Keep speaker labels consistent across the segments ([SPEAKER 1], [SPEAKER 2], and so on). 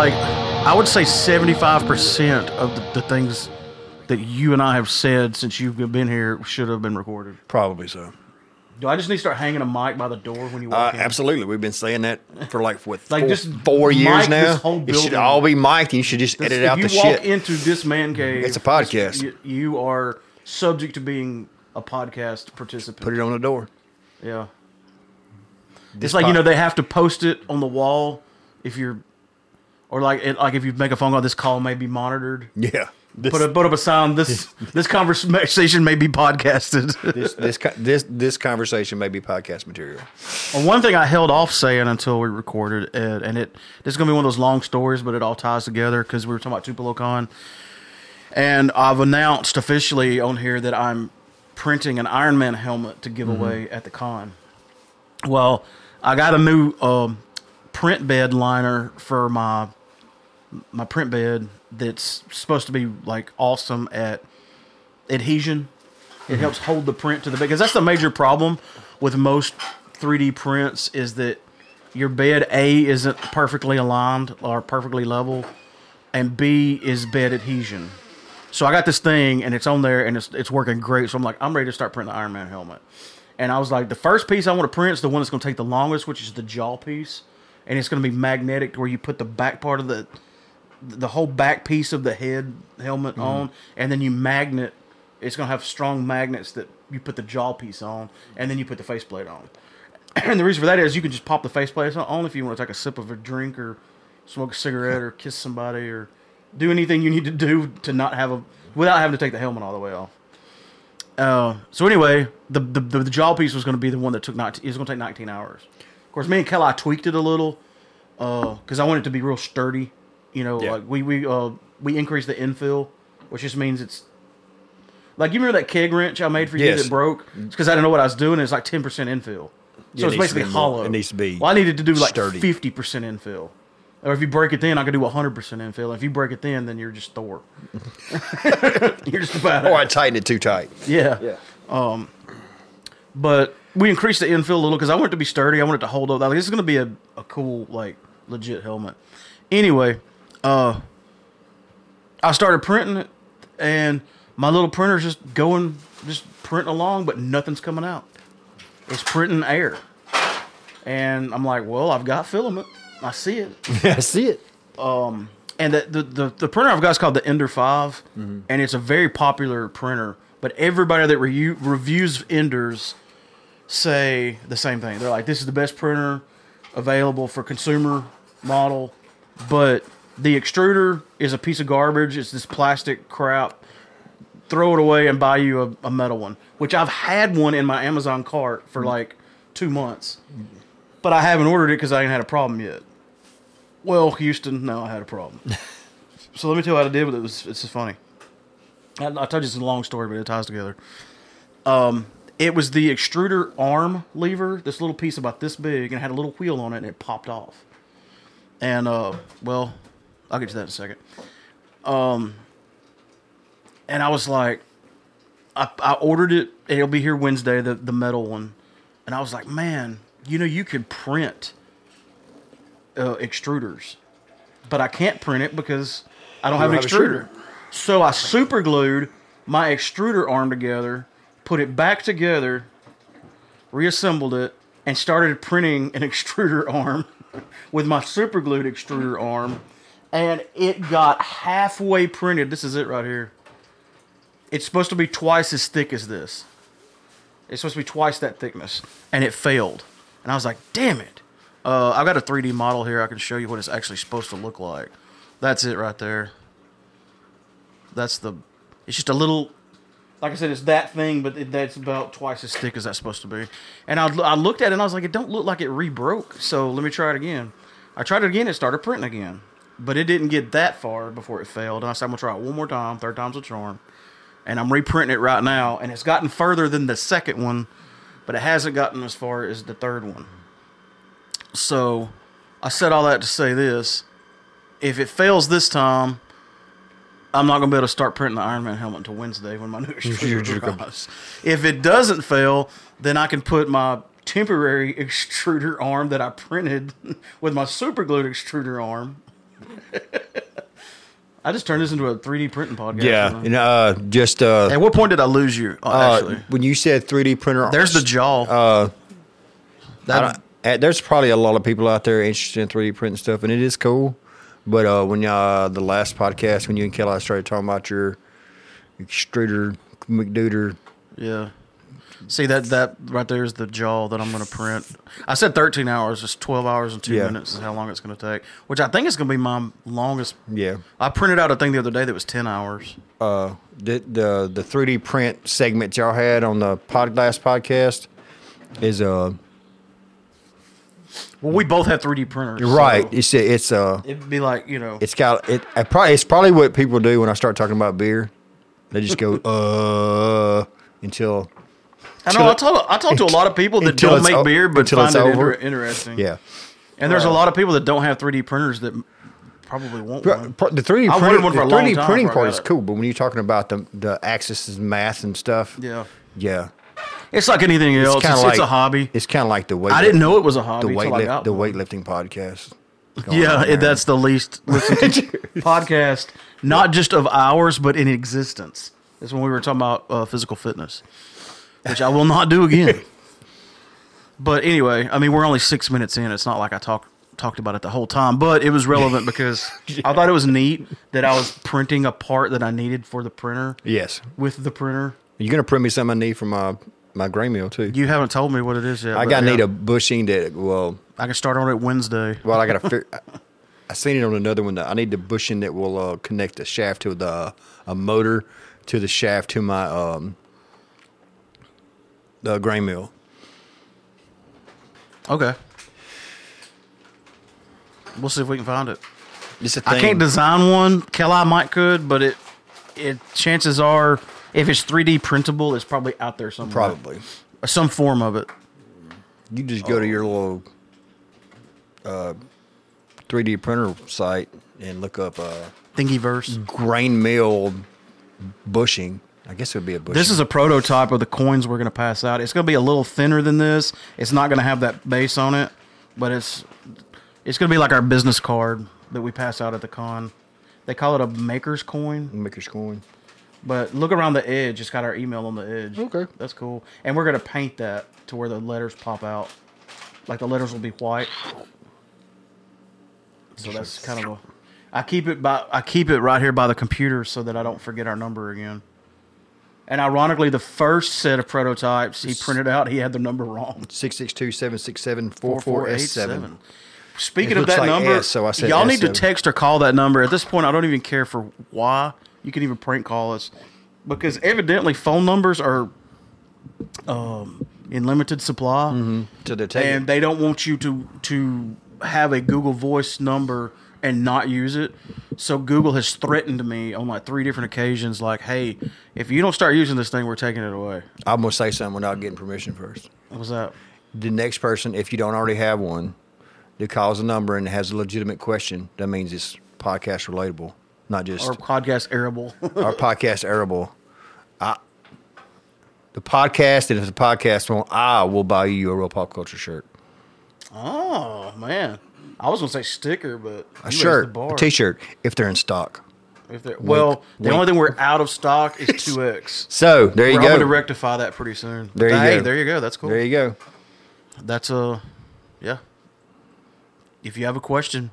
[SPEAKER 1] I would say 75% of the, the things that you and I have said since you've been here should have been recorded.
[SPEAKER 2] Probably so.
[SPEAKER 1] Do I just need to start hanging a mic by the door when you
[SPEAKER 2] Uh,
[SPEAKER 1] walk in?
[SPEAKER 2] absolutely. We've been saying that for like what
[SPEAKER 1] Like,
[SPEAKER 2] four,
[SPEAKER 1] just
[SPEAKER 2] four
[SPEAKER 1] mic this
[SPEAKER 2] years now.
[SPEAKER 1] whole
[SPEAKER 2] it should
[SPEAKER 1] building.
[SPEAKER 2] all be mic'd. And you should just
[SPEAKER 1] This-
[SPEAKER 2] edit out
[SPEAKER 1] if
[SPEAKER 2] the
[SPEAKER 1] you walk
[SPEAKER 2] shit.
[SPEAKER 1] into this man cave,
[SPEAKER 2] It's a podcast.
[SPEAKER 1] You, you are subject to being a podcast participant.
[SPEAKER 2] Put it on the door.
[SPEAKER 1] yeah,
[SPEAKER 2] This
[SPEAKER 1] it's like you know
[SPEAKER 2] pod-
[SPEAKER 1] they have to post it on the wall if you're, or like it, like if you make a phone call, this call may be monitored.
[SPEAKER 2] Yeah. This,
[SPEAKER 1] Put, up put up a sign. This this conversation may be podcasted.
[SPEAKER 2] this, this co- this this conversation may be podcast material.
[SPEAKER 1] Well, one thing I held off saying until we recorded, and, and it this is gonna be one of those long stories, but it all ties together because we were talking about TupoloCon, and I've announced officially on here that I'm printing an Iron Man helmet to give away at the con. Well, I got a new um, print bed liner for my my print bed that's supposed to be like awesome at adhesion. It helps hold the print to the bed because that's the major problem with most 3D prints is that your bed A isn't perfectly aligned or perfectly level, and B is bed adhesion. So I got this thing and it's on there and it's it's working great. So I'm like, I'm ready to start printing the Iron Man helmet. And I was like, the first piece I want to print is the one that's going to take the longest, which is the jaw piece, and it's going to be magnetic to where you put the back part of the the whole back piece of the head helmet on, and then you magnet. It's gonna have strong magnets that you put the jaw piece on, and then you put the faceplate on. And the reason for that is you can just pop the faceplate on only if you want to take a sip of a drink or smoke a cigarette or kiss somebody or do anything you need to do to not have a without having to take the helmet all the way off. Uh, so anyway, the, the the the jaw piece was going to be the one that took 19, it was going to take 19 hours. Of course, me and Kelly I tweaked it a little because I want it to be real sturdy. You know,
[SPEAKER 2] Yeah.
[SPEAKER 1] like we we uh we increased the infill, which just means it's like you remember that keg wrench I made for you
[SPEAKER 2] Yes.
[SPEAKER 1] that broke? It's because I didn't know what I was doing. It's like ten percent infill, so
[SPEAKER 2] it needs
[SPEAKER 1] it's
[SPEAKER 2] to
[SPEAKER 1] basically
[SPEAKER 2] be more-
[SPEAKER 1] hollow.
[SPEAKER 2] it needs to be
[SPEAKER 1] Well, I needed to do like
[SPEAKER 2] sturdy.
[SPEAKER 1] fifty percent infill, or if you break it thin, I could do hundred percent infill. If you break it thin, then you're just Thor. you're just about
[SPEAKER 2] Or I tighten it too tight.
[SPEAKER 1] yeah. Yeah. Um, but we increased the infill a little because I want it to be sturdy. I want it to hold up. Like, this is going to be a, a cool, like, legit helmet. Anyway, uh, I started printing it, and my little printer's just going, just printing along, but nothing's coming out. It's printing air. And I'm like, well, I've got filament. I see it
[SPEAKER 2] I see it.
[SPEAKER 1] and the, the, the, the printer I've got is called the Ender 5, and it's a very popular printer. But everybody that re- reviews Enders say the same thing. They're like, this is the best printer available for consumer model, but the extruder is a piece of garbage. It's this plastic crap. Throw it away and buy you a, a metal one, which I've had one in my Amazon cart for like two months, but I haven't ordered it because I ain't had a problem yet. Well, Houston, no, I had a problem. so let me tell you what I did with it. it was, it's just funny. I, I told you it's a long story, but it ties together. Um, it was the extruder arm lever, this little piece about this big, and it had a little wheel on it, and it popped off. And, uh, well, I'll get to that in a second. Um, and I was like, I, I ordered it. It'll be here Wednesday, the, the metal one. And I was like, man, you know, you could print uh, extruders, but I can't print it because I don't have an
[SPEAKER 2] don't have a
[SPEAKER 1] extruder. So I super glued my extruder arm together, put it back together, reassembled it, and started printing an extruder arm with my super glued extruder arm. And it got halfway printed. This is it right here. It's supposed to be twice as thick as this. It's supposed to be twice that thickness, and it failed. And I was like, "Damn it!" Uh, I've got a 3D model here. I can show you what it's actually supposed to look like. That's it right there. That's the. It's just a little. Like I said, it's that thing, but it, that's about twice as thick as that's supposed to be. And I, I looked at it and I was like, it don't look like it rebroke. So let me try it again. I tried it again. It started printing again, but it didn't get that far before it failed. And I said, I'm gonna try it one more time. Third time's a charm and I'm reprinting it right now, and it's gotten further than the second one, but it hasn't gotten as far as the third one. So I said all that to say this. If it fails this time, I'm not gonna be able to start printing the Iron Man helmet until Wednesday when my new extruder arrives. If it doesn't fail, then I can put my temporary extruder arm that I printed with my super glued extruder arm I just turned this into a 3D printing podcast.
[SPEAKER 2] Yeah,
[SPEAKER 1] didn't I?
[SPEAKER 2] and uh, just uh,
[SPEAKER 1] At what point did I lose you? Oh,
[SPEAKER 2] uh
[SPEAKER 1] actually,
[SPEAKER 2] when you said 3D printer,
[SPEAKER 1] there's the jaw.
[SPEAKER 2] I don't- uh, there's probably a lot of people out there interested in 3D printing stuff, and it is cool. But uh, when uh, the last podcast, when you and Kelly started talking about your extruder, McDooder,
[SPEAKER 1] yeah. See that that right there is the jaw that I'm going to print. I said 13 hours. It's 12 hours and two
[SPEAKER 2] Yeah.
[SPEAKER 1] minutes is how long it's going to take, which I think is going to be my longest.
[SPEAKER 2] yeah,
[SPEAKER 1] I printed out a thing the other day that was 10 hours.
[SPEAKER 2] uh, the the the 3D print segment y'all had on the pod, last podcast is uh
[SPEAKER 1] Well, we both have 3D printers, so
[SPEAKER 2] right. It's it's uh
[SPEAKER 1] it'd be like you know.
[SPEAKER 2] it's got it. I probably it's probably what people do when I start talking about beer. They just go uh until
[SPEAKER 1] I know. I talk I talk to a lot of people that
[SPEAKER 2] Until
[SPEAKER 1] don't
[SPEAKER 2] it's
[SPEAKER 1] make
[SPEAKER 2] o-
[SPEAKER 1] beer, but
[SPEAKER 2] until
[SPEAKER 1] find
[SPEAKER 2] it's
[SPEAKER 1] it
[SPEAKER 2] over.
[SPEAKER 1] inter- interesting.
[SPEAKER 2] yeah.
[SPEAKER 1] And there's a lot of people that don't have 3D printers that probably won't.
[SPEAKER 2] Pro-
[SPEAKER 1] One.
[SPEAKER 2] pro- The 3D
[SPEAKER 1] I
[SPEAKER 2] printing,
[SPEAKER 1] wanted one for
[SPEAKER 2] the
[SPEAKER 1] a long
[SPEAKER 2] 3D
[SPEAKER 1] time
[SPEAKER 2] printing
[SPEAKER 1] before I
[SPEAKER 2] part
[SPEAKER 1] got
[SPEAKER 2] is
[SPEAKER 1] it.
[SPEAKER 2] cool, but when you're talking about the the axis and math and stuff,
[SPEAKER 1] Yeah,
[SPEAKER 2] yeah,
[SPEAKER 1] it's like anything else. It's,
[SPEAKER 2] kinda
[SPEAKER 1] it's a hobby.
[SPEAKER 2] It's kind of like the weight.
[SPEAKER 1] I didn't know it was a hobby.
[SPEAKER 2] the
[SPEAKER 1] till I got
[SPEAKER 2] weightlift, the
[SPEAKER 1] one.
[SPEAKER 2] weightlifting podcast. going
[SPEAKER 1] Yeah,
[SPEAKER 2] on
[SPEAKER 1] it,
[SPEAKER 2] there.
[SPEAKER 1] that's the least listened to podcast, not just of ours, but in existence. That's when we were talking about uh, physical fitness, which I will not do again. but anyway, I mean, we're only six minutes in. It's not like I talked talked about it the whole time, but it was relevant because I thought it was neat that I was printing a part that I needed for the printer
[SPEAKER 2] yes.
[SPEAKER 1] with the printer.
[SPEAKER 2] You're gonna print me something I need for my my grain meal too.
[SPEAKER 1] You haven't told me what it is yet.
[SPEAKER 2] I
[SPEAKER 1] but
[SPEAKER 2] got
[SPEAKER 1] yeah,
[SPEAKER 2] need a bushing that well,
[SPEAKER 1] I can start on it Wednesday.
[SPEAKER 2] well I got to. I, I seen it on another one that I need the bushing that will uh, connect the shaft to the a motor to the shaft to my um the grain mill.
[SPEAKER 1] Okay. We'll see if we can find it.
[SPEAKER 2] It's a thing.
[SPEAKER 1] I can't design one. Kelly might could, but it it chances are if it's 3D printable, it's probably out there somewhere. Uh,
[SPEAKER 2] probably.
[SPEAKER 1] Some form of it.
[SPEAKER 2] You just go to your little uh, 3D printer site and look up uh,
[SPEAKER 1] Thingiverse.
[SPEAKER 2] Mm. grain mill bushing. I guess it would be a bushing.
[SPEAKER 1] This is a prototype of the coins we're going to pass out. It's going to be a little thinner than this. It's not going to have that base on it, but it's it's going to be like our business card that we pass out at the con. They call it a maker's coin.
[SPEAKER 2] maker's coin.
[SPEAKER 1] But look around the edge. It's got our email on the edge.
[SPEAKER 2] Okay.
[SPEAKER 1] That's cool. And we're going to paint that to where the letters pop out. Like the letters will be white. So that's kind of a. I keep it by I keep it right here by the computer so that I don't forget our number again. And ironically, the first set of prototypes he printed out, he had the number wrong.
[SPEAKER 2] 662-767-4487.
[SPEAKER 1] Speaking
[SPEAKER 2] It
[SPEAKER 1] of that
[SPEAKER 2] looks like
[SPEAKER 1] number,
[SPEAKER 2] S, so I said
[SPEAKER 1] y'all need to
[SPEAKER 2] S7.
[SPEAKER 1] text or call that number. At this point, I don't even care for why. You can even prank call us because evidently phone numbers are um, in limited supply,
[SPEAKER 2] To the table.
[SPEAKER 1] and they don't want you to to have a Google Voice number and not use it. So Google has threatened me on like three different occasions, like, "Hey, if you don't start using this thing, we're taking it away."
[SPEAKER 2] I'm going to say something without getting permission first.
[SPEAKER 1] What was that?
[SPEAKER 2] The next person, if you don't already have one, that calls a number and has a legitimate question, that means it's podcast relatable, not just
[SPEAKER 1] Or podcast arable?
[SPEAKER 2] our podcast arable. I, the podcast, and if the podcast won't, I will buy you a real pop culture shirt,
[SPEAKER 1] oh man. I was gonna say sticker, but
[SPEAKER 2] a shirt, a t-shirt, if they're in stock.
[SPEAKER 1] If they're- well, the
[SPEAKER 2] wink.
[SPEAKER 1] only thing we're out of stock is two X.
[SPEAKER 2] So there you
[SPEAKER 1] We're hoping to
[SPEAKER 2] go.
[SPEAKER 1] rectify that pretty soon.
[SPEAKER 2] There you
[SPEAKER 1] hey,
[SPEAKER 2] go.
[SPEAKER 1] there you go. That's cool.
[SPEAKER 2] there you go.
[SPEAKER 1] That's uh, yeah. If you have a question,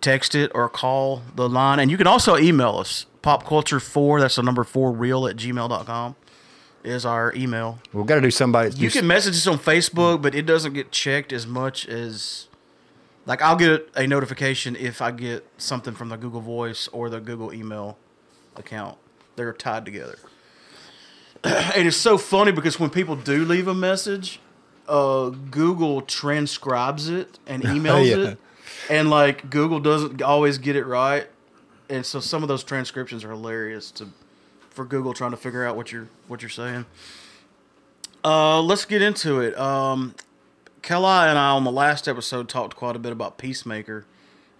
[SPEAKER 1] text it or call the line, and you can also email us popculture four. That's the number four real at gmail.com is our email.
[SPEAKER 2] We've got to do somebody.
[SPEAKER 1] You can message us on Facebook, but it doesn't get checked as much as like I'll get a notification if I get something from the Google Voice or the Google email account. They're tied together. and it's so funny because when people do leave a message, uh, Google transcribes it and emails
[SPEAKER 2] Yeah.
[SPEAKER 1] it. And like Google doesn't always get it right. And so some of those transcriptions are hilarious to for Google trying to figure out what you're what you're saying. Uh, let's get into it. Um, Kelly and I on the last episode talked quite a bit about Peacemaker,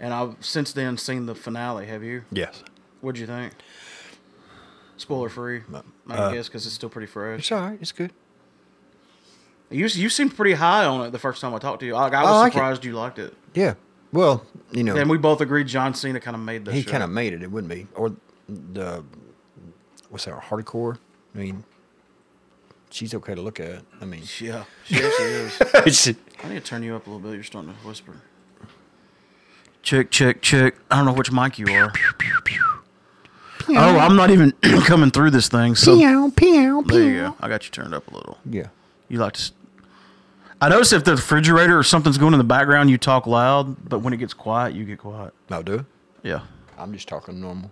[SPEAKER 1] and I've since then seen the finale. Have you?
[SPEAKER 2] Yes.
[SPEAKER 1] What'd you think? Spoiler free, I guess, because it's still pretty fresh.
[SPEAKER 2] It's all right. It's good.
[SPEAKER 1] You you seemed pretty high on it the first time I talked to you. I, I was
[SPEAKER 2] Oh, I like it.
[SPEAKER 1] surprised you liked it.
[SPEAKER 2] Yeah. Well, you know,
[SPEAKER 1] And we both agreed John Cena kind of made this.
[SPEAKER 2] he
[SPEAKER 1] show.
[SPEAKER 2] kind of made it. It wouldn't be or the what's that hardcore. I mean, she's okay to look at. I mean,
[SPEAKER 1] Yeah, she actually is.
[SPEAKER 2] it's-
[SPEAKER 1] I need to turn you up a little bit. You're starting to whisper. Check, check, check. I don't know which mic you are. Oh, I'm not even coming through this thing. So
[SPEAKER 2] Pew, pew,
[SPEAKER 1] there you
[SPEAKER 2] pew.
[SPEAKER 1] go. I got you turned up a little.
[SPEAKER 2] Yeah.
[SPEAKER 1] You like to. s- I notice if the refrigerator or something's going in the background, you talk loud, but when it gets quiet, you get quiet.
[SPEAKER 2] No, do it.
[SPEAKER 1] Yeah.
[SPEAKER 2] I'm just talking normal.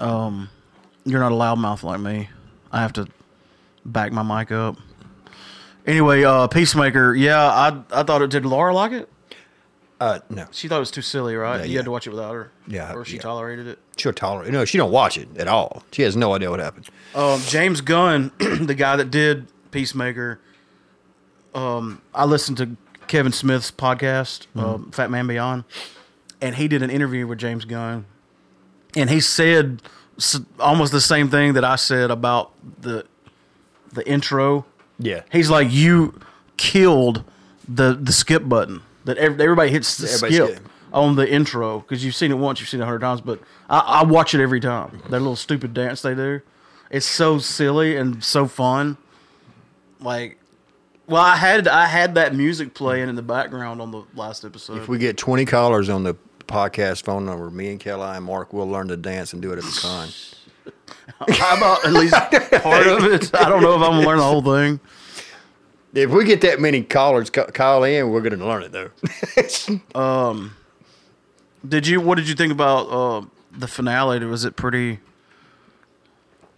[SPEAKER 1] You're not a loudmouth like me. I have to back my mic up. Anyway, uh, Peacemaker, yeah, I I thought it did Laura like it?
[SPEAKER 2] Uh, no,
[SPEAKER 1] She thought it was too silly, right?
[SPEAKER 2] Yeah,
[SPEAKER 1] you
[SPEAKER 2] yeah.
[SPEAKER 1] had to watch it without her.
[SPEAKER 2] Yeah,
[SPEAKER 1] Or she
[SPEAKER 2] yeah.
[SPEAKER 1] tolerated it.
[SPEAKER 2] she'll tolerate. No, she don't watch it at all. She has no idea what happened.
[SPEAKER 1] Um, James Gunn, the guy that did Peacemaker, um, I listened to Kevin Smith's podcast,
[SPEAKER 2] Mm-hmm.
[SPEAKER 1] um, Fat Man Beyond, and he did an interview with James Gunn, and he said s- almost the same thing that I said about the the intro.
[SPEAKER 2] Yeah,
[SPEAKER 1] He's like, "You killed the the skip button that ev- everybody hits the
[SPEAKER 2] Everybody's
[SPEAKER 1] skip."
[SPEAKER 2] getting-
[SPEAKER 1] On the intro, because you've seen it once, you've seen it a hundred times, but I, I watch it every time. That little stupid dance they do, it's so silly and so fun. Like, well, I had I had that music playing in the background on the last episode.
[SPEAKER 2] if we get 20 callers on the podcast phone number, me and Kelly and Mark will learn to dance and do it at the con.
[SPEAKER 1] How about at least part of it? I don't know if I'm gonna learn the whole thing.
[SPEAKER 2] If we get that many callers ca- call in, we're going to learn it though.
[SPEAKER 1] Did you? What did you think about uh, the finale? Was it pretty?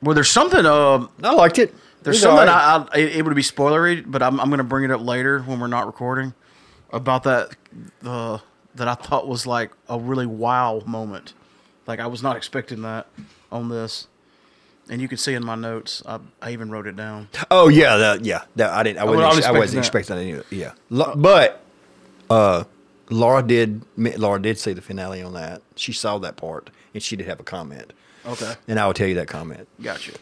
[SPEAKER 1] Well, there's something. Uh,
[SPEAKER 2] I liked it.
[SPEAKER 1] There's
[SPEAKER 2] It's all
[SPEAKER 1] something
[SPEAKER 2] right.
[SPEAKER 1] I, I it, it would be spoilery, but I'm I'm gonna bring it up later when we're not recording about that uh, that I thought was like a really wow moment. Like I was not expecting that on this, and you can see in my notes I, I even wrote it down.
[SPEAKER 2] oh yeah, that, yeah. That, I didn't. I wasn't.
[SPEAKER 1] was
[SPEAKER 2] ex- I wasn't
[SPEAKER 1] expecting
[SPEAKER 2] expecting that either. Yeah, Lo- but uh, Laura did. me- Laura did see the finale on that. She saw that part and she did have a comment.
[SPEAKER 1] Okay,
[SPEAKER 2] And I will tell you that comment.
[SPEAKER 1] gotcha.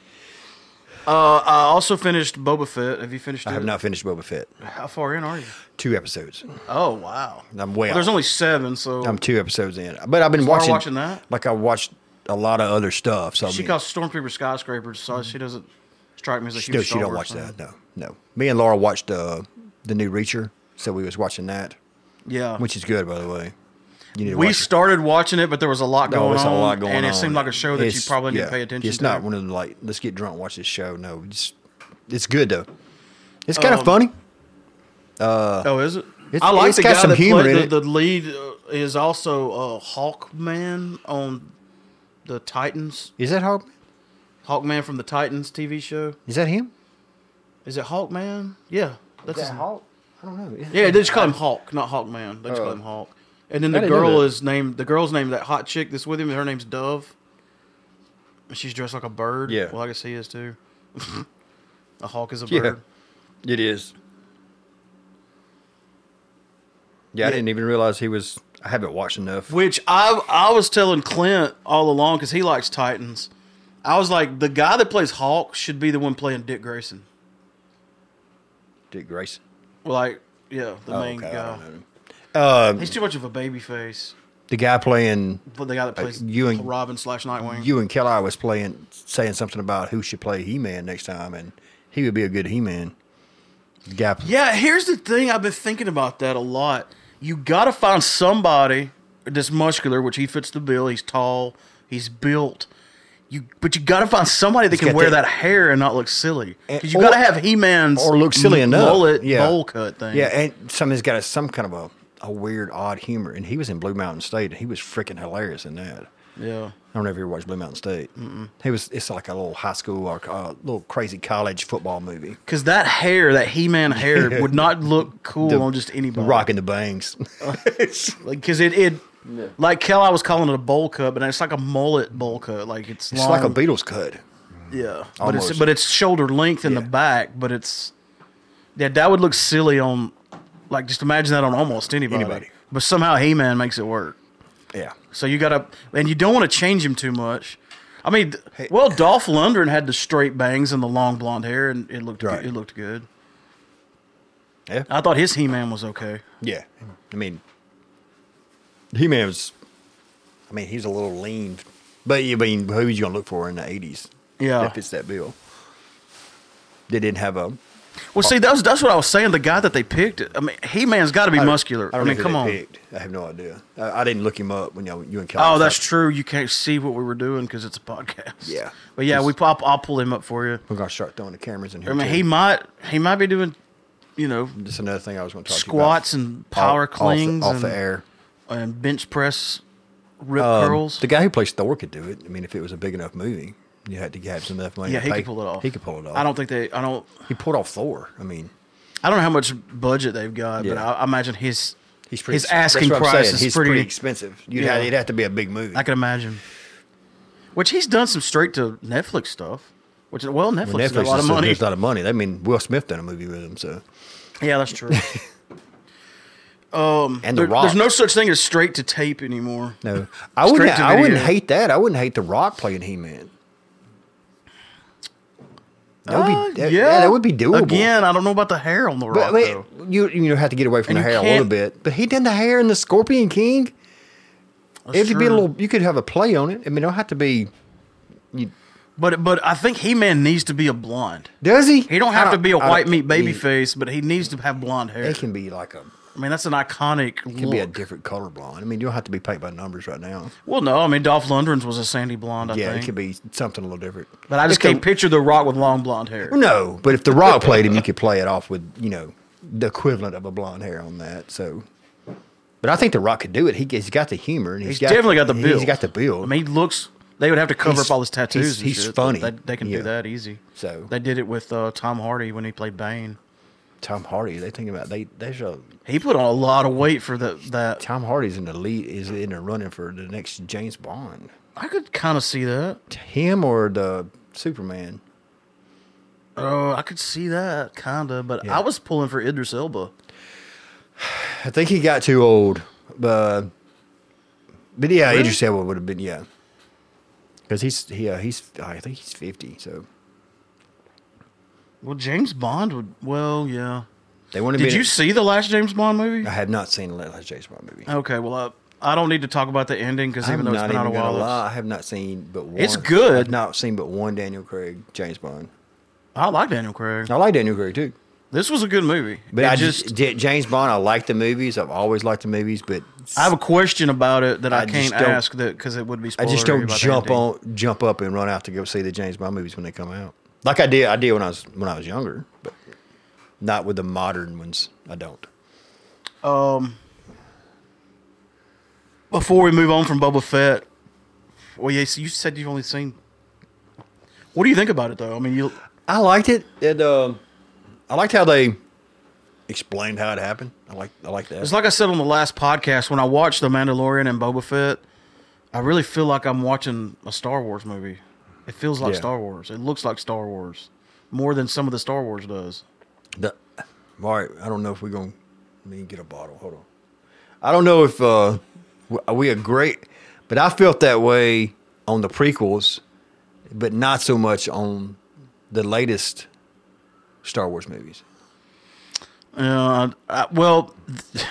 [SPEAKER 1] Uh, I also finished Boba Fett. Have you finished?
[SPEAKER 2] I
[SPEAKER 1] it?
[SPEAKER 2] have not finished Boba Fett.
[SPEAKER 1] How far in are you?
[SPEAKER 2] Two episodes.
[SPEAKER 1] Oh wow,
[SPEAKER 2] I'm way.
[SPEAKER 1] Well, there's
[SPEAKER 2] out.
[SPEAKER 1] only seven, so
[SPEAKER 2] I'm two episodes in, but I've been
[SPEAKER 1] Start
[SPEAKER 2] watching,
[SPEAKER 1] watching that?
[SPEAKER 2] Like I watched a lot of other stuff. So I
[SPEAKER 1] she
[SPEAKER 2] mean,
[SPEAKER 1] calls Stormtrooper skyscrapers, so she doesn't strike me as a huge.
[SPEAKER 2] no, she
[SPEAKER 1] Star
[SPEAKER 2] don't
[SPEAKER 1] Wars
[SPEAKER 2] watch
[SPEAKER 1] fan.
[SPEAKER 2] that. No, no. Me and Laura watched uh, the new Reacher, so we was watching that,
[SPEAKER 1] Yeah,
[SPEAKER 2] which is good by the way. You need to
[SPEAKER 1] We
[SPEAKER 2] watch it.
[SPEAKER 1] started watching it, but there was a lot
[SPEAKER 2] No,
[SPEAKER 1] going
[SPEAKER 2] it's
[SPEAKER 1] on,
[SPEAKER 2] a lot going
[SPEAKER 1] and it
[SPEAKER 2] on.
[SPEAKER 1] seemed like a show that
[SPEAKER 2] It's-
[SPEAKER 1] you probably didn't
[SPEAKER 2] yeah.
[SPEAKER 1] pay attention
[SPEAKER 2] It's
[SPEAKER 1] to.
[SPEAKER 2] not one of them like let's get drunk, watch this show. No, it's it's good though. It's kind
[SPEAKER 1] Um,
[SPEAKER 2] of funny.
[SPEAKER 1] oh, is it?
[SPEAKER 2] It's-
[SPEAKER 1] I like
[SPEAKER 2] it's
[SPEAKER 1] the
[SPEAKER 2] got
[SPEAKER 1] guy
[SPEAKER 2] some
[SPEAKER 1] that
[SPEAKER 2] humor
[SPEAKER 1] played
[SPEAKER 2] in
[SPEAKER 1] the,
[SPEAKER 2] it.
[SPEAKER 1] the lead uh, is also uh, Hawkman on the Titans.
[SPEAKER 2] Is that Hawkman?
[SPEAKER 1] Hawkman from the Titans TV show.
[SPEAKER 2] Is that him?
[SPEAKER 1] Is it Hawkman? Yeah, that's his,
[SPEAKER 2] Hawk? I don't know.
[SPEAKER 1] yeah. They just call him Hawk, not Hawkman. They just call him Hawk. And then
[SPEAKER 2] Oh. I
[SPEAKER 1] the
[SPEAKER 2] didn't know
[SPEAKER 1] girl
[SPEAKER 2] that.
[SPEAKER 1] is named the girl's named that hot chick that's with him. Her name's Dove. And She's dressed like a bird.
[SPEAKER 2] Yeah.
[SPEAKER 1] Well, I guess he is too. a hawk is a
[SPEAKER 2] Yeah.
[SPEAKER 1] bird.
[SPEAKER 2] It is. Yeah, I
[SPEAKER 1] Yeah.
[SPEAKER 2] didn't even realize he was. I haven't watched enough.
[SPEAKER 1] Which I I was telling Clint all along because he likes Titans. I was like, the guy that plays Hawk should be the one playing Dick Grayson.
[SPEAKER 2] Dick Grayson.
[SPEAKER 1] Like, yeah, the
[SPEAKER 2] Oh,
[SPEAKER 1] main
[SPEAKER 2] okay, I
[SPEAKER 1] guy.
[SPEAKER 2] don't know him. Uh,
[SPEAKER 1] He's too much of a baby face.
[SPEAKER 2] the guy playing
[SPEAKER 1] But the guy that plays
[SPEAKER 2] you and-
[SPEAKER 1] Robin slash Nightwing.
[SPEAKER 2] you and Kelly was playing, saying something about who should play He Man next time, and he would be a good He Man. The guy.
[SPEAKER 1] yeah, here's the thing. I've been thinking about that a lot. You got to find somebody that's muscular, which he fits the bill. He's tall. He's built. You, but you got to find somebody that can
[SPEAKER 2] got
[SPEAKER 1] wear
[SPEAKER 2] that-
[SPEAKER 1] that hair and not look silly.
[SPEAKER 2] And-
[SPEAKER 1] Because you got
[SPEAKER 2] or-
[SPEAKER 1] to have He Man's
[SPEAKER 2] or look silly enough.
[SPEAKER 1] mullet
[SPEAKER 2] Yeah.
[SPEAKER 1] bowl cut thing.
[SPEAKER 2] Yeah, and somebody's got a, some kind of a, a weird, odd humor, and he was in Blue Mountain State, and he was freaking hilarious in that.
[SPEAKER 1] yeah.
[SPEAKER 2] I don't know if you ever watched Blue Mountain State. mm He was. It's like a little high school or uh, little crazy college football movie.
[SPEAKER 1] Because that hair, that He Man hair, would not look cool on just anybody.
[SPEAKER 2] Rocking the bangs.
[SPEAKER 1] Like, because it, it like Kel, I was calling it a bowl cut, but it's like a mullet bowl cut. Like, it's,
[SPEAKER 2] it's
[SPEAKER 1] long.
[SPEAKER 2] like a Beatles cut.
[SPEAKER 1] Yeah. But it's,
[SPEAKER 2] Almost.
[SPEAKER 1] but it's shoulder length in the
[SPEAKER 2] Yeah.
[SPEAKER 1] back, but it's, yeah, that would look silly on, like, just imagine that on almost anybody.
[SPEAKER 2] Anybody.
[SPEAKER 1] But somehow He Man makes it work.
[SPEAKER 2] Yeah.
[SPEAKER 1] So you got to, and you don't want to change him too much. I mean, th- well, Dolph Lundgren had the straight bangs and the long blonde hair, and it looked
[SPEAKER 2] Right.
[SPEAKER 1] good. it looked good.
[SPEAKER 2] Yeah.
[SPEAKER 1] I thought his He Man was okay.
[SPEAKER 2] Yeah. I mean, He Man was, I mean, he's a little lean, but you mean who you gonna look for in the eighties?
[SPEAKER 1] Yeah.
[SPEAKER 2] if it's that bill. They didn't have a.
[SPEAKER 1] Well, see, that's that's what I was saying. The guy that they picked, I mean, He Man's got to be
[SPEAKER 2] I don't-
[SPEAKER 1] muscular. I,
[SPEAKER 2] don't know
[SPEAKER 1] mean,
[SPEAKER 2] who
[SPEAKER 1] come
[SPEAKER 2] they
[SPEAKER 1] on.
[SPEAKER 2] picked. I have no idea. I, I didn't look him up when y'all, you and Cal.
[SPEAKER 1] Oh, that's true. You can't see what we were doing because it's a podcast.
[SPEAKER 2] Yeah.
[SPEAKER 1] but yeah,
[SPEAKER 2] Just-
[SPEAKER 1] we pop. I'll pull him up for you.
[SPEAKER 2] We're gonna start throwing the cameras in here.
[SPEAKER 1] I mean,
[SPEAKER 2] too.
[SPEAKER 1] he might he might be doing, you know,
[SPEAKER 2] That's another thing I was going to talk
[SPEAKER 1] squats
[SPEAKER 2] to you about.
[SPEAKER 1] and power
[SPEAKER 2] Off- off the-
[SPEAKER 1] clings
[SPEAKER 2] off,
[SPEAKER 1] and,
[SPEAKER 2] the air.
[SPEAKER 1] and bench press, rip
[SPEAKER 2] Um,
[SPEAKER 1] curls.
[SPEAKER 2] The guy who plays Thor could do it. I mean, if it was a big enough movie, you had to have some enough money.
[SPEAKER 1] yeah,
[SPEAKER 2] to
[SPEAKER 1] he
[SPEAKER 2] pay-
[SPEAKER 1] could pull it off.
[SPEAKER 2] He could pull it off.
[SPEAKER 1] I don't think they. I don't.
[SPEAKER 2] He pulled off Thor. I mean,
[SPEAKER 1] I don't know how much budget they've got, but
[SPEAKER 2] Yeah.
[SPEAKER 1] I, I imagine his
[SPEAKER 2] he's pretty.
[SPEAKER 1] his asking
[SPEAKER 2] that's what I'm
[SPEAKER 1] price
[SPEAKER 2] saying.
[SPEAKER 1] is
[SPEAKER 2] he's
[SPEAKER 1] pretty.
[SPEAKER 2] expensive. You'd
[SPEAKER 1] Yeah.
[SPEAKER 2] have, it'd have to be a big movie.
[SPEAKER 1] I can imagine. Which he's done some straight to Netflix stuff. Which well, Netflix,
[SPEAKER 2] Well,
[SPEAKER 1] is a lot of
[SPEAKER 2] is-
[SPEAKER 1] money.
[SPEAKER 2] There's a lot of money. I mean, Will Smith done a movie with him, so
[SPEAKER 1] Yeah, that's true. um,
[SPEAKER 2] And The
[SPEAKER 1] there- there's
[SPEAKER 2] Rock.
[SPEAKER 1] no such thing as straight to tape anymore.
[SPEAKER 2] no, I wouldn't.
[SPEAKER 1] to
[SPEAKER 2] I wouldn't
[SPEAKER 1] video.
[SPEAKER 2] hate that. I wouldn't hate The Rock playing He Man. That would be
[SPEAKER 1] Uh,
[SPEAKER 2] that, yeah. That would be doable.
[SPEAKER 1] Again, I don't know about the hair on the rock.
[SPEAKER 2] But wait,
[SPEAKER 1] though.
[SPEAKER 2] you you have to get away from
[SPEAKER 1] And
[SPEAKER 2] the
[SPEAKER 1] you
[SPEAKER 2] hair a little
[SPEAKER 1] can't-
[SPEAKER 2] bit. But he done the hair in the Scorpion King.
[SPEAKER 1] That's
[SPEAKER 2] It'd be a
[SPEAKER 1] true.
[SPEAKER 2] little. You could have a play on it. I mean, it don't have to be.
[SPEAKER 1] But but I think He Man needs to be a blonde.
[SPEAKER 2] Does he?
[SPEAKER 1] He don't have to be a
[SPEAKER 2] I
[SPEAKER 1] white
[SPEAKER 2] don't-
[SPEAKER 1] meat baby
[SPEAKER 2] he-
[SPEAKER 1] face, but he needs to have blonde hair.
[SPEAKER 2] It can be like a.
[SPEAKER 1] I mean, that's an iconic
[SPEAKER 2] It can be a
[SPEAKER 1] look.
[SPEAKER 2] different color blonde. I mean, you don't have to be paint by numbers right now.
[SPEAKER 1] well, no, I mean Dolph Lundgren's was a sandy blonde, I
[SPEAKER 2] yeah,
[SPEAKER 1] think.
[SPEAKER 2] it could be something a little different.
[SPEAKER 1] but I just
[SPEAKER 2] If the-
[SPEAKER 1] can't picture The Rock with long blonde hair.
[SPEAKER 2] No, but if The Rock played him, you could play it off with you know the equivalent of a blonde hair on that. So, but I think The Rock could do it. He, he's got the humor and
[SPEAKER 1] He's
[SPEAKER 2] got,
[SPEAKER 1] definitely got the build.
[SPEAKER 2] He's got the build.
[SPEAKER 1] I mean, he looks. They would have to cover
[SPEAKER 2] He's-
[SPEAKER 1] up all his tattoos.
[SPEAKER 2] he's-
[SPEAKER 1] and
[SPEAKER 2] he's
[SPEAKER 1] shit.
[SPEAKER 2] funny.
[SPEAKER 1] They, they can
[SPEAKER 2] Yeah.
[SPEAKER 1] do that easy.
[SPEAKER 2] So-
[SPEAKER 1] they did it with uh, Tom Hardy when he played Bane.
[SPEAKER 2] Tom Hardy. They think about they. There's a
[SPEAKER 1] He put on a lot of weight for the, that.
[SPEAKER 2] Tom Hardy's in the lead is in the running for the next James Bond.
[SPEAKER 1] I could kind of see that.
[SPEAKER 2] Him or the Superman?
[SPEAKER 1] Oh, I could see that kind of, but
[SPEAKER 2] Yeah.
[SPEAKER 1] I was pulling for Idris Elba.
[SPEAKER 2] I think he got too old, but but yeah, Idris Elba would have been yeah. Because he's yeah he's I think he's fifty, so
[SPEAKER 1] Well, James Bond would. Well, yeah.
[SPEAKER 2] they want to
[SPEAKER 1] Did
[SPEAKER 2] be.
[SPEAKER 1] you see the last James Bond movie?
[SPEAKER 2] I have not seen the last James Bond movie.
[SPEAKER 1] Okay, well, uh, I don't need to talk about the ending because even though it's been out a
[SPEAKER 2] gonna
[SPEAKER 1] while, it's-
[SPEAKER 2] I have not seen but one.
[SPEAKER 1] It's good.
[SPEAKER 2] I've not seen but one Daniel Craig James Bond.
[SPEAKER 1] I like Daniel Craig.
[SPEAKER 2] I like Daniel Craig too,
[SPEAKER 1] This was a good movie.
[SPEAKER 2] but
[SPEAKER 1] It
[SPEAKER 2] I just, Ja- James Bond. I like the movies. I've always liked the movies, but
[SPEAKER 1] I have a question about it that I,
[SPEAKER 2] I just
[SPEAKER 1] can't
[SPEAKER 2] don't-
[SPEAKER 1] ask that because it would be.
[SPEAKER 2] I just
[SPEAKER 1] spoilery
[SPEAKER 2] don't
[SPEAKER 1] about the
[SPEAKER 2] jump
[SPEAKER 1] ending.
[SPEAKER 2] on, jump up and run out to go see the James Bond movies when they come out. Like I did, I did when I was when I was younger, but not with the modern ones. I don't.
[SPEAKER 1] Um, before we move on from Boba Fett, well, yes, you said you've only seen. What do you think about it, though? I mean, you
[SPEAKER 2] I liked it. It um, I liked how they explained how it happened. I like I like that.
[SPEAKER 1] it's like I said on the last podcast when I watched The Mandalorian and Boba Fett, I really feel like I'm watching a Star Wars movie. It feels like
[SPEAKER 2] Yeah.
[SPEAKER 1] Star Wars. It looks like Star Wars more than some of the Star Wars does.
[SPEAKER 2] The, all right, I don't know if we're gonna let me get a bottle. Hold on. I don't know if uh, we- we agree, but I felt that way on the prequels, but not so much on the latest Star Wars movies.
[SPEAKER 1] Uh, I, well, th-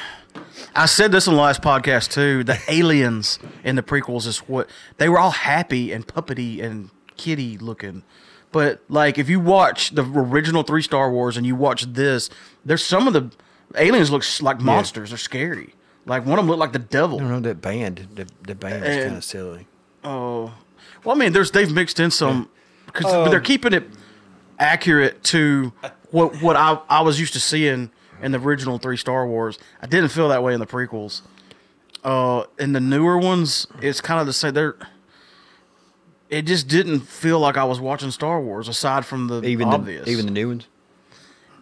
[SPEAKER 1] I said this in the last podcast too. The aliens in the prequels is what they were all happy and puppety and kitty looking. But like, if you watch the original three Star Wars and you watch this, there's some of the aliens look s- like monsters. They're scary. Like one of them looked like the devil.
[SPEAKER 2] I don't know that band. The, the band was
[SPEAKER 1] And-
[SPEAKER 2] kind of silly.
[SPEAKER 1] Oh, well, I mean, there's they've mixed in some because they're keeping it accurate to what what I I was used to seeing in the original three Star Wars. I didn't feel that way in the prequels. Uh, in the newer ones, it's kind of the same. They're it just didn't feel like I was watching Star Wars, aside from the
[SPEAKER 2] Even
[SPEAKER 1] obvious.
[SPEAKER 2] the even the new ones.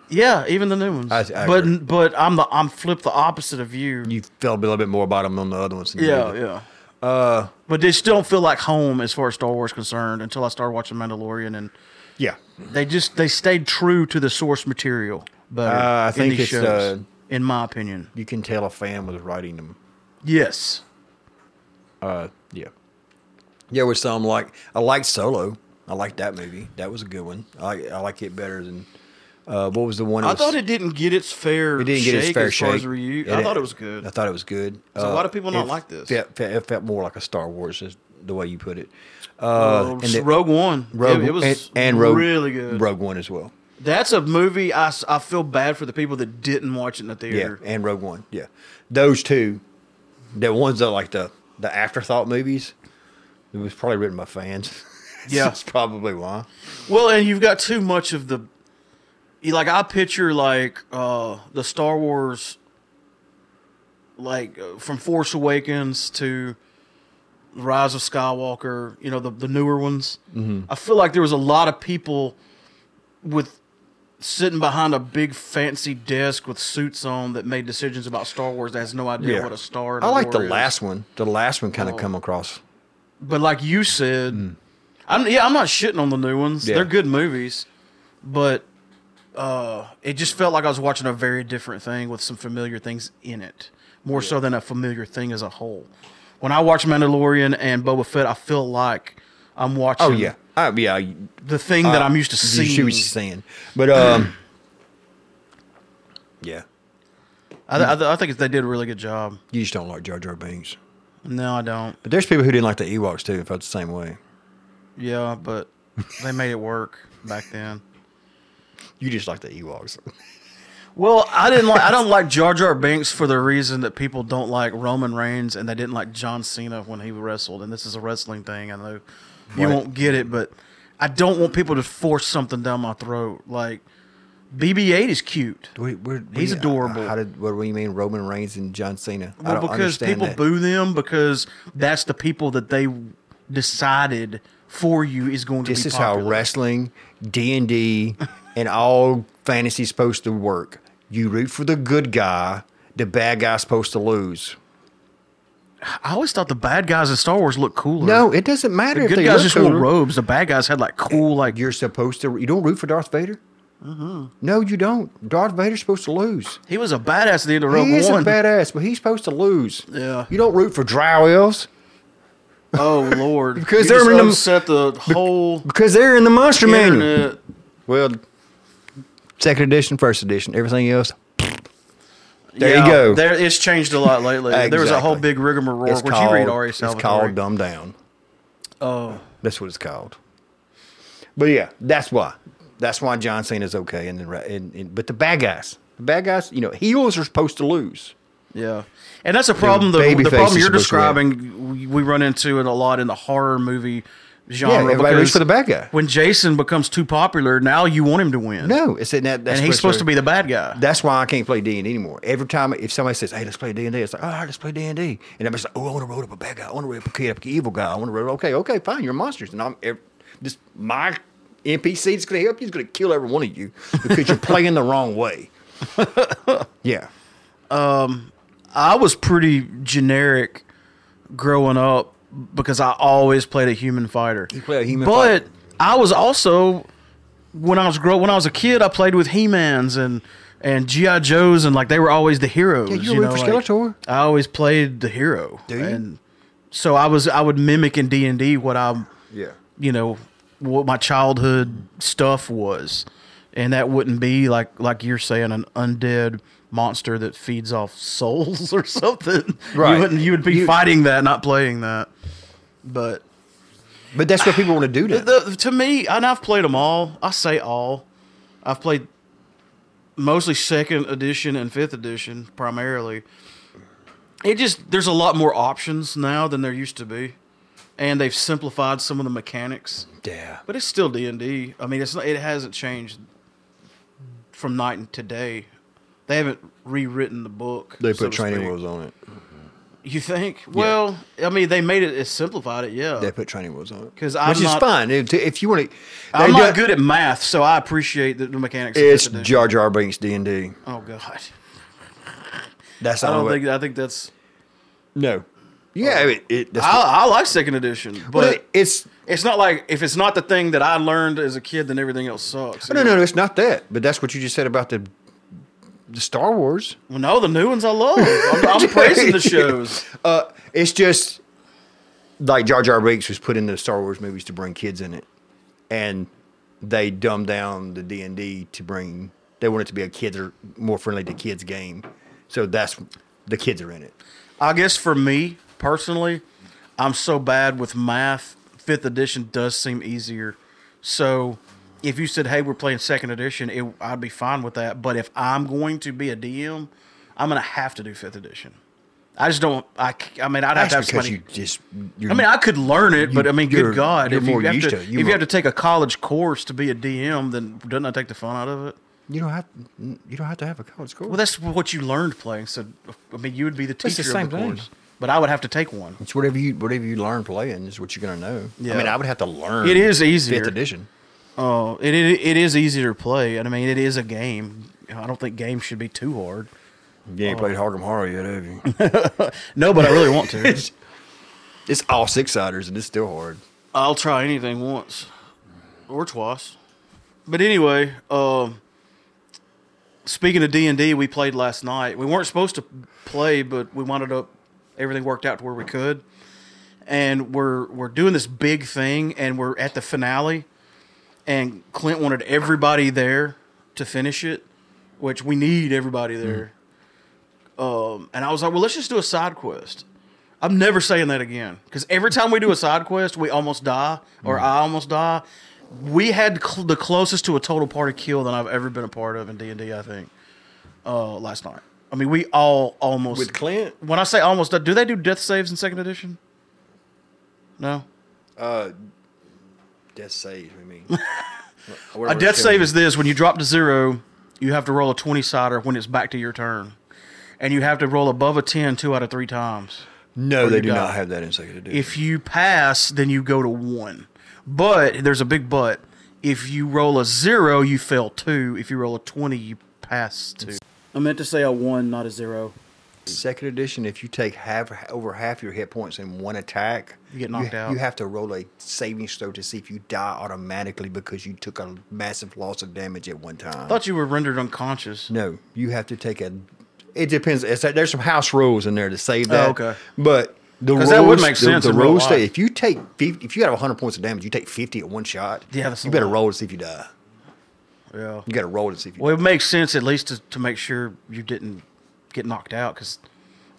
[SPEAKER 1] yeah, even the new ones.
[SPEAKER 2] I- I
[SPEAKER 1] but
[SPEAKER 2] agree.
[SPEAKER 1] but I'm the I'm flip the opposite of you.
[SPEAKER 2] You felt a little bit more about them on the other ones. Than you
[SPEAKER 1] Yeah,
[SPEAKER 2] did.
[SPEAKER 1] yeah. Uh, but they still don't feel like home as far as Star Wars concerned until I started watching Mandalorian, and
[SPEAKER 2] yeah.
[SPEAKER 1] they just they stayed true to the source material. But
[SPEAKER 2] Uh, I think
[SPEAKER 1] in these
[SPEAKER 2] it's,
[SPEAKER 1] shows,
[SPEAKER 2] uh,
[SPEAKER 1] in my opinion,
[SPEAKER 2] You can tell a fan was writing them.
[SPEAKER 1] yes.
[SPEAKER 2] Uh, yeah. Yeah, with some like I like Solo. I like that movie. That was a good one. I I like it better than Uh, what was the one? that
[SPEAKER 1] I
[SPEAKER 2] was-
[SPEAKER 1] thought it didn't get its fair.
[SPEAKER 2] It didn't get its fair
[SPEAKER 1] as
[SPEAKER 2] shake. Uh,
[SPEAKER 1] Far as review. I thought it was good.
[SPEAKER 2] I thought it was good. Uh,
[SPEAKER 1] So why do people not like this?
[SPEAKER 2] It felt, it felt more like a Star Wars, is the way you put it. Uh,
[SPEAKER 1] Uh,
[SPEAKER 2] and the-
[SPEAKER 1] Rogue One.
[SPEAKER 2] Rogue
[SPEAKER 1] it, it was
[SPEAKER 2] and, and Rogue,
[SPEAKER 1] really good.
[SPEAKER 2] Rogue One as well.
[SPEAKER 1] That's a movie. I, s- I feel bad for the people that didn't watch it in the
[SPEAKER 2] Yeah,
[SPEAKER 1] theater.
[SPEAKER 2] and Rogue One. Yeah, those two, the ones that like the the afterthought movies. It was probably written by fans.
[SPEAKER 1] Yeah.
[SPEAKER 2] that's probably why.
[SPEAKER 1] Well, and you've got too much of the, you- like I picture like uh the Star Wars, like uh, from Force Awakens to Rise of Skywalker. You know the the newer ones.
[SPEAKER 2] Mm-hmm.
[SPEAKER 1] I feel like there was a lot of people with sitting behind a big fancy desk with suits on that made decisions about Star Wars that has no idea
[SPEAKER 2] Yeah.
[SPEAKER 1] what a star. and
[SPEAKER 2] I
[SPEAKER 1] a
[SPEAKER 2] like the
[SPEAKER 1] war is.
[SPEAKER 2] last one. The last one
[SPEAKER 1] Oh.
[SPEAKER 2] kind of come across.
[SPEAKER 1] But like you said, I'm yeah, I'm not shitting on the new ones.
[SPEAKER 2] Mm. Yeah.
[SPEAKER 1] They're good movies, but uh, it just felt like I was watching a very different thing with some familiar things in it, more so than a familiar thing as a whole. When I watch Mandalorian and Boba Fett, I feel like I'm watching
[SPEAKER 2] Oh yeah, I, yeah. you-
[SPEAKER 1] the thing that I'm used to
[SPEAKER 2] you see
[SPEAKER 1] seeing.
[SPEAKER 2] what you're saying, but um, yeah,
[SPEAKER 1] I, th- I, th- I think they did a really good job.
[SPEAKER 2] you just don't like Jar Jar Binks.
[SPEAKER 1] No, I don't.
[SPEAKER 2] But there's people who didn't like the Ewoks too. and Felt the same way.
[SPEAKER 1] Yeah, but they made it work back then.
[SPEAKER 2] You just like the Ewoks.
[SPEAKER 1] Well, I didn't like. I don't like Jar Jar Binks for the reason that people don't like Roman Reigns and they didn't like John Cena when he wrestled. And this is a wrestling thing. I know you
[SPEAKER 2] Right.
[SPEAKER 1] won't get it, but I don't want people to force something down my throat. Like BB-8 is cute.
[SPEAKER 2] Wait, where, where
[SPEAKER 1] He's
[SPEAKER 2] do you-
[SPEAKER 1] adorable.
[SPEAKER 2] uh, How did? What do you mean, Roman Reigns and John Cena? I
[SPEAKER 1] Well,
[SPEAKER 2] don't
[SPEAKER 1] because
[SPEAKER 2] understand
[SPEAKER 1] people
[SPEAKER 2] that.
[SPEAKER 1] boo them because that's the people that they decided for you is going to
[SPEAKER 2] This
[SPEAKER 1] be
[SPEAKER 2] is how
[SPEAKER 1] popular.
[SPEAKER 2] wrestling, D and D, and all fantasy is supposed to work. You root for the good guy. The bad guy's supposed to lose.
[SPEAKER 1] I always thought the bad guys in Star Wars looked cooler.
[SPEAKER 2] No, it doesn't matter
[SPEAKER 1] the
[SPEAKER 2] if
[SPEAKER 1] good
[SPEAKER 2] they
[SPEAKER 1] guys
[SPEAKER 2] look
[SPEAKER 1] just wore
[SPEAKER 2] cooler.
[SPEAKER 1] robes. The bad guys had like cool like
[SPEAKER 2] You're supposed to. You don't root for Darth Vader.
[SPEAKER 1] Mm-hmm.
[SPEAKER 2] No, you don't. Darth Vader's supposed to lose.
[SPEAKER 1] He was a badass at the end of Rogue
[SPEAKER 2] He is a
[SPEAKER 1] One.
[SPEAKER 2] badass, but he's supposed to lose.
[SPEAKER 1] Yeah.
[SPEAKER 2] You don't root for drow elves
[SPEAKER 1] oh Lord,
[SPEAKER 2] Because
[SPEAKER 1] You
[SPEAKER 2] they're
[SPEAKER 1] just
[SPEAKER 2] in the-
[SPEAKER 1] upset the whole
[SPEAKER 2] because they're in the monster manual.
[SPEAKER 1] internet.
[SPEAKER 2] Well, second edition, first edition, everything else. There you
[SPEAKER 1] Yeah,
[SPEAKER 2] go.
[SPEAKER 1] There, it's changed a lot lately. There was a whole
[SPEAKER 2] Exactly.
[SPEAKER 1] big rigmarole. Which you read R.A.
[SPEAKER 2] it's called
[SPEAKER 1] Salvatore.
[SPEAKER 2] Dumb Down.
[SPEAKER 1] Oh,
[SPEAKER 2] That's what it's called. But yeah, that's why. That's why John Cena's okay. And, then ra- and, and but the bad guys, the bad guys, you know, heels are supposed to lose.
[SPEAKER 1] yeah, and that's a problem. The,
[SPEAKER 2] baby
[SPEAKER 1] the
[SPEAKER 2] face
[SPEAKER 1] problem
[SPEAKER 2] is
[SPEAKER 1] you're
[SPEAKER 2] supposed to win.
[SPEAKER 1] describing, we- we run into it a lot in the horror movie genre.
[SPEAKER 2] Yeah, everybody
[SPEAKER 1] because
[SPEAKER 2] roots for the bad guy.
[SPEAKER 1] When Jason becomes too popular, now you want him to win.
[SPEAKER 2] No, it's in that. That's
[SPEAKER 1] and he's
[SPEAKER 2] where-
[SPEAKER 1] supposed to be the bad guy.
[SPEAKER 2] That's why I can't play D and D anymore. Every time if somebody says, "Hey, let's play D and D," it's like, "Oh, "All right, let's play D and D," and I'm just like, "Oh, I want to roll up a bad guy. I want to roll up a kid, up an evil guy. I want to roll. Okay, okay, fine. You're monsters, and I'm ev- just my NPC is going to help you. He's going to kill every one of you because you're playing the wrong way." yeah,
[SPEAKER 1] I was pretty generic growing up because I always played a human fighter. You
[SPEAKER 2] play a human
[SPEAKER 1] but
[SPEAKER 2] fighter.
[SPEAKER 1] I was also when I was grow when I was a kid, I played with He Mans and and GI Joes and like they were always the heroes.
[SPEAKER 2] you
[SPEAKER 1] you
[SPEAKER 2] were
[SPEAKER 1] know,
[SPEAKER 2] rooting
[SPEAKER 1] like,
[SPEAKER 2] for Skeletor?
[SPEAKER 1] I always played the hero.
[SPEAKER 2] Do you?
[SPEAKER 1] And so I was I would mimic in D and D what I
[SPEAKER 2] yeah.
[SPEAKER 1] you know what my childhood stuff was and that wouldn't be like like you're saying an undead monster that feeds off souls or something
[SPEAKER 2] Right.
[SPEAKER 1] you wouldn't you would be
[SPEAKER 2] You-
[SPEAKER 1] fighting that not playing that but
[SPEAKER 2] But that's what people want to do. Now.
[SPEAKER 1] the, to me and i've played them all i say all i've played mostly second edition and fifth edition primarily it just there's a lot more options now than there used to be and they've simplified some of the mechanics
[SPEAKER 2] Yeah,
[SPEAKER 1] but it's still D and D. I mean, it's not, it hasn't changed from night and today. They haven't rewritten the book.
[SPEAKER 2] they
[SPEAKER 1] so
[SPEAKER 2] put
[SPEAKER 1] to
[SPEAKER 2] training
[SPEAKER 1] speak.
[SPEAKER 2] wheels on it.
[SPEAKER 1] You think? Well, I mean, they made it. It simplified it.
[SPEAKER 2] They
[SPEAKER 1] Yeah.
[SPEAKER 2] put training wheels on it
[SPEAKER 1] 'Cause
[SPEAKER 2] which
[SPEAKER 1] I'm
[SPEAKER 2] is
[SPEAKER 1] not-
[SPEAKER 2] fine. If, if you want to,
[SPEAKER 1] I'm not good at math, so I appreciate the, the mechanics. of
[SPEAKER 2] It's
[SPEAKER 1] fifth edition.
[SPEAKER 2] Jar Jar Binks D and D.
[SPEAKER 1] oh god.
[SPEAKER 2] That's
[SPEAKER 1] I
[SPEAKER 2] the
[SPEAKER 1] don't
[SPEAKER 2] only way-
[SPEAKER 1] think. I think that's.
[SPEAKER 2] no. Yeah, it, it, that's
[SPEAKER 1] I, I like second edition, but
[SPEAKER 2] it's
[SPEAKER 1] it's not like if it's not the thing that I learned as a kid, then everything else sucks.
[SPEAKER 2] No, no, no, it's not that. But that's what you just said about the the Star Wars.
[SPEAKER 1] Well, no, the new ones I love. I'm, I'm praising the shows.
[SPEAKER 2] Uh, it's just like Jar Jar Binks was put in the Star Wars movies to bring kids in it, and they dumbed down the D and D to bring They want it to be a kids or more friendly to kids game. So that's the kids are in it.
[SPEAKER 1] I guess for me personally, I'm so bad with math. Fifth edition does seem easier. So if you said, "Hey, we're playing second edition," it, I'd be fine with that. But if I'm going to be a DM, I'm going to have to do fifth edition. I just don't. I, c- I mean, I'd have
[SPEAKER 2] That's
[SPEAKER 1] to have
[SPEAKER 2] because
[SPEAKER 1] somebody.
[SPEAKER 2] you just. You're,
[SPEAKER 1] I mean, I could learn it, but I mean,
[SPEAKER 2] you're-
[SPEAKER 1] good God,
[SPEAKER 2] you're
[SPEAKER 1] if you
[SPEAKER 2] more
[SPEAKER 1] have
[SPEAKER 2] used
[SPEAKER 1] to,
[SPEAKER 2] to it.
[SPEAKER 1] if
[SPEAKER 2] You
[SPEAKER 1] you
[SPEAKER 2] were-
[SPEAKER 1] have to take a college course to be a DM, then doesn't that take the fun out of it?
[SPEAKER 2] you don't have you don't have to have a college score.
[SPEAKER 1] Well, that's what you learned playing. So, I mean, you would be the
[SPEAKER 2] It's
[SPEAKER 1] teacher
[SPEAKER 2] the
[SPEAKER 1] of
[SPEAKER 2] same
[SPEAKER 1] the
[SPEAKER 2] thing.
[SPEAKER 1] course, but I would have to take one.
[SPEAKER 2] it's whatever you whatever you learn playing is what you're gonna know.
[SPEAKER 1] Yeah.
[SPEAKER 2] I mean, I would have to learn.
[SPEAKER 1] It is easier.
[SPEAKER 2] fifth edition.
[SPEAKER 1] Oh, it, it it is easier to play, and I mean, it is a game. I don't think games should be too hard.
[SPEAKER 2] You ain't played Hargem Horror yet, have you?
[SPEAKER 1] No, but I really want to.
[SPEAKER 2] it's, it's all six siders and it's still hard.
[SPEAKER 1] I'll try anything once or twice. But anyway, um, speaking of D and D, we played last night. We weren't supposed to play, but we wound up everything worked out to where we could, and we're we're doing this big thing, and we're at the finale, and Clint wanted everybody there to finish it, which we need everybody there. Um, and I was like, well, let's just do a side quest. I'm never saying that again because every time we do a side quest, we almost die or I almost die. We had cl- the closest to a total party kill than I've ever been a part of in D and D. I think uh, last night. I mean, we all almost
[SPEAKER 2] With Clint,
[SPEAKER 1] when I say almost, do they do death saves in second edition? No,
[SPEAKER 2] death saves. I mean,
[SPEAKER 1] a death save is this: when you drop to zero, you have to roll a twenty sider when it's back to your turn, and you have to roll above a 10 two out of three times.
[SPEAKER 2] no.
[SPEAKER 1] you
[SPEAKER 2] They do
[SPEAKER 1] die.
[SPEAKER 2] not have that in second edition.
[SPEAKER 1] If you pass, then you go to one. But there's a big but. If you roll a zero, you fail two. If you roll a twenty, you pass two. I meant to say a one, not a zero.
[SPEAKER 2] second edition, if you take half over half your hit points in one attack,
[SPEAKER 1] You get knocked out.
[SPEAKER 2] You have to roll a savings throw to see if you die automatically because you took a massive loss of damage at one time.
[SPEAKER 1] I thought you were rendered unconscious.
[SPEAKER 2] No, you have to take a. It depends. It's like, there's some house rules in there to save that.
[SPEAKER 1] Oh, okay.
[SPEAKER 2] but the
[SPEAKER 1] 'Cause
[SPEAKER 2] rules
[SPEAKER 1] that would make
[SPEAKER 2] the-
[SPEAKER 1] sense
[SPEAKER 2] The,
[SPEAKER 1] in real
[SPEAKER 2] rules
[SPEAKER 1] life.
[SPEAKER 2] say if you take 50, if you have hundred points of damage, you take fifty at one shot.
[SPEAKER 1] Yeah, that's a
[SPEAKER 2] you better
[SPEAKER 1] lot.
[SPEAKER 2] roll to see if you die.
[SPEAKER 1] Yeah.
[SPEAKER 2] You got to roll to see if you.
[SPEAKER 1] Well, it makes sense at least to, to make sure you didn't get knocked out because,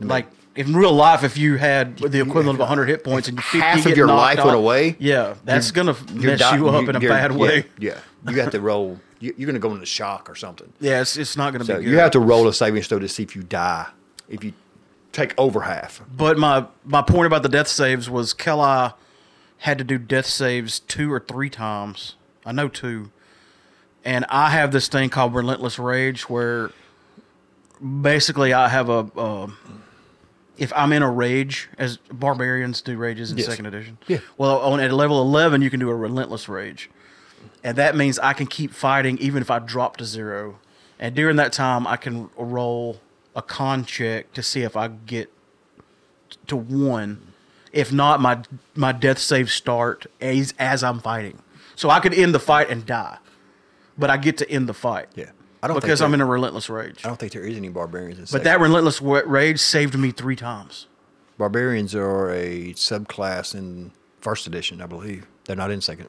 [SPEAKER 1] like, in real life, if you had the equivalent of 100 hit points and you
[SPEAKER 2] Half
[SPEAKER 1] 50
[SPEAKER 2] of
[SPEAKER 1] get
[SPEAKER 2] your
[SPEAKER 1] knocked
[SPEAKER 2] life
[SPEAKER 1] out,
[SPEAKER 2] went away,
[SPEAKER 1] yeah, that's gonna
[SPEAKER 2] You're
[SPEAKER 1] mess
[SPEAKER 2] di-
[SPEAKER 1] you up in a
[SPEAKER 2] you're-
[SPEAKER 1] bad
[SPEAKER 2] yeah,
[SPEAKER 1] way.
[SPEAKER 2] Yeah, you have to roll. You, you're going to go into shock or something.
[SPEAKER 1] Yeah, it's, it's not gonna
[SPEAKER 2] So
[SPEAKER 1] be.
[SPEAKER 2] you
[SPEAKER 1] good.
[SPEAKER 2] have to roll a savings throw to see if you die. If you take over half,
[SPEAKER 1] But my my point about the death saves was Kelly had to do death saves two or three times. I know two. And I have this thing called relentless rage where basically I have a uh, if I'm in a rage as barbarians do rages in
[SPEAKER 2] Yes.
[SPEAKER 1] second edition.
[SPEAKER 2] Yeah.
[SPEAKER 1] Well, on at level 11 you can do a relentless rage. And that means I can keep fighting even if I drop to zero. And during that time I can roll a con check to see if I get to one. If not, my my death save start as as I'm fighting, so I could end the fight and die, but I get to end the fight.
[SPEAKER 2] yeah. I don't
[SPEAKER 1] because
[SPEAKER 2] think
[SPEAKER 1] I'm in
[SPEAKER 2] there-
[SPEAKER 1] a relentless rage.
[SPEAKER 2] I don't think there is any barbarians. In
[SPEAKER 1] But that relentless wa- rage saved me three times.
[SPEAKER 2] Barbarians are a subclass in first edition, I believe. They're not in second.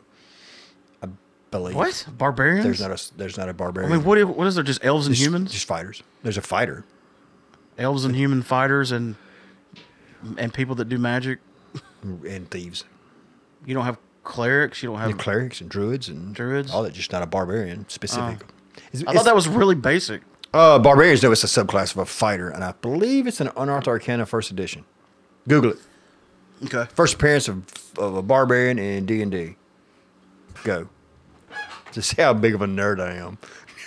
[SPEAKER 2] I believe.
[SPEAKER 1] What barbarians?
[SPEAKER 2] There's not a there's not a barbarian.
[SPEAKER 1] I mean, what if- what is there? Just elves and
[SPEAKER 2] Just-
[SPEAKER 1] humans,
[SPEAKER 2] Just fighters. There's a fighter.
[SPEAKER 1] elves and human fighters, and and people that do magic.
[SPEAKER 2] And thieves.
[SPEAKER 1] You don't have clerics. You don't have.
[SPEAKER 2] And clerics and druids and
[SPEAKER 1] Druids? Oh.
[SPEAKER 2] All that just not a barbarian specific. It's-
[SPEAKER 1] I
[SPEAKER 2] it's-
[SPEAKER 1] thought that was really basic.
[SPEAKER 2] uh, barbarians no, it's a subclass of a fighter, and I believe it's an unearthed arcana first edition. Google it.
[SPEAKER 1] Okay.
[SPEAKER 2] First appearance of, of a barbarian in D and D. Go. To see how big of a nerd I am.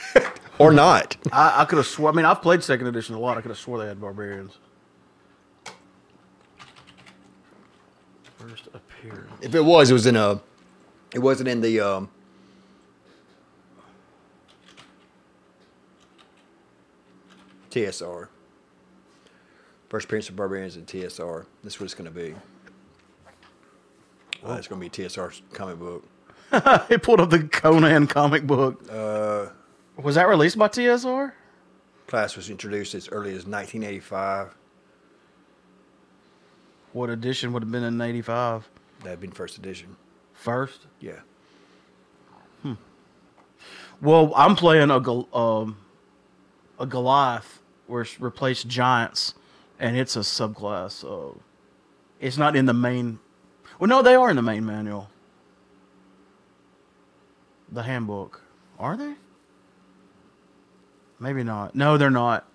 [SPEAKER 2] or not.
[SPEAKER 1] I, I could have swore. I mean, I've played second edition a lot. I could have swore they had barbarians. First appearance.
[SPEAKER 2] If it was, it was in a. It wasn't in the. Um, TSR. First appearance of barbarians in TSR. That's what it's going to be. Uh, it's going to be TSR's comic book.
[SPEAKER 1] They pulled up the Conan comic book. Uh, was that released by TSR?
[SPEAKER 2] Class was introduced as early as 1985.
[SPEAKER 1] What edition would have been in '85?
[SPEAKER 2] That'd been first edition.
[SPEAKER 1] First.
[SPEAKER 2] Yeah.
[SPEAKER 1] Well, I'm playing a Gol- um, a Goliath, where it's replaced giants, and it's a subclass. So it's not in the main. Well, no, they are in the main manual. The handbook, are they? Maybe not. No, they're not.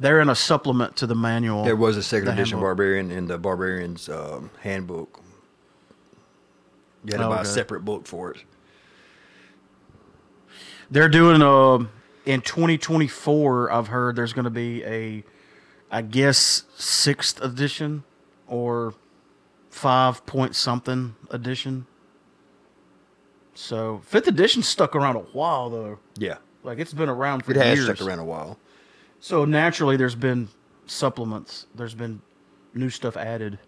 [SPEAKER 1] They're in a supplement to the manual.
[SPEAKER 2] There was a second
[SPEAKER 1] The
[SPEAKER 2] edition
[SPEAKER 1] handbook.
[SPEAKER 2] barbarian in the barbarian's um, handbook. You had to
[SPEAKER 1] Oh,
[SPEAKER 2] buy a
[SPEAKER 1] okay.
[SPEAKER 2] separate book for it.
[SPEAKER 1] They're doing um in 2024. I've heard there's going to be a, I guess sixth edition or five point something edition. So fifth edition stuck around a while though.
[SPEAKER 2] Yeah,
[SPEAKER 1] Like it's been around for
[SPEAKER 2] it has
[SPEAKER 1] years.
[SPEAKER 2] stuck around a while.
[SPEAKER 1] So naturally, there's been supplements. There's been new stuff added.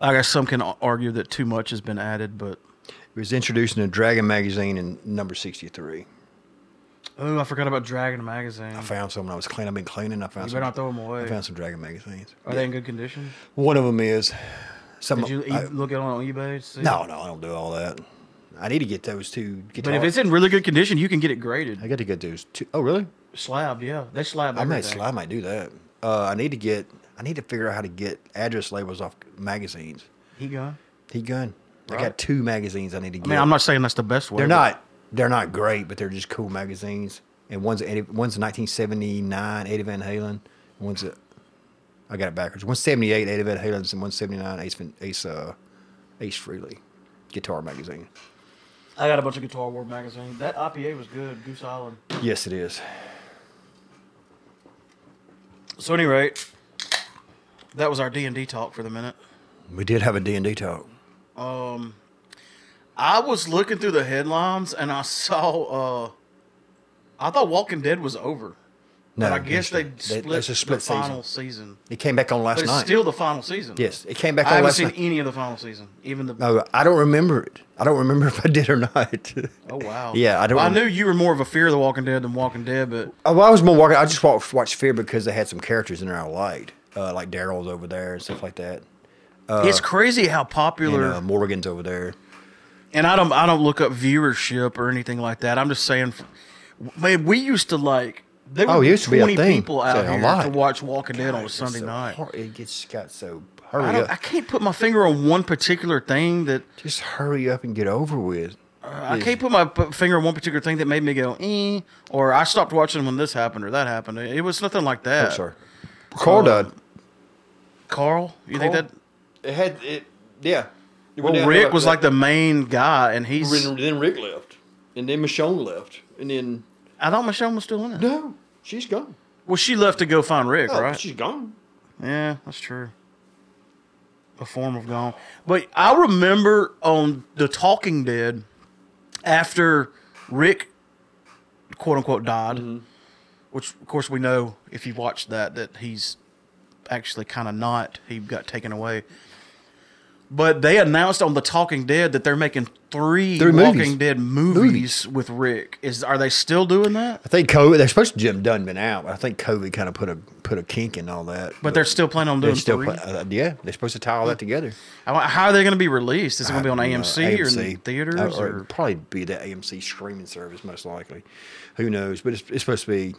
[SPEAKER 1] I guess some can a- argue that too much has been added, but
[SPEAKER 2] It was introduced in a Dragon magazine in number sixty-three.
[SPEAKER 1] oh, I forgot about Dragon magazine.
[SPEAKER 2] I found some when I was cleaning. I've been cleaning. I found
[SPEAKER 1] You
[SPEAKER 2] some.
[SPEAKER 1] better not throw 'em away.
[SPEAKER 2] I found some Dragon magazines.
[SPEAKER 1] Are they in good condition?
[SPEAKER 2] One of them is. Some.
[SPEAKER 1] Did you e-
[SPEAKER 2] I-
[SPEAKER 1] look it on eBay? See?
[SPEAKER 2] no, no, I don't do all that. I need to get those two.
[SPEAKER 1] But
[SPEAKER 2] Guitars.
[SPEAKER 1] if it's in really good condition, you can get it graded.
[SPEAKER 2] I got to get those two oh really?
[SPEAKER 1] Slab, yeah. They slab
[SPEAKER 2] I
[SPEAKER 1] everything.
[SPEAKER 2] might. I might do that. Uh, I need to get. I need to figure out how to get address labels off magazines.
[SPEAKER 1] He gone.
[SPEAKER 2] He gun. I
[SPEAKER 1] Right.
[SPEAKER 2] got two magazines I need to get.
[SPEAKER 1] I mean, I'm not saying that's the best way.
[SPEAKER 2] They're
[SPEAKER 1] but-
[SPEAKER 2] not. They're not great, but they're just cool magazines. And one's Eddie, one's 1979 Eddie Van Halen. and One's a, I got it backwards. One's 78 Eddie Van Halen's and one's 79 Ace Van- Ace uh, Ace Frehley guitar magazine.
[SPEAKER 1] I got a bunch of Guitar World magazine. That IPA was good, Goose Island.
[SPEAKER 2] Yes, it is.
[SPEAKER 1] So, at any rate, that was our D and D talk for the minute.
[SPEAKER 2] We did have a D and D talk.
[SPEAKER 1] Um, I was looking through the headlines and I saw. uh I thought Walking Dead was over,
[SPEAKER 2] No,
[SPEAKER 1] but I guess they
[SPEAKER 2] it's-
[SPEAKER 1] split,
[SPEAKER 2] it's a split
[SPEAKER 1] the
[SPEAKER 2] season.
[SPEAKER 1] final season.
[SPEAKER 2] It came back on last
[SPEAKER 1] But it's
[SPEAKER 2] night.
[SPEAKER 1] still the final season.
[SPEAKER 2] yes, it came back
[SPEAKER 1] I
[SPEAKER 2] on
[SPEAKER 1] haven't
[SPEAKER 2] last
[SPEAKER 1] seen
[SPEAKER 2] night.
[SPEAKER 1] any of the final season, even the.
[SPEAKER 2] No, I don't remember it. I don't remember if I did or not.
[SPEAKER 1] Oh wow!
[SPEAKER 2] Yeah, I don't
[SPEAKER 1] Well, I
[SPEAKER 2] remember.
[SPEAKER 1] knew you were more of a Fear of the Walking Dead than Walking Dead, but
[SPEAKER 2] Oh, well, I was more walking. I just watched, watched Fear because they had some characters in there I liked, uh, like Daryl's over there and stuff like that. Uh,
[SPEAKER 1] it's crazy how
[SPEAKER 2] And,
[SPEAKER 1] popular.
[SPEAKER 2] uh, Morgan's over there.
[SPEAKER 1] and I don't, I don't look up viewership or anything like that. I'm just saying, man, we used to like there were
[SPEAKER 2] Oh, it used to be a
[SPEAKER 1] 20
[SPEAKER 2] thing.
[SPEAKER 1] people
[SPEAKER 2] Say,
[SPEAKER 1] out
[SPEAKER 2] a
[SPEAKER 1] here
[SPEAKER 2] lot.
[SPEAKER 1] to watch Walking Dead on a
[SPEAKER 2] It's
[SPEAKER 1] Oh, Sunday
[SPEAKER 2] so
[SPEAKER 1] night.
[SPEAKER 2] hard- It gets got so
[SPEAKER 1] I,
[SPEAKER 2] hurry
[SPEAKER 1] don't, I
[SPEAKER 2] up.
[SPEAKER 1] can't put my finger on one particular thing that
[SPEAKER 2] Just hurry up and get over with.
[SPEAKER 1] I can't put my p- finger on one particular thing that made me go eh, or I stopped watching when this happened or that happened. It was nothing like that.
[SPEAKER 2] I'm sorry.
[SPEAKER 1] uh,
[SPEAKER 2] Carl died.
[SPEAKER 1] Carl, you think that?
[SPEAKER 2] It had it. Yeah.
[SPEAKER 1] Well, Rick was like the main guy, and he's.
[SPEAKER 2] Then Rick left, and then Michonne left, and then
[SPEAKER 1] I thought Michelle was still in it.
[SPEAKER 2] no, she's gone.
[SPEAKER 1] Well, she left to go find Rick, right?
[SPEAKER 2] gone.
[SPEAKER 1] Yeah, that's true. A form of gone. But I remember on The Talking Dead, after Rick, quote unquote, died,
[SPEAKER 2] Mm-hmm.
[SPEAKER 1] which of course we know if you watched that that he's actually kind of not. He got taken away. But they announced on The Talking Dead that they're making three,
[SPEAKER 2] Three
[SPEAKER 1] Walking
[SPEAKER 2] movies.
[SPEAKER 1] Dead movies, with Rick. Is are they still doing that?
[SPEAKER 2] I think COVID. They're supposed to Jim Dunn been out, but I think COVID kind of put a put a kink in all that.
[SPEAKER 1] But they're still planning on doing
[SPEAKER 2] They're still
[SPEAKER 1] three.
[SPEAKER 2] pla- uh, yeah, they're supposed to tie all that together. Uh,
[SPEAKER 1] How how are they going to be released? Is it going to be on
[SPEAKER 2] I don't know,
[SPEAKER 1] AMC, or in theaters?
[SPEAKER 2] Uh, or
[SPEAKER 1] or,
[SPEAKER 2] it'd probably be the AMC streaming service, most likely. Who knows? But it's, it's supposed to be.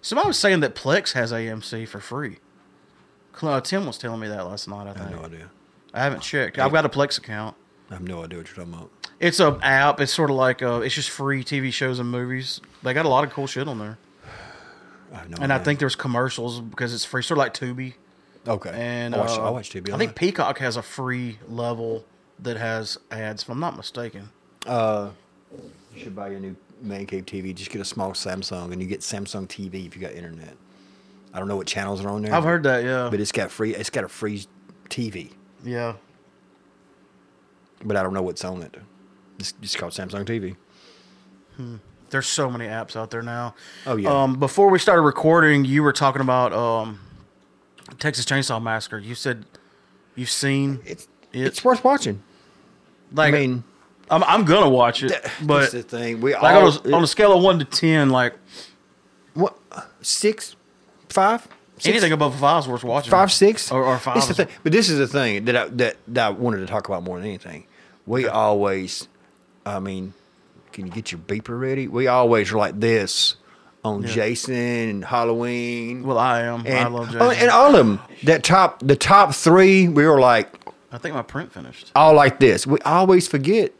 [SPEAKER 1] somebody was saying that Plex has AMC for free. Cl- uh, Tim was telling me that last night. I
[SPEAKER 2] I
[SPEAKER 1] think
[SPEAKER 2] have no idea.
[SPEAKER 1] I haven't checked. I've got a Plex account.
[SPEAKER 2] I have no idea what you're talking about.
[SPEAKER 1] It's a app. It's sort of like uh it's just free TV shows and movies. They got a lot of cool shit on there,
[SPEAKER 2] I have no
[SPEAKER 1] and I
[SPEAKER 2] idea.
[SPEAKER 1] think there's commercials because it's free, sort of like Tubi.
[SPEAKER 2] okay.
[SPEAKER 1] And
[SPEAKER 2] I watched,
[SPEAKER 1] uh,
[SPEAKER 2] I watched TV.
[SPEAKER 1] I think Peacock has a free level that has ads. If I'm not mistaken,
[SPEAKER 2] you should buy your new man cave TV. Just get a small Samsung, and you get Samsung TV if you got internet. I don't know what channels are on there.
[SPEAKER 1] I've heard that. Yeah,
[SPEAKER 2] but it's got free. It's got a free TV,
[SPEAKER 1] yeah.
[SPEAKER 2] but I don't know what's on it. It's, it's called Samsung TV.
[SPEAKER 1] There's so many apps out there now.
[SPEAKER 2] Oh, yeah.
[SPEAKER 1] Um, before we started recording, you were talking about um, Texas Chainsaw Massacre. You said you've seen
[SPEAKER 2] It's
[SPEAKER 1] It-
[SPEAKER 2] it's worth watching.
[SPEAKER 1] like
[SPEAKER 2] I mean,
[SPEAKER 1] I'm, I'm gonna watch it,
[SPEAKER 2] that's
[SPEAKER 1] but
[SPEAKER 2] the thing. We
[SPEAKER 1] like
[SPEAKER 2] all,
[SPEAKER 1] on, a, on a scale of one to ten, like
[SPEAKER 2] What six, five, six,
[SPEAKER 1] anything above a five is worth watching.
[SPEAKER 2] five, six,
[SPEAKER 1] or, or five.
[SPEAKER 2] It's the
[SPEAKER 1] is-
[SPEAKER 2] thing. But this is the thing that I, that that I wanted to talk about more than anything. We always, I mean, Can you get your beeper ready? We always are like this on Jason and Halloween.
[SPEAKER 1] Well, I am.
[SPEAKER 2] and,
[SPEAKER 1] I love Jason.
[SPEAKER 2] oh, and all of them. That top, the top three, we were like
[SPEAKER 1] I think my print finished.
[SPEAKER 2] all like this. We always forget.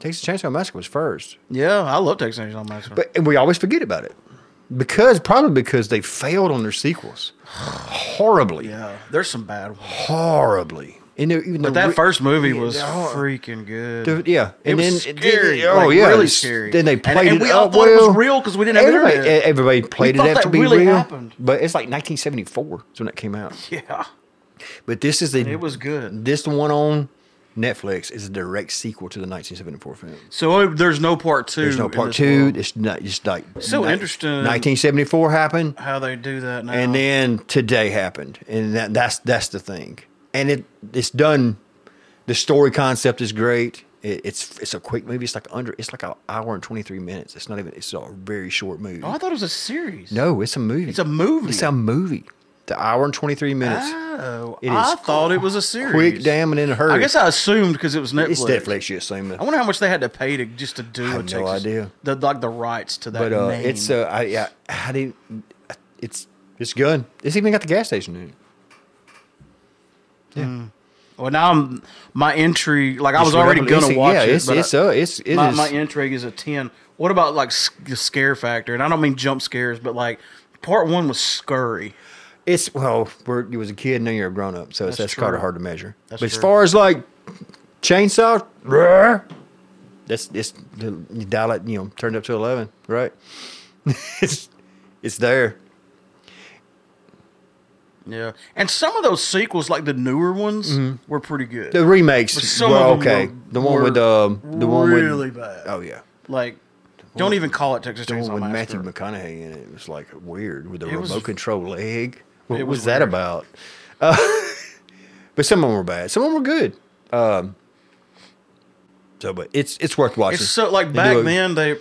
[SPEAKER 2] Texas Chainsaw Massacre was first,
[SPEAKER 1] Yeah, I love Texas Chainsaw Massacre.
[SPEAKER 2] but and we always forget about it because probably because they failed on their sequels horribly,
[SPEAKER 1] yeah, there's some bad ones.
[SPEAKER 2] horribly. And they're- even
[SPEAKER 1] But that first movie was
[SPEAKER 2] Oh, yeah, oh.
[SPEAKER 1] freaking good.
[SPEAKER 2] Dude, yeah,
[SPEAKER 1] It was scary.
[SPEAKER 2] oh
[SPEAKER 1] like,
[SPEAKER 2] yeah,
[SPEAKER 1] really
[SPEAKER 2] it's-
[SPEAKER 1] scary.
[SPEAKER 2] Then they
[SPEAKER 1] And-
[SPEAKER 2] played
[SPEAKER 1] and
[SPEAKER 2] it
[SPEAKER 1] we all
[SPEAKER 2] up
[SPEAKER 1] thought it was
[SPEAKER 2] well.
[SPEAKER 1] real 'cause we didn't have
[SPEAKER 2] everybody, e,
[SPEAKER 1] internet.
[SPEAKER 2] everybody played
[SPEAKER 1] thought
[SPEAKER 2] it up to
[SPEAKER 1] that
[SPEAKER 2] be
[SPEAKER 1] really
[SPEAKER 2] real.
[SPEAKER 1] happened.
[SPEAKER 2] But it's like 1974 is when it came out.
[SPEAKER 1] yeah,
[SPEAKER 2] But this is the
[SPEAKER 1] it was good.
[SPEAKER 2] this the one on Netflix is a direct sequel to the 1974 film.
[SPEAKER 1] So uh, there's no part two.
[SPEAKER 2] There's no
[SPEAKER 1] in
[SPEAKER 2] part
[SPEAKER 1] this
[SPEAKER 2] two.
[SPEAKER 1] world.
[SPEAKER 2] It's not just like
[SPEAKER 1] So
[SPEAKER 2] ni-
[SPEAKER 1] interesting.
[SPEAKER 2] 1974 happened,
[SPEAKER 1] How they do that now?
[SPEAKER 2] and then today happened, and that, that's that's the thing. And it it's done. The story concept is great. It, it's it's a quick movie. It's like under. It's like an hour and 23 minutes. It's not even. It's a very short movie.
[SPEAKER 1] oh, I thought it was a series.
[SPEAKER 2] no, it's a movie.
[SPEAKER 1] It's a movie.
[SPEAKER 2] It's a movie. The hour and 23 minutes.
[SPEAKER 1] Oh,
[SPEAKER 2] It
[SPEAKER 1] I
[SPEAKER 2] is
[SPEAKER 1] thought it was a series.
[SPEAKER 2] quick, damn, and in a hurry.
[SPEAKER 1] I guess I assumed because it was Netflix.
[SPEAKER 2] it's Netflix. You assume.
[SPEAKER 1] I wonder how much they had to pay to just to do. I
[SPEAKER 2] have no idea.
[SPEAKER 1] The, like the rights to that.
[SPEAKER 2] But uh,
[SPEAKER 1] name.
[SPEAKER 2] it's uh, I, I I didn't. It's it's good. It's even got the gas station in it. Yeah,
[SPEAKER 1] well now I'm, my entry like I was
[SPEAKER 2] It's
[SPEAKER 1] already
[SPEAKER 2] revol-
[SPEAKER 1] gonna
[SPEAKER 2] it's-
[SPEAKER 1] watch
[SPEAKER 2] yeah,
[SPEAKER 1] it.
[SPEAKER 2] It's
[SPEAKER 1] but
[SPEAKER 2] it's
[SPEAKER 1] I-
[SPEAKER 2] uh, it's it
[SPEAKER 1] my,
[SPEAKER 2] is-
[SPEAKER 1] my intrigue is a ten. What about like s- the scare factor? And I don't mean jump scares, but like part one was scurry.
[SPEAKER 2] it's well. We're, you was a kid, now you're a grown up, so that's,
[SPEAKER 1] That's
[SPEAKER 2] that's kind
[SPEAKER 1] true.
[SPEAKER 2] of hard to measure.
[SPEAKER 1] That's
[SPEAKER 2] but as
[SPEAKER 1] true.
[SPEAKER 2] far as like chainsaw, roar, that's it's you dial it, you know, turned up to eleven, right? it's it's there.
[SPEAKER 1] Yeah, and some of those sequels, like the newer ones, were pretty good.
[SPEAKER 2] Mm-hmm. The remakes,
[SPEAKER 1] But some
[SPEAKER 2] well,
[SPEAKER 1] of them
[SPEAKER 2] okay,
[SPEAKER 1] were-
[SPEAKER 2] the one
[SPEAKER 1] were
[SPEAKER 2] with um, the one
[SPEAKER 1] really
[SPEAKER 2] with,
[SPEAKER 1] bad.
[SPEAKER 2] Oh yeah.
[SPEAKER 1] like, don't even call it Texas
[SPEAKER 2] The one
[SPEAKER 1] Chainsaw
[SPEAKER 2] with
[SPEAKER 1] Massacre.
[SPEAKER 2] Matthew McConaughey in it. It was like weird with the
[SPEAKER 1] It was-
[SPEAKER 2] remote control leg. What
[SPEAKER 1] It
[SPEAKER 2] was,
[SPEAKER 1] was
[SPEAKER 2] that
[SPEAKER 1] weird.
[SPEAKER 2] about? Uh, but some of them were bad. Some of them were good. Um, so, but it's it's worth watching.
[SPEAKER 1] It's so like
[SPEAKER 2] They
[SPEAKER 1] back
[SPEAKER 2] do a-
[SPEAKER 1] then they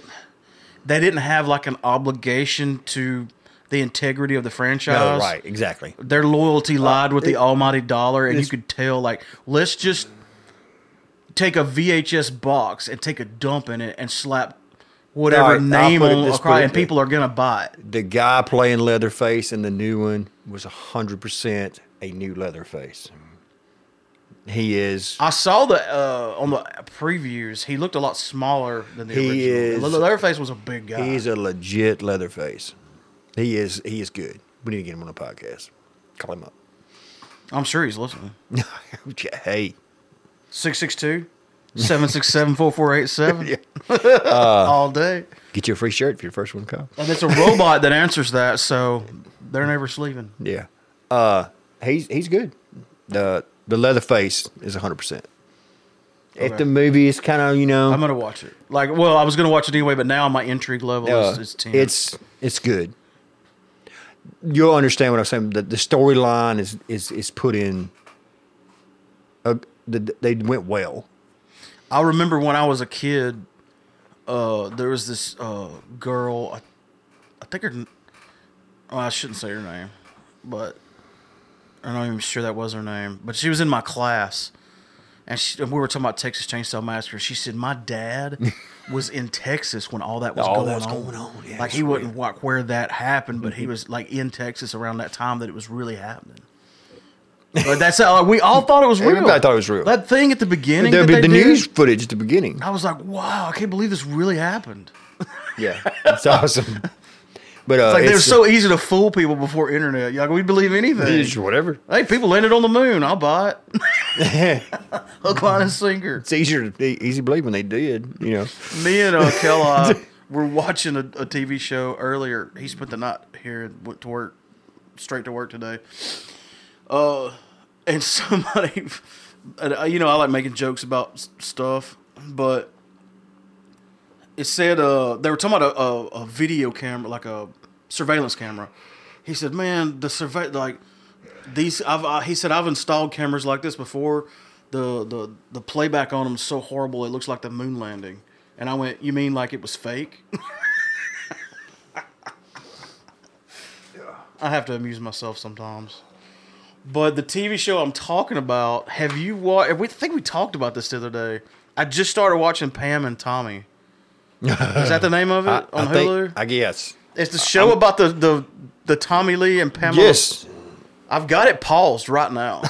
[SPEAKER 1] they didn't have like an obligation to the integrity of the
[SPEAKER 2] No,
[SPEAKER 1] franchise.
[SPEAKER 2] Oh, right? Exactly.
[SPEAKER 1] Their loyalty lied with the
[SPEAKER 2] it-
[SPEAKER 1] almighty dollar, and you
[SPEAKER 2] it's-
[SPEAKER 1] could tell. Like, let's just take a VHS box and take a dump in it and slap whatever
[SPEAKER 2] All right, I'll
[SPEAKER 1] name
[SPEAKER 2] put it
[SPEAKER 1] on
[SPEAKER 2] this-
[SPEAKER 1] it, cry,
[SPEAKER 2] put it
[SPEAKER 1] and
[SPEAKER 2] this-
[SPEAKER 1] people are gonna buy it.
[SPEAKER 2] The guy playing Leatherface in the new one was hundred percent a new Leatherface. He is.
[SPEAKER 1] I saw the uh, on the previews. He looked a lot smaller than the
[SPEAKER 2] He
[SPEAKER 1] original.
[SPEAKER 2] is-
[SPEAKER 1] The Leatherface was a big guy.
[SPEAKER 2] He's a legit Leatherface. He is. He is good. We need to get him on a podcast. Call him up.
[SPEAKER 1] I'm sure he's listening.
[SPEAKER 2] hey.
[SPEAKER 1] 662 767 4487 all day.
[SPEAKER 2] Get you a free shirt if you're the first one to call.
[SPEAKER 1] And it's a robot that answers that, so they're never sleeping.
[SPEAKER 2] Yeah. Uh he's he's good. The the Leatherface is 100%. If
[SPEAKER 1] Okay.
[SPEAKER 2] the movie is kind of, you know,
[SPEAKER 1] I'm going to watch it. Like, well, I was going to watch it anyway, but now my intrigue level
[SPEAKER 2] uh,
[SPEAKER 1] is, is 10.
[SPEAKER 2] it's it's good. You'll understand what I'm saying. The, the storyline is is is put in uh, the, they went well.
[SPEAKER 1] I remember when I was a kid, uh, there was this uh, girl. I, I think her. n- Oh, I shouldn't say her name, but I'm not even sure that was her name. But she was in my class, and, she, and we were talking about Texas Chainsaw Massacre. She said my dad was in Texas when all that was,
[SPEAKER 2] All
[SPEAKER 1] going,
[SPEAKER 2] that was
[SPEAKER 1] on.
[SPEAKER 2] going on, yeah, Mm-hmm.
[SPEAKER 1] like
[SPEAKER 2] that's
[SPEAKER 1] he wouldn't walk where that happened, but he was like in Texas around that time that it was really happening. But that's how like, we all thought it was real.
[SPEAKER 2] Everybody thought it was real.
[SPEAKER 1] That thing at the beginning.
[SPEAKER 2] There'll
[SPEAKER 1] that
[SPEAKER 2] be
[SPEAKER 1] they
[SPEAKER 2] the
[SPEAKER 1] did-
[SPEAKER 2] news footage at the beginning.
[SPEAKER 1] I was like, wow, I can't believe this really happened.
[SPEAKER 2] Yeah. It's awesome. But uh
[SPEAKER 1] Like they were
[SPEAKER 2] it's-
[SPEAKER 1] so easy to fool people before internet. You're Like we believe anything.
[SPEAKER 2] it's whatever.
[SPEAKER 1] Hey, people landed on the moon. I'll buy it. Hook, line, and sinker.
[SPEAKER 2] It's easier to easy to believe when they did, you know.
[SPEAKER 1] Me and uh, Kellogg were watching a, a TV show earlier. He spent the night here and went to work, straight to work today. Uh, and somebody, and, uh, you know, I like making jokes about s- stuff, but it said uh, they were talking about a, a, a video camera, like a surveillance camera. He said, "Man, the survey like these." I've, I, he said, "I've installed cameras like this before. The the the playback on them is so horrible; it looks like the moon landing." And I went, "You mean like it was fake?" I have to amuse myself sometimes. But the TV show I'm talking about, have you watched? We I think we talked about this the other day. I just started watching Pam and Tommy. Is that the name of it
[SPEAKER 2] I,
[SPEAKER 1] on
[SPEAKER 2] I think-
[SPEAKER 1] Hulu?
[SPEAKER 2] I guess.
[SPEAKER 1] it's the show about the, the the Tommy Lee and Pamela.
[SPEAKER 2] Yes.
[SPEAKER 1] I've got it paused right now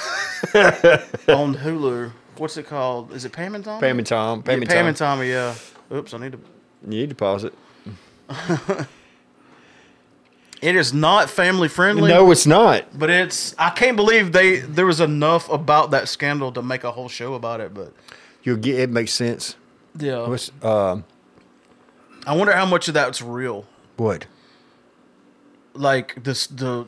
[SPEAKER 1] on Hulu. What's it called? Is it Pam and Tommy?
[SPEAKER 2] Pam and Tom. Pam
[SPEAKER 1] Yeah,
[SPEAKER 2] and
[SPEAKER 1] Pam
[SPEAKER 2] Tom.
[SPEAKER 1] and Tommy. Yeah. Oops, I need to.
[SPEAKER 2] You need to pause it.
[SPEAKER 1] It is not family friendly.
[SPEAKER 2] No, it's not.
[SPEAKER 1] But it's I can't believe they there was enough about that scandal to make a whole show about it. But
[SPEAKER 2] You'll get it makes sense.
[SPEAKER 1] yeah,
[SPEAKER 2] What's um
[SPEAKER 1] I wonder how much of that's real.
[SPEAKER 2] what?
[SPEAKER 1] Like this the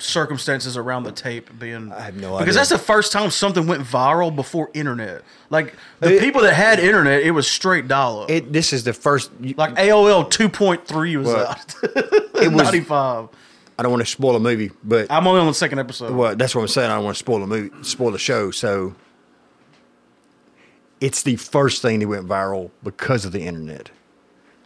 [SPEAKER 1] circumstances around the tape being I
[SPEAKER 2] have no
[SPEAKER 1] because
[SPEAKER 2] idea.
[SPEAKER 1] that's the first time something went viral before internet. Like the
[SPEAKER 2] It-
[SPEAKER 1] people that had internet, it was straight dollar.
[SPEAKER 2] It this is the first you-
[SPEAKER 1] like AOL 2.3 was
[SPEAKER 2] Well,
[SPEAKER 1] out.
[SPEAKER 2] it was
[SPEAKER 1] 95.
[SPEAKER 2] I don't want to spoil a movie, but
[SPEAKER 1] I'm only on the second episode.
[SPEAKER 2] well, that's what I'm saying. I don't want to spoil a movie spoil the show, so it's the first thing that went viral because of the internet.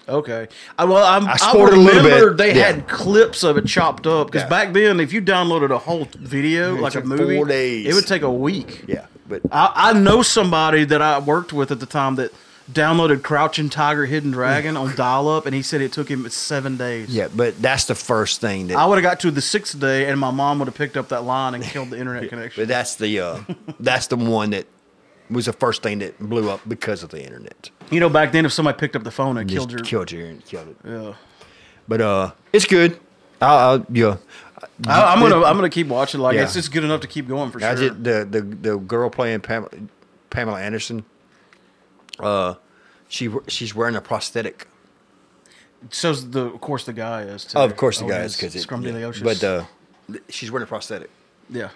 [SPEAKER 1] Okay. I, well, I'm, I,
[SPEAKER 2] spoiled it a little
[SPEAKER 1] remember
[SPEAKER 2] bit.
[SPEAKER 1] they
[SPEAKER 2] Yeah.
[SPEAKER 1] had clips of it chopped up because
[SPEAKER 2] Yeah.
[SPEAKER 1] back then, if you downloaded a whole video like a
[SPEAKER 2] took
[SPEAKER 1] movie,
[SPEAKER 2] four days.
[SPEAKER 1] it would take a week.
[SPEAKER 2] Yeah. But
[SPEAKER 1] I, I know somebody that I worked with at the time that downloaded Crouching Tiger, Hidden Dragon on dial-up, and he said it took him seven days.
[SPEAKER 2] yeah, but that's the first thing that
[SPEAKER 1] I would have got to the sixth day, and my mom would have picked up that line and killed the internet connection.
[SPEAKER 2] But that's the uh, that's the one that was the first thing that blew up because of the internet.
[SPEAKER 1] you know, back then, if somebody picked up the phone and
[SPEAKER 2] Just
[SPEAKER 1] killed your,
[SPEAKER 2] killed your killed it.
[SPEAKER 1] yeah.
[SPEAKER 2] But uh, it's good. I, I yeah.
[SPEAKER 1] I, I'm gonna I'm gonna keep watching. Like
[SPEAKER 2] Yeah.
[SPEAKER 1] it's just good enough to keep going for sure.
[SPEAKER 2] I did the the the girl playing Pamela, Pamela Anderson. Uh, she she's wearing a prosthetic.
[SPEAKER 1] So is the of course the guy is too.
[SPEAKER 2] Of course, the
[SPEAKER 1] Oh,
[SPEAKER 2] guy
[SPEAKER 1] it
[SPEAKER 2] is because
[SPEAKER 1] Scrum de
[SPEAKER 2] yeah.
[SPEAKER 1] Leocious.
[SPEAKER 2] But uh, she's wearing a prosthetic.
[SPEAKER 1] yeah,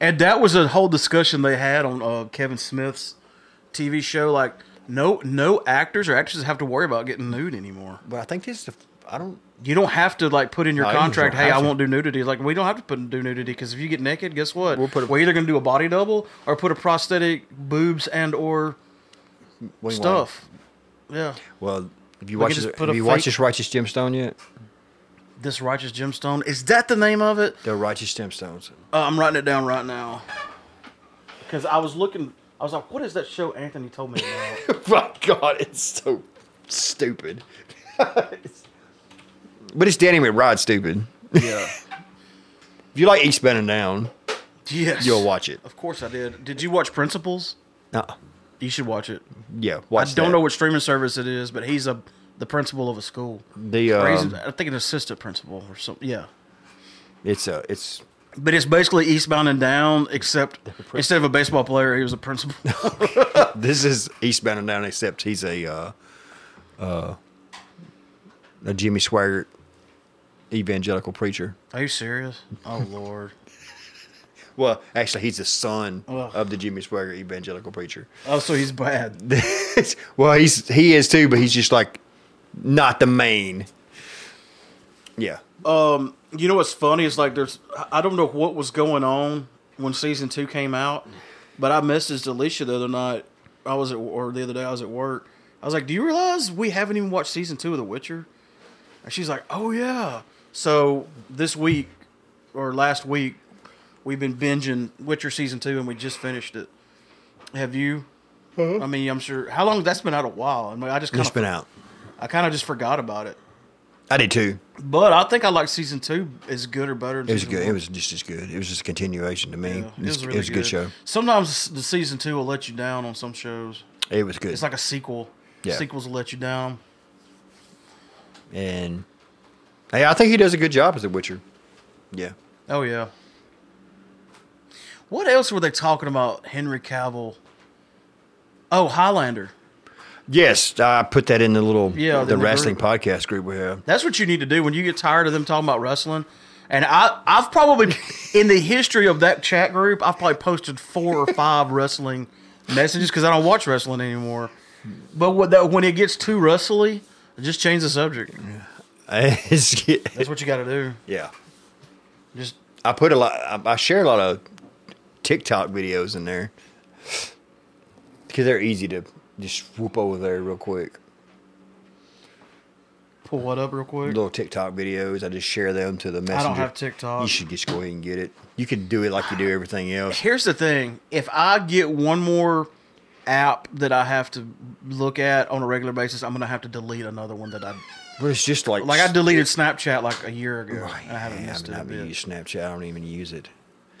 [SPEAKER 1] and that was a whole discussion they had on uh, Kevin Smith's TV show. Like no no actors or actresses have to worry about getting nude anymore.
[SPEAKER 2] But I think this is the I don't.
[SPEAKER 1] You don't have to like put in your
[SPEAKER 2] No, Oh, you just
[SPEAKER 1] contract,
[SPEAKER 2] don't
[SPEAKER 1] hey,
[SPEAKER 2] have
[SPEAKER 1] I
[SPEAKER 2] to."
[SPEAKER 1] won't do nudity. Like we don't have to put do nudity because if you get naked, guess what?
[SPEAKER 2] We'll put a-
[SPEAKER 1] We're either gonna do a body double or put a prosthetic boobs and or
[SPEAKER 2] wing wang.
[SPEAKER 1] stuff. Yeah,
[SPEAKER 2] Well, if you
[SPEAKER 1] We
[SPEAKER 2] watch
[SPEAKER 1] can
[SPEAKER 2] this,
[SPEAKER 1] just put
[SPEAKER 2] have
[SPEAKER 1] a
[SPEAKER 2] you
[SPEAKER 1] fake-
[SPEAKER 2] watch this Righteous Gemstone yet?
[SPEAKER 1] this righteous gemstone is that the name of it?
[SPEAKER 2] The Righteous Gemstones.
[SPEAKER 1] Uh, I'm writing it down right now. Because I was looking, I was like, what is that show Anthony told me about?
[SPEAKER 2] Oh My God, it's so stupid. but it's Danny McBride stupid.
[SPEAKER 1] yeah.
[SPEAKER 2] If you like Eastbound and Down,
[SPEAKER 1] Yes.
[SPEAKER 2] you'll watch it.
[SPEAKER 1] Of course I did. Did you watch Principles?
[SPEAKER 2] Uh,
[SPEAKER 1] You should watch it.
[SPEAKER 2] yeah, watch.
[SPEAKER 1] I don't
[SPEAKER 2] that.
[SPEAKER 1] know what streaming service it is, but he's a the principal of a school.
[SPEAKER 2] the.
[SPEAKER 1] Or he's,
[SPEAKER 2] um,
[SPEAKER 1] I think, an assistant principal or something. Yeah.
[SPEAKER 2] it's uh, it's
[SPEAKER 1] But it's basically Eastbound and Down, except instead of a baseball player, he was a principal.
[SPEAKER 2] this is Eastbound and Down, except he's a uh, uh, a Jimmy Swaggart evangelical preacher.
[SPEAKER 1] Are you serious? Oh, Lord.
[SPEAKER 2] Well, actually, he's the son
[SPEAKER 1] Ugh.
[SPEAKER 2] of the Jimmy Swaggart evangelical preacher.
[SPEAKER 1] Oh, so he's bad.
[SPEAKER 2] well, he's he is too, but he's just like not the main. Yeah,
[SPEAKER 1] Um, you know what's funny is like there's I don't know what was going on when season two came out, but I messaged Alicia the other night. I was at or the other day I was at work. I was like, "Do you realize we haven't even watched season two of The Witcher?" And she's like, "Oh yeah." So this week or last week, we've been binging Witcher season two, and we just finished it. Have you? I mean, I'm sure. How long? That's been out a while. I mean, I just kind
[SPEAKER 2] it's
[SPEAKER 1] of
[SPEAKER 2] been out.
[SPEAKER 1] I kind of just forgot about it.
[SPEAKER 2] I did too.
[SPEAKER 1] But I think I like season two as good or better. Than
[SPEAKER 2] It was
[SPEAKER 1] season
[SPEAKER 2] good. It
[SPEAKER 1] one.
[SPEAKER 2] was just as good. It was just a continuation to me.
[SPEAKER 1] Yeah,
[SPEAKER 2] it, was, it was a good show.
[SPEAKER 1] Sometimes the season two will let you down on some shows.
[SPEAKER 2] It was good.
[SPEAKER 1] It's like a sequel.
[SPEAKER 2] Yeah.
[SPEAKER 1] Sequels will let you down.
[SPEAKER 2] and hey, I think he does a good job as a Witcher. Yeah.
[SPEAKER 1] Oh yeah. What else were they talking about? Henry Cavill. Oh, Highlander.
[SPEAKER 2] Yes, I put that in the little
[SPEAKER 1] Yeah,
[SPEAKER 2] the
[SPEAKER 1] in the
[SPEAKER 2] wrestling
[SPEAKER 1] group.
[SPEAKER 2] podcast group we have.
[SPEAKER 1] That's what you need to do when you get tired of them talking about wrestling. And I, I've probably in the history of that chat group, I've probably posted four or five wrestling messages because I don't watch wrestling anymore. But what that, when it gets too wrestly, just change the subject.
[SPEAKER 2] It's-
[SPEAKER 1] That's what you got to do.
[SPEAKER 2] yeah,
[SPEAKER 1] Just
[SPEAKER 2] I put a lot. I, I share a lot of TikTok videos in there because they're easy to just whoop over there real quick.
[SPEAKER 1] pull what up real quick.
[SPEAKER 2] Little TikTok videos, I just share them to the messenger.
[SPEAKER 1] I don't have TikTok.
[SPEAKER 2] You should just go ahead and get it. You could do it like you do everything else.
[SPEAKER 1] Here's the thing: if I get one more app that I have to look at on a regular basis, I'm gonna have to delete another one that I
[SPEAKER 2] But it's just like
[SPEAKER 1] like. I deleted Snapchat like a year ago.
[SPEAKER 2] Oh,
[SPEAKER 1] and I haven't
[SPEAKER 2] yeah,
[SPEAKER 1] missed
[SPEAKER 2] I
[SPEAKER 1] it. a
[SPEAKER 2] haven't
[SPEAKER 1] bit.
[SPEAKER 2] used Snapchat. I don't even use it.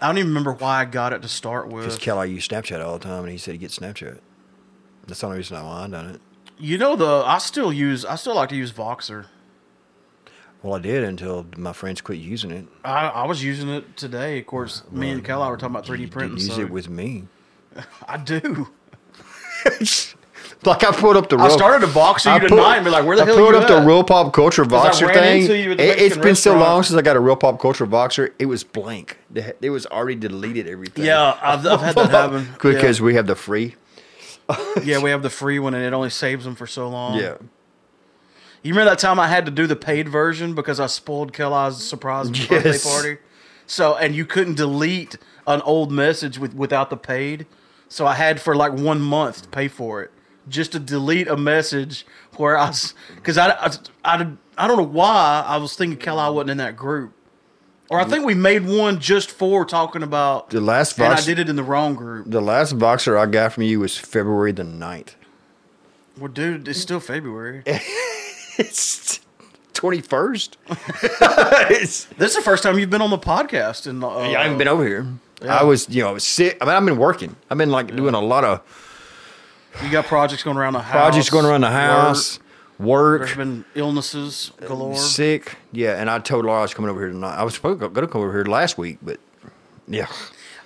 [SPEAKER 1] I don't even remember why I got it to start with.
[SPEAKER 2] Because Cal, I use Snapchat all the time, and he said he gets Snapchat. That's the only reason I mind on it.
[SPEAKER 1] you know the I still use I still like to use Voxer.
[SPEAKER 2] Well, I did until my friends quit using it.
[SPEAKER 1] I, I was using it today. Of course, me and Cal I were talking about 3D
[SPEAKER 2] You
[SPEAKER 1] printing.
[SPEAKER 2] didn't use
[SPEAKER 1] so
[SPEAKER 2] it with me.
[SPEAKER 1] I do.
[SPEAKER 2] like I pulled up the.
[SPEAKER 1] I started to box you
[SPEAKER 2] I
[SPEAKER 1] tonight
[SPEAKER 2] pulled-
[SPEAKER 1] and be like, where the
[SPEAKER 2] I
[SPEAKER 1] hell
[SPEAKER 2] pulled
[SPEAKER 1] you
[SPEAKER 2] up
[SPEAKER 1] at?
[SPEAKER 2] the real pop culture
[SPEAKER 1] I
[SPEAKER 2] boxer
[SPEAKER 1] ran
[SPEAKER 2] thing.
[SPEAKER 1] into you at the
[SPEAKER 2] it, has
[SPEAKER 1] Mexican
[SPEAKER 2] been so
[SPEAKER 1] restaurant.
[SPEAKER 2] long since I got a real pop culture boxer. It was blank. They had- It was already deleted everything.
[SPEAKER 1] Yeah, I've, I've had that happen. Yeah.
[SPEAKER 2] because we have the free.
[SPEAKER 1] Yeah, we have the free one, and it only saves them for so long.
[SPEAKER 2] Yeah.
[SPEAKER 1] You remember that time I had to do the paid version because I spoiled Kelly's surprise birthday
[SPEAKER 2] Yes.
[SPEAKER 1] party? So, and you couldn't delete an old message with, without the paid. So I had for like one month to pay for it just to delete a message where I was, because I, I, I, I don't know why I was thinking Kelly wasn't in that group. Or I think we made one just for talking about,
[SPEAKER 2] The last
[SPEAKER 1] and I
[SPEAKER 2] box-
[SPEAKER 1] did it in the wrong group.
[SPEAKER 2] The last boxer I got from you was February the 9th.
[SPEAKER 1] Well, dude, it's still February.
[SPEAKER 2] It's twenty first. I
[SPEAKER 1] This is the first time you've been on the podcast, and uh,
[SPEAKER 2] haven't been over here. I was, you know, I was sick. I mean, I've been working. I've been like doing a lot of
[SPEAKER 1] You got projects going around the house.
[SPEAKER 2] projects going around the house,
[SPEAKER 1] work.
[SPEAKER 2] work,
[SPEAKER 1] There's been illnesses galore.
[SPEAKER 2] sick. Yeah, and I told Laura I was coming over here tonight. I was supposed to go- gonna come over here last week, but yeah,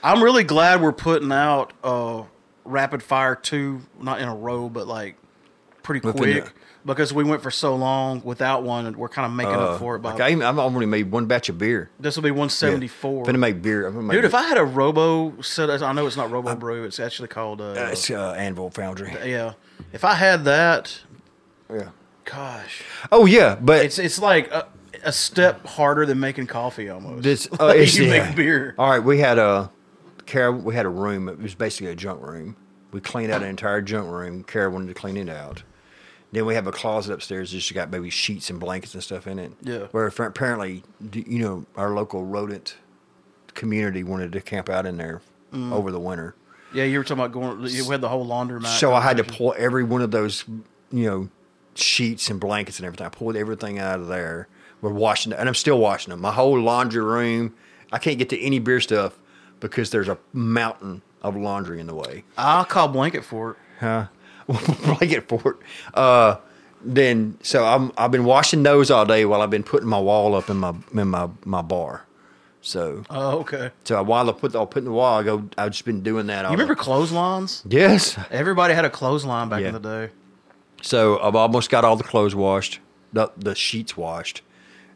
[SPEAKER 1] I'm really glad we're putting out uh, rapid fire two, not in a row, but like pretty
[SPEAKER 2] Within
[SPEAKER 1] quick
[SPEAKER 2] the-
[SPEAKER 1] because we went for so long without one, and we're kind of making
[SPEAKER 2] uh,
[SPEAKER 1] up for it. By
[SPEAKER 2] like I even, I've only made one batch of beer.
[SPEAKER 1] this will be 174.
[SPEAKER 2] I'm gonna make beer. I'm gonna make
[SPEAKER 1] Dude, if I had a Robo set, I know it's not Robo Brew. It's actually called. Uh,
[SPEAKER 2] it's uh, Anvil Foundry.
[SPEAKER 1] yeah, if I had that,
[SPEAKER 2] Yeah.
[SPEAKER 1] gosh,
[SPEAKER 2] Oh yeah, but
[SPEAKER 1] it's it's like a, a step harder than making coffee almost.
[SPEAKER 2] This uh, it's,
[SPEAKER 1] You make
[SPEAKER 2] yeah.
[SPEAKER 1] beer.
[SPEAKER 2] All right, we had a Kara. We had a room. It was basically a junk room. We cleaned out an entire junk room. Kara wanted to clean it out. Then we have a closet upstairs. It's just got maybe sheets and blankets and stuff in it.
[SPEAKER 1] Yeah.
[SPEAKER 2] Where fa- apparently, d- you know, our local rodent community wanted to camp out in there
[SPEAKER 1] Mm.
[SPEAKER 2] over the winter.
[SPEAKER 1] Yeah, you were talking about going. You had the whole laundromat.
[SPEAKER 2] So I had to pull every one of those, you know, sheets and blankets and everything. I pulled everything out of there. We're washing, and I'm still washing them. My whole laundry room. I can't get to any beer stuff because there's a mountain of laundry in the way.
[SPEAKER 1] I'll call blanket for it.
[SPEAKER 2] Huh? Blanket fort. Uh, then so I'm I've been washing those all day while I've been putting my wall up in my in my my bar. So
[SPEAKER 1] Oh, okay.
[SPEAKER 2] so while I put I'll put in the wall, I go. I've just been doing that. All
[SPEAKER 1] You remember clotheslines?
[SPEAKER 2] Yes.
[SPEAKER 1] Everybody had a clothesline back
[SPEAKER 2] Yeah.
[SPEAKER 1] in the day.
[SPEAKER 2] So I've almost got all the clothes washed, the, the sheets washed,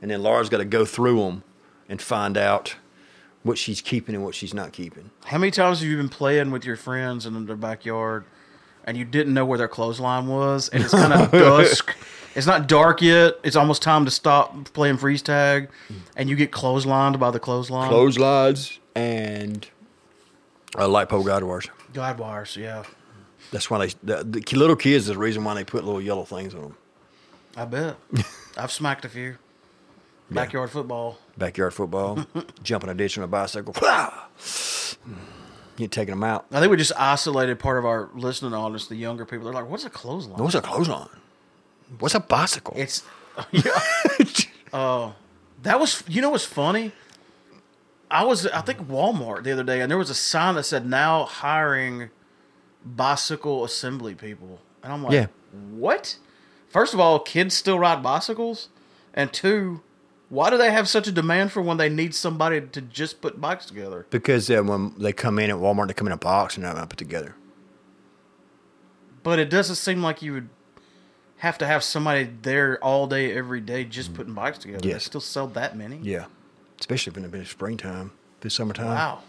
[SPEAKER 2] and then Laura's got to go through them and find out what she's keeping and what she's not keeping.
[SPEAKER 1] How many times have you been playing with your friends in their backyard, and you didn't know where their clothesline was, and it's kind of dusk. It's not dark yet. It's almost time to stop playing freeze tag, and you get clotheslined by the clothesline.
[SPEAKER 2] Clotheslines and uh, light pole guide wires.
[SPEAKER 1] Guide wires, yeah.
[SPEAKER 2] That's why they the, the ki- little kids is the reason why they put little yellow things on them.
[SPEAKER 1] I bet. I've smacked a few. Backyard football.
[SPEAKER 2] Backyard football, jumping a ditch on a bicycle, you taking them out.
[SPEAKER 1] I think we just isolated part of our listening audience, the younger people. They're like, "What's a clothesline?"
[SPEAKER 2] What's a clothesline? What's a bicycle?
[SPEAKER 1] It's yeah. Oh, that was you know what's funny? I was I think Walmart the other day, and there was a sign that said now hiring bicycle assembly people, and I'm like,
[SPEAKER 2] Yeah.
[SPEAKER 1] what? First of all, kids still ride bicycles, and two, why do they have such a demand for when they need somebody to just put bikes together?
[SPEAKER 2] because uh, when they come in at Walmart, they come in a box and they're not put together.
[SPEAKER 1] But it doesn't seem like you would have to have somebody there all day every day just putting bikes together. They
[SPEAKER 2] Mm. Yes.
[SPEAKER 1] still sell that many.
[SPEAKER 2] Yeah, especially if it's been springtime, the summertime.
[SPEAKER 1] Wow.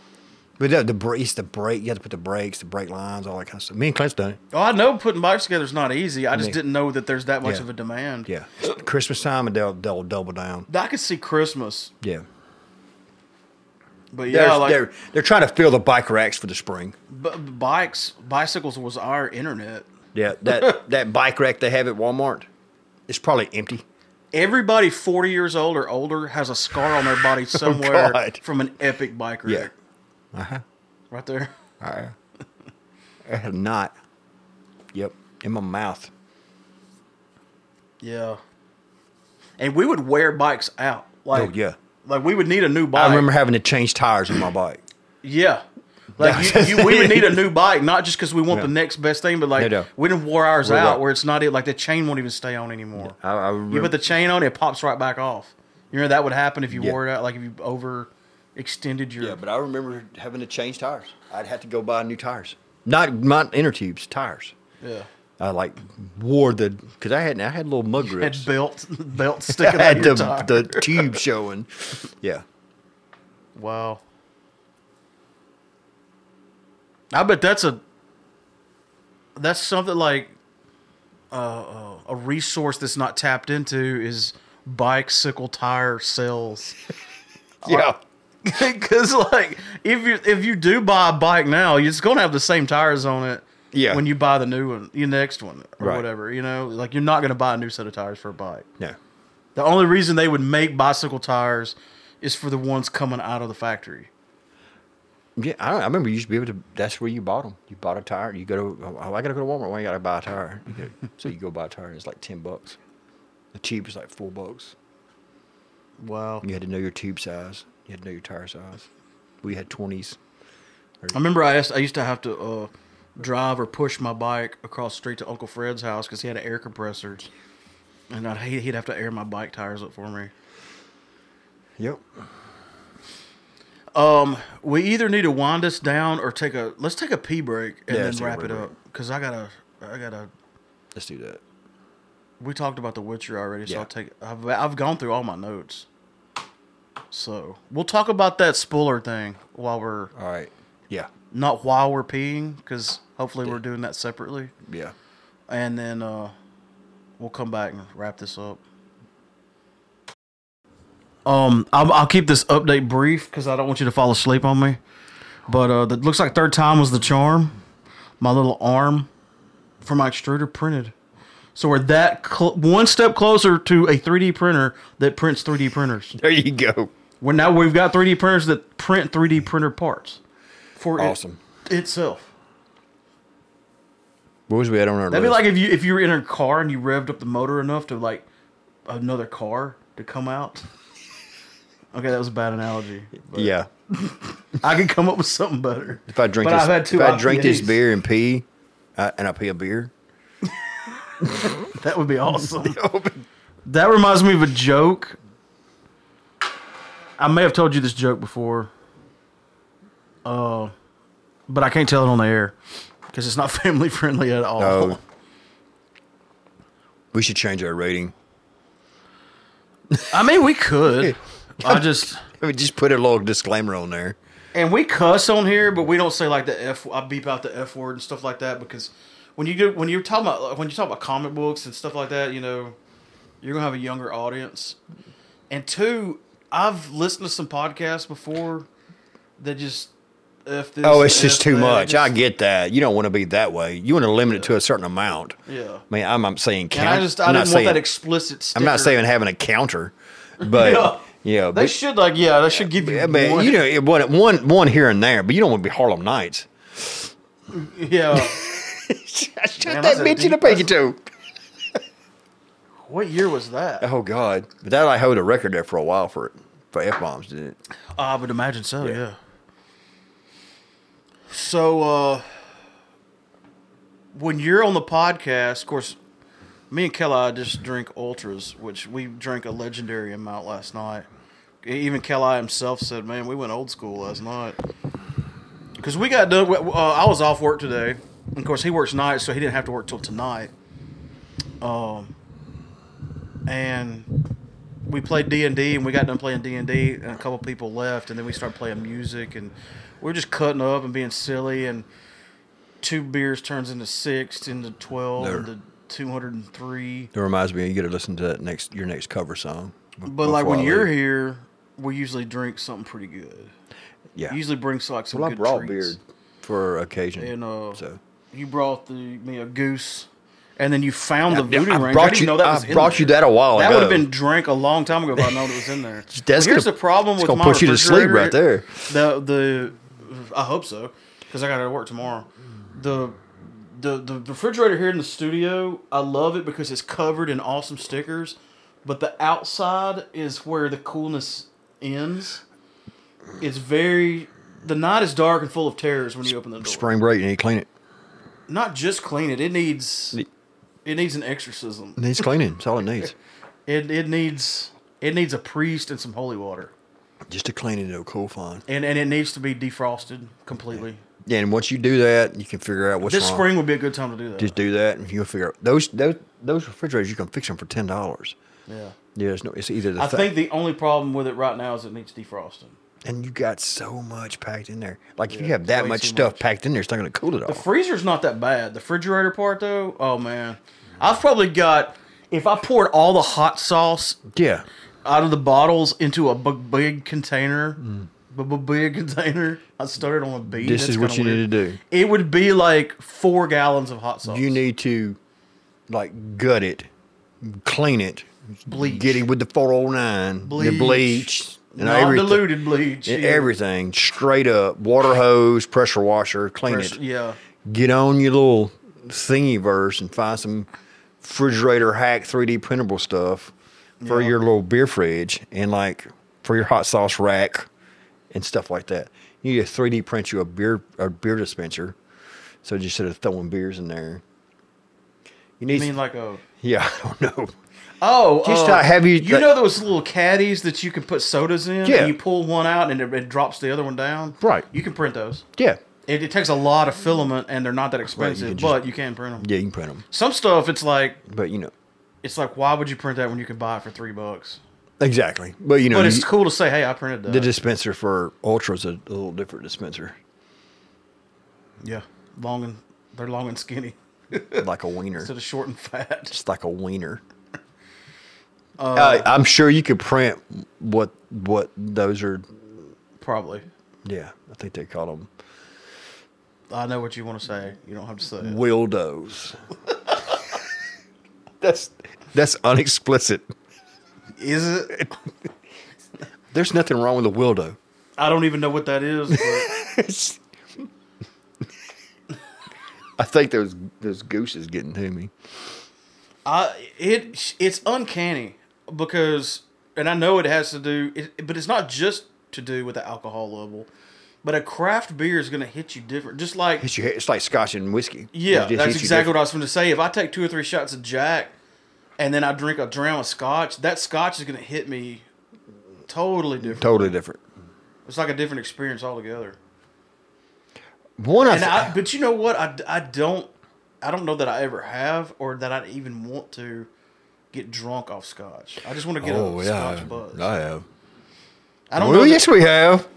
[SPEAKER 2] But the, the brace, the brake, you have to put the brakes, the brake lines, all that kind of stuff. Me and Clint's done it.
[SPEAKER 1] Oh, I know putting bikes together is not easy. I just
[SPEAKER 2] Me.
[SPEAKER 1] didn't know that there's that much
[SPEAKER 2] Yeah.
[SPEAKER 1] of a demand.
[SPEAKER 2] Yeah, Christmas time and they'll, they'll double down.
[SPEAKER 1] I could see Christmas,
[SPEAKER 2] Yeah,
[SPEAKER 1] but
[SPEAKER 2] they're,
[SPEAKER 1] yeah, like
[SPEAKER 2] they're they're trying to fill the bike racks for the spring.
[SPEAKER 1] b- bikes, bicycles was our internet.
[SPEAKER 2] Yeah, that that bike rack they have at Walmart, it's probably empty.
[SPEAKER 1] Everybody 40 years old or older has a scar on their body somewhere
[SPEAKER 2] Oh, God. Uh-huh.
[SPEAKER 1] from an epic bike wreck.
[SPEAKER 2] Yeah, uh huh.
[SPEAKER 1] Right there.
[SPEAKER 2] I I have not. Yep. In my mouth.
[SPEAKER 1] Yeah. And we would wear bikes out. Like
[SPEAKER 2] oh yeah.
[SPEAKER 1] Like we would need a new bike.
[SPEAKER 2] I remember having to change tires on my bike.
[SPEAKER 1] Yeah. Like you, you, we would need a new bike, not just because we want the next best thing, but like
[SPEAKER 2] No, no.
[SPEAKER 1] we didn't wore ours
[SPEAKER 2] We're
[SPEAKER 1] out
[SPEAKER 2] right.
[SPEAKER 1] where it's not it. Like the chain won't even stay on anymore.
[SPEAKER 2] I, I
[SPEAKER 1] You
[SPEAKER 2] remember
[SPEAKER 1] put the chain on, it pops right back off. You know that would happen if you
[SPEAKER 2] Yeah.
[SPEAKER 1] wore it out, like if you over extended your.
[SPEAKER 2] Yeah, but I remember having to change tires. I'd have to go buy new tires, not not inner tubes, tires.
[SPEAKER 1] yeah.
[SPEAKER 2] I like wore the because I had I had little mud
[SPEAKER 1] Had
[SPEAKER 2] grips.
[SPEAKER 1] belt belt
[SPEAKER 2] I
[SPEAKER 1] sticking out
[SPEAKER 2] had
[SPEAKER 1] your
[SPEAKER 2] the,
[SPEAKER 1] tire.
[SPEAKER 2] the tube showing. Yeah,
[SPEAKER 1] Wow. I bet that's a that's something like uh, uh, a resource that's not tapped into is bicycle tire sales.
[SPEAKER 2] yeah.
[SPEAKER 1] Because like if you if you do buy a bike now, it's going to have the same tires on it.
[SPEAKER 2] Yeah.
[SPEAKER 1] When you buy the new one, your next one or
[SPEAKER 2] Right.
[SPEAKER 1] whatever, you know, like you're not going to buy a new set of tires for a bike.
[SPEAKER 2] No,
[SPEAKER 1] The only reason they would make bicycle tires is for the ones coming out of the factory.
[SPEAKER 2] yeah. I, don't, I remember you used to be able to. That's where you bought them. You bought a tire. You go to. Oh, I gotta go to Walmart. Why you gotta buy a tire? You go- so you go buy a tire. and It's like ten bucks. The tube is like four bucks.
[SPEAKER 1] Wow.
[SPEAKER 2] You had to know your tube size. You had to know your tire size. We had twenties.
[SPEAKER 1] I remember I asked, I used to have to uh, drive or push my bike across the street to Uncle Fred's house because he had an air compressor, and I'd, he- he'd have to air my bike tires up for me.
[SPEAKER 2] Yep.
[SPEAKER 1] Um, we either need to wind us down or take a let's take a pee break and
[SPEAKER 2] Yeah,
[SPEAKER 1] then
[SPEAKER 2] let's take a
[SPEAKER 1] wrap it
[SPEAKER 2] break.
[SPEAKER 1] up because I gotta I gotta.
[SPEAKER 2] Let's do that.
[SPEAKER 1] We talked about The Witcher already, so
[SPEAKER 2] Yeah.
[SPEAKER 1] I'll take. I've I've gone through all my notes, so we'll talk about that spooler thing while we're
[SPEAKER 2] All right. Yeah.
[SPEAKER 1] not while we're peeing because hopefully we're doing that separately.
[SPEAKER 2] Yeah.
[SPEAKER 1] and then uh, we'll come back and wrap this up. Um, I'll, I'll keep this update brief because I don't want you to fall asleep on me. But uh, that looks like third time was the charm. My little arm for my extruder printed, so we're that cl- one step closer to a 3D printer that prints 3D printers.
[SPEAKER 2] There you go.
[SPEAKER 1] We're now we've got 3D printers that print 3D printer parts for it-
[SPEAKER 2] Awesome.
[SPEAKER 1] itself.
[SPEAKER 2] What was we at on our
[SPEAKER 1] That'd be
[SPEAKER 2] list?
[SPEAKER 1] like if you if you were in a car and you revved up the motor enough to like another car to come out. Okay, that was a bad analogy. but
[SPEAKER 2] yeah.
[SPEAKER 1] I could come up with something better.
[SPEAKER 2] If I drink
[SPEAKER 1] But
[SPEAKER 2] this,
[SPEAKER 1] I've had two
[SPEAKER 2] if I drink this
[SPEAKER 1] IPAs.
[SPEAKER 2] beer and pee, I, and I pee a beer.
[SPEAKER 1] That would be awesome. that reminds me of a joke. I may have told you this joke before. Uh, but I can't tell it on the air because it's not family friendly at all.
[SPEAKER 2] Oh. We should change our rating.
[SPEAKER 1] I mean, we could. I just.
[SPEAKER 2] We just put a little disclaimer on there.
[SPEAKER 1] And we cuss on here, but we don't say like the f. I beep out the f word and stuff like that because when you do when you're talking about when you talk about comic books and stuff like that, you know, you're gonna have a younger audience. And two, I've listened to some podcasts before that just f this.
[SPEAKER 2] Oh, it's just
[SPEAKER 1] F
[SPEAKER 2] too
[SPEAKER 1] that,
[SPEAKER 2] much.
[SPEAKER 1] just-
[SPEAKER 2] I get that. You don't want to be that way. You want to limit it to a certain amount.
[SPEAKER 1] yeah.
[SPEAKER 2] I mean, I'm, I'm saying count.
[SPEAKER 1] And I just I
[SPEAKER 2] I'm not
[SPEAKER 1] didn't
[SPEAKER 2] saying,
[SPEAKER 1] want that explicit. Sticker.
[SPEAKER 2] I'm not saying having a counter, but
[SPEAKER 1] Yeah.
[SPEAKER 2] yeah,
[SPEAKER 1] they
[SPEAKER 2] but,
[SPEAKER 1] should like yeah they should give you
[SPEAKER 2] I mean,
[SPEAKER 1] one.
[SPEAKER 2] you know, it- one, one, one here and there, but you don't want to be Harlem Nights.
[SPEAKER 1] yeah.
[SPEAKER 2] Shut
[SPEAKER 1] that's a deep-
[SPEAKER 2] toe.
[SPEAKER 1] What year was that?
[SPEAKER 2] Oh God! But that I held a record there for a while for it for f bombs, didn't it?
[SPEAKER 1] Oh, I would imagine so, yeah.
[SPEAKER 2] Yeah.
[SPEAKER 1] So uh when you're on the podcast, of course, me and Kelly just drink ultras, which we drank a legendary amount last night. Even Kelly himself said, "Man, we went old school last night." Because we got done. Uh, I was off work today. Of course, he works nights, so he didn't have to work till tonight. Um, and we played D and D, and we got done playing D and D, and a couple people left, and then we started playing music, and we are just cutting up and being silly, and two beers turns into six, into twelve,
[SPEAKER 2] There.
[SPEAKER 1] into two hundred and three.
[SPEAKER 2] It reminds me, you got to listen to that next your next cover song.
[SPEAKER 1] But like when you're here, we usually drink something pretty good.
[SPEAKER 2] yeah.
[SPEAKER 1] Usually bring so, like some
[SPEAKER 2] well, I
[SPEAKER 1] good
[SPEAKER 2] brought
[SPEAKER 1] treats.
[SPEAKER 2] beer for occasion.
[SPEAKER 1] And uh,
[SPEAKER 2] so
[SPEAKER 1] you brought the me a goose, and then you found the voodoo
[SPEAKER 2] I
[SPEAKER 1] ring. I
[SPEAKER 2] brought
[SPEAKER 1] didn't
[SPEAKER 2] you-
[SPEAKER 1] know that
[SPEAKER 2] I
[SPEAKER 1] was in
[SPEAKER 2] brought you
[SPEAKER 1] there.
[SPEAKER 2] that a while
[SPEAKER 1] That would have
[SPEAKER 2] ago.
[SPEAKER 1] been drank a long time ago if I known it was in there.
[SPEAKER 2] uh, That's
[SPEAKER 1] Well, here's
[SPEAKER 2] gonna-
[SPEAKER 1] the problem
[SPEAKER 2] it's
[SPEAKER 1] with
[SPEAKER 2] gonna
[SPEAKER 1] my
[SPEAKER 2] put you to sleep right
[SPEAKER 1] refrigerator- The the I hope so because I got to work tomorrow. The the the refrigerator here in the studio, I love it because it's covered in awesome stickers, but the outside is where the coolness ends. It's very the night is dark and full of terrors when you open the door.
[SPEAKER 2] Spring break, you need to clean it.
[SPEAKER 1] Not just clean it; it needs it needs an exorcism.
[SPEAKER 2] It needs cleaning. That's all it needs.
[SPEAKER 1] It it needs it needs a priest and some holy water,
[SPEAKER 2] Just to clean it, it'll cool fine.
[SPEAKER 1] and and it needs to be defrosted completely.
[SPEAKER 2] Yeah, and once you do that, you can figure out what's
[SPEAKER 1] This
[SPEAKER 2] wrong.
[SPEAKER 1] spring would be a good time to do that.
[SPEAKER 2] Just do that, and you'll figure out those those those refrigerators. You can fix them for ten dollars.
[SPEAKER 1] yeah.
[SPEAKER 2] Yeah, it's no, it's either the
[SPEAKER 1] I
[SPEAKER 2] thi-
[SPEAKER 1] think the only problem with it right now is it needs defrosting.
[SPEAKER 2] and you got so much packed in there. Like if you
[SPEAKER 1] Yeah,
[SPEAKER 2] have that
[SPEAKER 1] way
[SPEAKER 2] much
[SPEAKER 1] too
[SPEAKER 2] stuff
[SPEAKER 1] much.
[SPEAKER 2] packed in there, it's not going to cool it
[SPEAKER 1] The
[SPEAKER 2] all.
[SPEAKER 1] freezer's not that bad. The refrigerator part, though, oh man, I've probably got. If I poured all the hot sauce
[SPEAKER 2] yeah,
[SPEAKER 1] out of the bottles into a bu- big container, bu- bu- big container, I started on a beat.
[SPEAKER 2] Mm. this
[SPEAKER 1] That's
[SPEAKER 2] is what you
[SPEAKER 1] kinda weird.
[SPEAKER 2] need to do.
[SPEAKER 1] It would be like four gallons of hot sauce.
[SPEAKER 2] You need to like gut it, clean it,
[SPEAKER 1] Bleach.
[SPEAKER 2] get it with the four hundred nine, the
[SPEAKER 1] Bleach.
[SPEAKER 2] bleach, and everything,
[SPEAKER 1] non-diluted bleach.
[SPEAKER 2] and
[SPEAKER 1] yeah.
[SPEAKER 2] everything straight up. Water hose, pressure washer, clean
[SPEAKER 1] Fresh-
[SPEAKER 2] it.
[SPEAKER 1] Yeah,
[SPEAKER 2] get on your little thingy verse and find some refrigerator hack 3D printable stuff for
[SPEAKER 1] Yeah.
[SPEAKER 2] your little beer fridge and like for your hot sauce rack and stuff like that. You need to 3D print you a beer a beer dispenser. So just instead of throwing beers in there.
[SPEAKER 1] I
[SPEAKER 2] You need
[SPEAKER 1] mean like a
[SPEAKER 2] Yeah, I don't know.
[SPEAKER 1] oh
[SPEAKER 2] Just
[SPEAKER 1] uh,
[SPEAKER 2] a heavy-
[SPEAKER 1] You know those little caddies that you can put sodas in.
[SPEAKER 2] Yeah.
[SPEAKER 1] and you pull one out and it, it drops the other one down.
[SPEAKER 2] Right.
[SPEAKER 1] You can print those.
[SPEAKER 2] Yeah.
[SPEAKER 1] It, it takes a lot of filament and they're not that expensive,
[SPEAKER 2] could just-
[SPEAKER 1] but you can print them.
[SPEAKER 2] Yeah, you can print them.
[SPEAKER 1] Some stuff it's like
[SPEAKER 2] But you know.
[SPEAKER 1] it's like why would you print that when you can buy it for three bucks?
[SPEAKER 2] Exactly. But you know
[SPEAKER 1] But it's
[SPEAKER 2] you-
[SPEAKER 1] cool to say, hey, I printed that.
[SPEAKER 2] the dispenser for Ultra is a, a little different dispenser.
[SPEAKER 1] yeah, long and they're long and skinny
[SPEAKER 2] like a wiener.
[SPEAKER 1] instead of short and fat.
[SPEAKER 2] It's like a wiener. Uh, I'm sure you could print what what those are.
[SPEAKER 1] Probably.
[SPEAKER 2] Yeah, I think they call them
[SPEAKER 1] I know what you want to say. You don't have to say it.
[SPEAKER 2] wildos. that's that's unexplicit.
[SPEAKER 1] Is it?
[SPEAKER 2] There's nothing wrong with a wildo.
[SPEAKER 1] I don't even know what that is. But
[SPEAKER 2] It's- I think those those goose is getting to me.
[SPEAKER 1] I it it's uncanny because, and I know it has to do, it, but it's not just to do with the alcohol level. But a craft beer is going to hit you different. Just like
[SPEAKER 2] It's, your, it's like scotch and whiskey.
[SPEAKER 1] Yeah,
[SPEAKER 2] It just
[SPEAKER 1] that's
[SPEAKER 2] hits you
[SPEAKER 1] exactly what
[SPEAKER 2] different.
[SPEAKER 1] I was going to say. If I take two or three shots of Jack, and then I drink a dram of Scotch, that Scotch is going to hit me totally different.
[SPEAKER 2] totally different.
[SPEAKER 1] It's like a different experience altogether.
[SPEAKER 2] One, I,
[SPEAKER 1] And
[SPEAKER 2] th-
[SPEAKER 1] I, but you know what? I, I don't I don't know that I ever have, or that I even want to get drunk off Scotch. I just want to get
[SPEAKER 2] oh
[SPEAKER 1] a
[SPEAKER 2] yeah,
[SPEAKER 1] Scotch buzz.
[SPEAKER 2] I have.
[SPEAKER 1] I don't
[SPEAKER 2] Well,
[SPEAKER 1] know. that
[SPEAKER 2] yes, we have.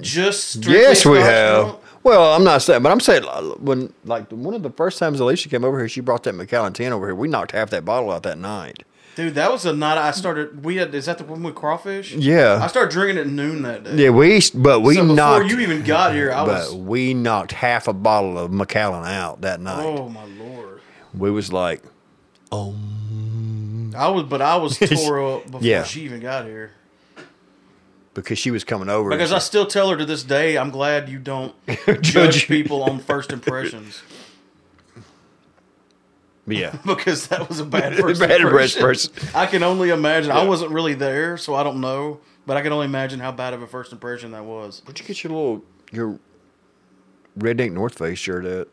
[SPEAKER 1] just strictly
[SPEAKER 2] Yes, we
[SPEAKER 1] Scotch
[SPEAKER 2] have.
[SPEAKER 1] drunk.
[SPEAKER 2] Well, I'm not saying, but I'm saying uh, when like one of the first times Alicia came over here, she brought that Macallan ten over here. We knocked half that bottle out that night.
[SPEAKER 1] Dude, that was the night I started. We had is that the one with crawfish?
[SPEAKER 2] Yeah.
[SPEAKER 1] I started drinking at noon that day.
[SPEAKER 2] Yeah, we but we
[SPEAKER 1] so before
[SPEAKER 2] knocked,
[SPEAKER 1] you even got here, I
[SPEAKER 2] but
[SPEAKER 1] was
[SPEAKER 2] we knocked half a bottle of Macallan out that night.
[SPEAKER 1] Oh my lord!
[SPEAKER 2] We was like, oh,
[SPEAKER 1] I was, but I was tore up before
[SPEAKER 2] Yeah.
[SPEAKER 1] she even got here
[SPEAKER 2] because she was coming over
[SPEAKER 1] because I still tell her to this day, I'm glad you don't
[SPEAKER 2] Judge.
[SPEAKER 1] judge people on first impressions
[SPEAKER 2] yeah.
[SPEAKER 1] because that was a bad first
[SPEAKER 2] Bad first
[SPEAKER 1] impression.
[SPEAKER 2] person.
[SPEAKER 1] I can only imagine. I wasn't really there, so I don't know, but I can only imagine how bad of a first impression that was.
[SPEAKER 2] Where'd you get your little your redneck North Face shirt at?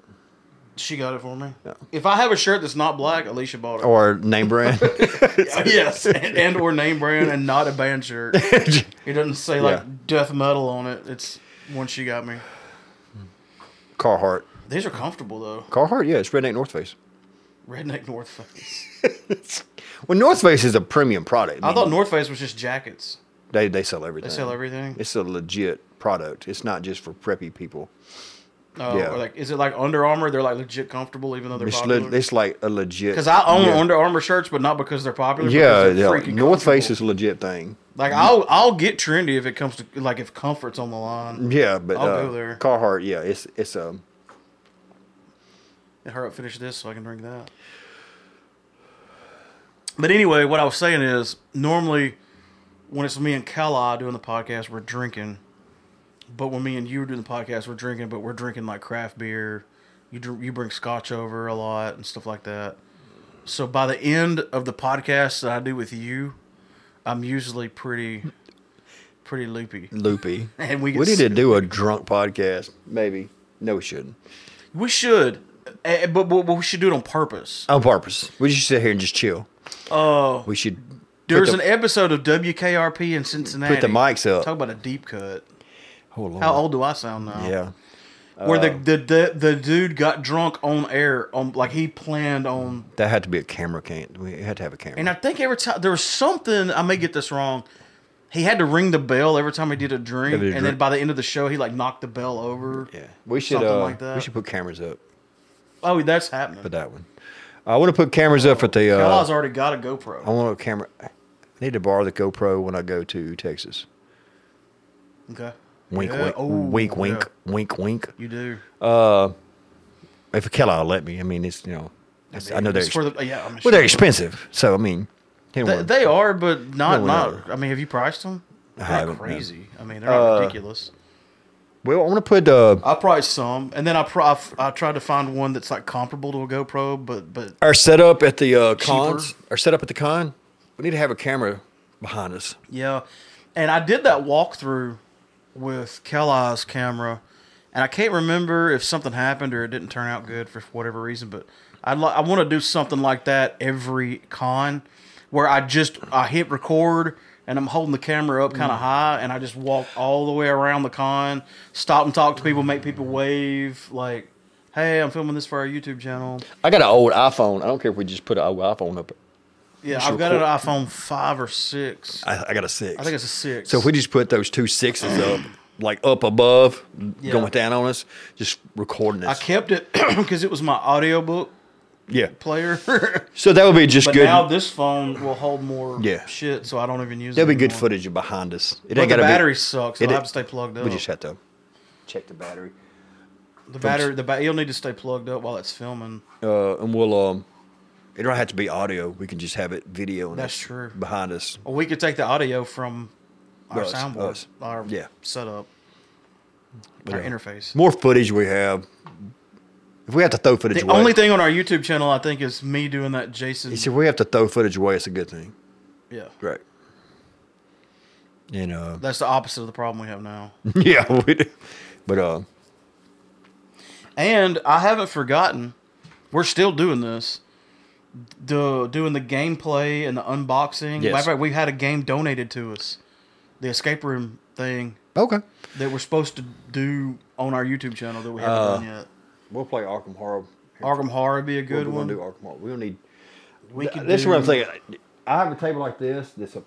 [SPEAKER 1] She got it for me. If I have a shirt that's not black, Alicia bought it.
[SPEAKER 2] Or name brand?
[SPEAKER 1] yes, and, and or name brand and not a band shirt. It doesn't say like
[SPEAKER 2] Yeah.
[SPEAKER 1] death metal on it. It's one she got me.
[SPEAKER 2] Carhartt.
[SPEAKER 1] These are comfortable though.
[SPEAKER 2] Carhartt, yeah, it's redneck North Face.
[SPEAKER 1] Redneck North Face.
[SPEAKER 2] Well, North Face is a premium product.
[SPEAKER 1] I
[SPEAKER 2] mean,
[SPEAKER 1] thought North Face was just jackets.
[SPEAKER 2] they they sell everything.
[SPEAKER 1] They sell everything.
[SPEAKER 2] It's a legit product. It's not just for preppy people.
[SPEAKER 1] Oh,
[SPEAKER 2] yeah.
[SPEAKER 1] or like is it like Under Armour? They're like legit comfortable, even though they're
[SPEAKER 2] It's, le-
[SPEAKER 1] popular.
[SPEAKER 2] it's like a legit.
[SPEAKER 1] Because I own
[SPEAKER 2] yeah.
[SPEAKER 1] Under Armour shirts, but not because they're popular.
[SPEAKER 2] Yeah,
[SPEAKER 1] because
[SPEAKER 2] yeah.
[SPEAKER 1] they're freaking
[SPEAKER 2] North Face is
[SPEAKER 1] comfortable.
[SPEAKER 2] a legit thing.
[SPEAKER 1] like I'll I'll get trendy if it comes to like if comfort's on the line.
[SPEAKER 2] Yeah, but
[SPEAKER 1] I'll
[SPEAKER 2] uh,
[SPEAKER 1] go there.
[SPEAKER 2] Carhartt, yeah, it's it's um, a
[SPEAKER 1] And hurry up, finish this so I can drink that. But anyway, what I was saying is normally when it's me and Cali doing the podcast, we're drinking. But when me and you were doing the podcast, we're drinking, but we're drinking like craft beer, You dr- you bring scotch over a lot and stuff like that. So by the end of the podcast that I do with you, I'm usually pretty pretty loopy.
[SPEAKER 2] Loopy.
[SPEAKER 1] And we get
[SPEAKER 2] we need to
[SPEAKER 1] sick.
[SPEAKER 2] do a drunk podcast. Maybe. No, we shouldn't.
[SPEAKER 1] We should, eh, but, but but we should do it on purpose.
[SPEAKER 2] On purpose. We should sit here and just chill.
[SPEAKER 1] Oh,
[SPEAKER 2] We should.
[SPEAKER 1] there's
[SPEAKER 2] put
[SPEAKER 1] an
[SPEAKER 2] the,
[SPEAKER 1] episode of WKRP in Cincinnati.
[SPEAKER 2] put the mics up.
[SPEAKER 1] Talk about a deep cut.
[SPEAKER 2] Oh, Lord.
[SPEAKER 1] How old do I sound now?
[SPEAKER 2] Yeah. Uh,
[SPEAKER 1] Where the, the the the dude got drunk on air on like he planned on
[SPEAKER 2] That had to be a camera. Can't we had to have a camera?
[SPEAKER 1] And I think every time there was something, I may get this wrong. He had to ring the bell every time he did a drink,
[SPEAKER 2] Every
[SPEAKER 1] and then
[SPEAKER 2] drink.
[SPEAKER 1] by the end of the show, he like knocked the bell over.
[SPEAKER 2] yeah, we should.
[SPEAKER 1] something
[SPEAKER 2] Uh,
[SPEAKER 1] like that.
[SPEAKER 2] We should put cameras up
[SPEAKER 1] Oh, that's happening.
[SPEAKER 2] for that one. I want to put cameras up for the. Uh, Oh,
[SPEAKER 1] Kyle's already got a GoPro.
[SPEAKER 2] I want a camera. I need to borrow the GoPro when I go to Texas.
[SPEAKER 1] okay.
[SPEAKER 2] Wink,
[SPEAKER 1] Yeah.
[SPEAKER 2] wink,
[SPEAKER 1] Oh,
[SPEAKER 2] wink, wink, Oh,
[SPEAKER 1] yeah.
[SPEAKER 2] wink, wink.
[SPEAKER 1] You do.
[SPEAKER 2] If Keller will let me, I mean, it's you know, it's, I know they're
[SPEAKER 1] It's for the, yeah. I mean,
[SPEAKER 2] well, they're
[SPEAKER 1] sure.
[SPEAKER 2] expensive. So I mean, they,
[SPEAKER 1] they, they are, but not
[SPEAKER 2] No, no.
[SPEAKER 1] not. I mean, have you priced them? They're
[SPEAKER 2] haven't,
[SPEAKER 1] not
[SPEAKER 2] no.
[SPEAKER 1] crazy. I mean, they're not
[SPEAKER 2] Uh,
[SPEAKER 1] ridiculous.
[SPEAKER 2] well, I want to put. Uh,
[SPEAKER 1] I priced some, and then I pri- I f- I tried to find one that's like comparable to a GoPro, but but
[SPEAKER 2] our setup at the uh, cons, our setup at the con, we need to have a camera behind us.
[SPEAKER 1] Yeah. And I did that walkthrough with Kelly's camera, and I can't remember if something happened or it didn't turn out good for whatever reason. But I'd li- I want to do something like that every con, where I just I hit record and I'm holding the camera up
[SPEAKER 2] Mm.
[SPEAKER 1] kind of high, and I just walk all the way around the con, stop and talk to people, make
[SPEAKER 2] Mm.
[SPEAKER 1] people wave, like, "Hey, I'm filming this for our YouTube channel."
[SPEAKER 2] I got an old iPhone. I don't care if we just put an old iPhone up.
[SPEAKER 1] Yeah,
[SPEAKER 2] Just
[SPEAKER 1] I've got an
[SPEAKER 2] record.
[SPEAKER 1] iPhone five or six.
[SPEAKER 2] I, I got a six.
[SPEAKER 1] I think it's a six.
[SPEAKER 2] So if we just put those two sixes up, like up above,
[SPEAKER 1] Yeah.
[SPEAKER 2] going down on us, just recording
[SPEAKER 1] I
[SPEAKER 2] this.
[SPEAKER 1] kept it because it was my audiobook
[SPEAKER 2] Yeah.
[SPEAKER 1] player.
[SPEAKER 2] So that would be just
[SPEAKER 1] but
[SPEAKER 2] good.
[SPEAKER 1] now this phone will hold more
[SPEAKER 2] Yeah.
[SPEAKER 1] shit, so I don't even use
[SPEAKER 2] That'd
[SPEAKER 1] it.
[SPEAKER 2] be good
[SPEAKER 1] anymore.
[SPEAKER 2] footage behind us. It
[SPEAKER 1] But the
[SPEAKER 2] gotta be-
[SPEAKER 1] battery sucks. So
[SPEAKER 2] it-
[SPEAKER 1] I have to stay plugged up.
[SPEAKER 2] We just have to check the battery,
[SPEAKER 1] the battery, the ba- you'll need to stay plugged up while it's filming.
[SPEAKER 2] uh, and we'll. um It don't have to be audio. We can just have it video. And
[SPEAKER 1] That's
[SPEAKER 2] it's
[SPEAKER 1] true.
[SPEAKER 2] Behind us,
[SPEAKER 1] Or we could take the audio from our
[SPEAKER 2] Us,
[SPEAKER 1] soundboard,
[SPEAKER 2] us.
[SPEAKER 1] our
[SPEAKER 2] Yeah.
[SPEAKER 1] setup, our
[SPEAKER 2] Yeah.
[SPEAKER 1] interface.
[SPEAKER 2] more footage we have. If we have to throw footage
[SPEAKER 1] the
[SPEAKER 2] away,
[SPEAKER 1] only thing on our YouTube channel, I think, is me doing that Jason.
[SPEAKER 2] you see, if we have to throw footage away, it's a good thing,
[SPEAKER 1] Yeah,
[SPEAKER 2] right? And uh,
[SPEAKER 1] that's the opposite of the problem we have now.
[SPEAKER 2] yeah, we do. but uh,
[SPEAKER 1] And I haven't forgotten. We're still doing this. The doing the gameplay and the unboxing.
[SPEAKER 2] Yes.
[SPEAKER 1] Matter of fact, we had a game donated to us. The escape room thing
[SPEAKER 2] okay.
[SPEAKER 1] that we're supposed to do on our YouTube channel that we haven't
[SPEAKER 2] Uh,
[SPEAKER 1] done yet.
[SPEAKER 2] We'll play Arkham Horror.
[SPEAKER 1] Arkham Horror would be a good
[SPEAKER 2] we're
[SPEAKER 1] one.
[SPEAKER 2] Gonna do Arkham Horror. We'll need.
[SPEAKER 1] we could
[SPEAKER 2] this is
[SPEAKER 1] do,
[SPEAKER 2] what I'm thinking. I have a table like this. This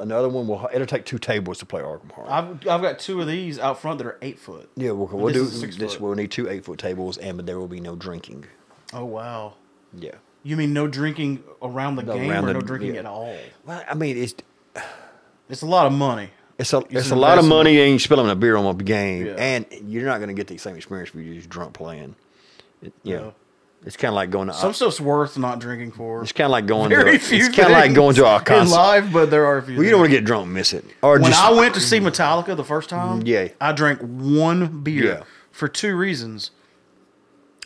[SPEAKER 2] another one. Will it'll take two tables to play Arkham Horror.
[SPEAKER 1] I've, I've got two of these out front that are eight foot.
[SPEAKER 2] yeah, we'll, we'll
[SPEAKER 1] this
[SPEAKER 2] do
[SPEAKER 1] is six
[SPEAKER 2] this.
[SPEAKER 1] foot.
[SPEAKER 2] We'll need two eight foot tables, and there will be no drinking.
[SPEAKER 1] Oh wow!
[SPEAKER 2] Yeah.
[SPEAKER 1] You mean no drinking around the
[SPEAKER 2] No,
[SPEAKER 1] game
[SPEAKER 2] around
[SPEAKER 1] or
[SPEAKER 2] the-
[SPEAKER 1] no drinking
[SPEAKER 2] yeah.
[SPEAKER 1] at all?
[SPEAKER 2] Well, I mean, it's
[SPEAKER 1] It's a lot of money.
[SPEAKER 2] it's a it's a
[SPEAKER 1] an
[SPEAKER 2] lot of
[SPEAKER 1] investment.
[SPEAKER 2] money, and you're spilling a beer on a game,
[SPEAKER 1] Yeah.
[SPEAKER 2] and you're not going to get the same experience if you're just drunk playing. It, yeah.
[SPEAKER 1] No.
[SPEAKER 2] It's kind of like going to.
[SPEAKER 1] Some stuff's worth not drinking for.
[SPEAKER 2] it's kind of like going.
[SPEAKER 1] Very
[SPEAKER 2] to,
[SPEAKER 1] few.
[SPEAKER 2] It's kind of like going to
[SPEAKER 1] things
[SPEAKER 2] our
[SPEAKER 1] in
[SPEAKER 2] concert.
[SPEAKER 1] live, but there are a few.
[SPEAKER 2] Well, you
[SPEAKER 1] things.
[SPEAKER 2] don't want to get drunk and miss it, or
[SPEAKER 1] when
[SPEAKER 2] just
[SPEAKER 1] I went to see Metallica the first time,
[SPEAKER 2] Yeah.
[SPEAKER 1] I drank one beer
[SPEAKER 2] Yeah.
[SPEAKER 1] for two reasons.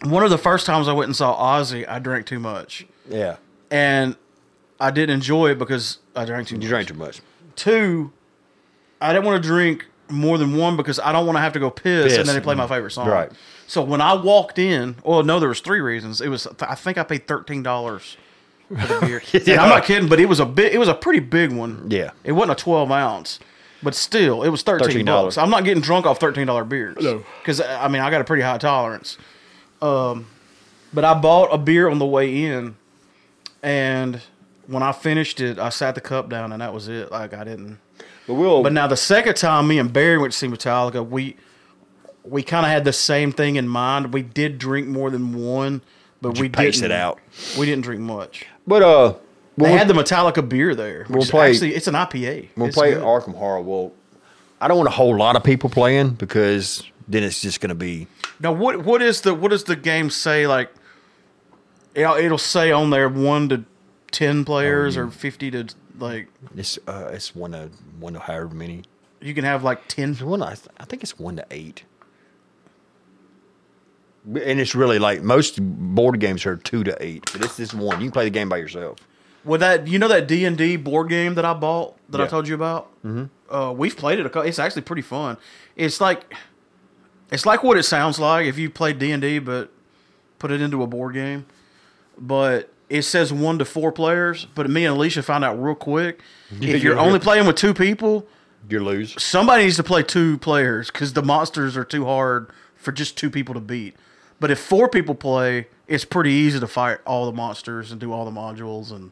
[SPEAKER 1] One of the first times I went and saw Ozzy, I drank too much,
[SPEAKER 2] yeah,
[SPEAKER 1] and I didn't enjoy it because I drank too much.
[SPEAKER 2] you drank too much.
[SPEAKER 1] Two, I didn't want to drink more than one because I don't want to have to go piss,
[SPEAKER 2] Piss. Mm-hmm.
[SPEAKER 1] and then they play my favorite song.
[SPEAKER 2] Right.
[SPEAKER 1] So when I walked in, well, no, there was three reasons. It was I think I paid thirteen dollars for the beer. And I'm not kidding, but it was a bit. It was a pretty big one.
[SPEAKER 2] Yeah.
[SPEAKER 1] It wasn't a 12 ounce, but still, it was 13
[SPEAKER 2] $13.
[SPEAKER 1] dollars. I'm not getting drunk off 13 dollar beers.
[SPEAKER 2] No.
[SPEAKER 1] Because I mean, I got a pretty high tolerance. Um, but I bought a beer on the way in, and when I finished it, I sat the cup down, and that was it. Like I didn't.
[SPEAKER 2] But we'll.
[SPEAKER 1] But now the second time me and Barry went to see Metallica, we we kind of had the same thing in mind. We did drink more than one, but we
[SPEAKER 2] pace
[SPEAKER 1] didn't
[SPEAKER 2] it out.
[SPEAKER 1] We didn't drink much.
[SPEAKER 2] but uh,
[SPEAKER 1] They
[SPEAKER 2] we'll,
[SPEAKER 1] had the Metallica beer there. Which
[SPEAKER 2] we'll
[SPEAKER 1] is
[SPEAKER 2] play-
[SPEAKER 1] Actually, it's an IPA.
[SPEAKER 2] we'll
[SPEAKER 1] It's
[SPEAKER 2] play
[SPEAKER 1] good.
[SPEAKER 2] Arkham Horror. Well, I don't want a whole lot of people playing because then it's just going to be.
[SPEAKER 1] Now, what what is the what does the game say? Like, it'll, it'll say on there one to ten players
[SPEAKER 2] Oh,
[SPEAKER 1] or fifty to like
[SPEAKER 2] It's uh, it's one to one to however many.
[SPEAKER 1] you can have like ten.
[SPEAKER 2] One, I, th- I think it's one to eight. and it's really like most board games are two to eight, but it's this one. You can play the game by yourself.
[SPEAKER 1] Well, that you know that D and D board game that I bought that I
[SPEAKER 2] Yeah.
[SPEAKER 1] told you about. Mm-hmm. Uh, we've played it. A, cou- it's actually pretty fun. It's like, it's like what it sounds like if you played D and D, but put it into a board game. But it says one to four players. But me and Alicia found out real quick if you're
[SPEAKER 2] Yeah.
[SPEAKER 1] only playing with two people,
[SPEAKER 2] You lose.
[SPEAKER 1] somebody needs to play two players because the monsters are too hard for just two people to beat. But if four people play, it's pretty easy to fight all the monsters and do all the modules and.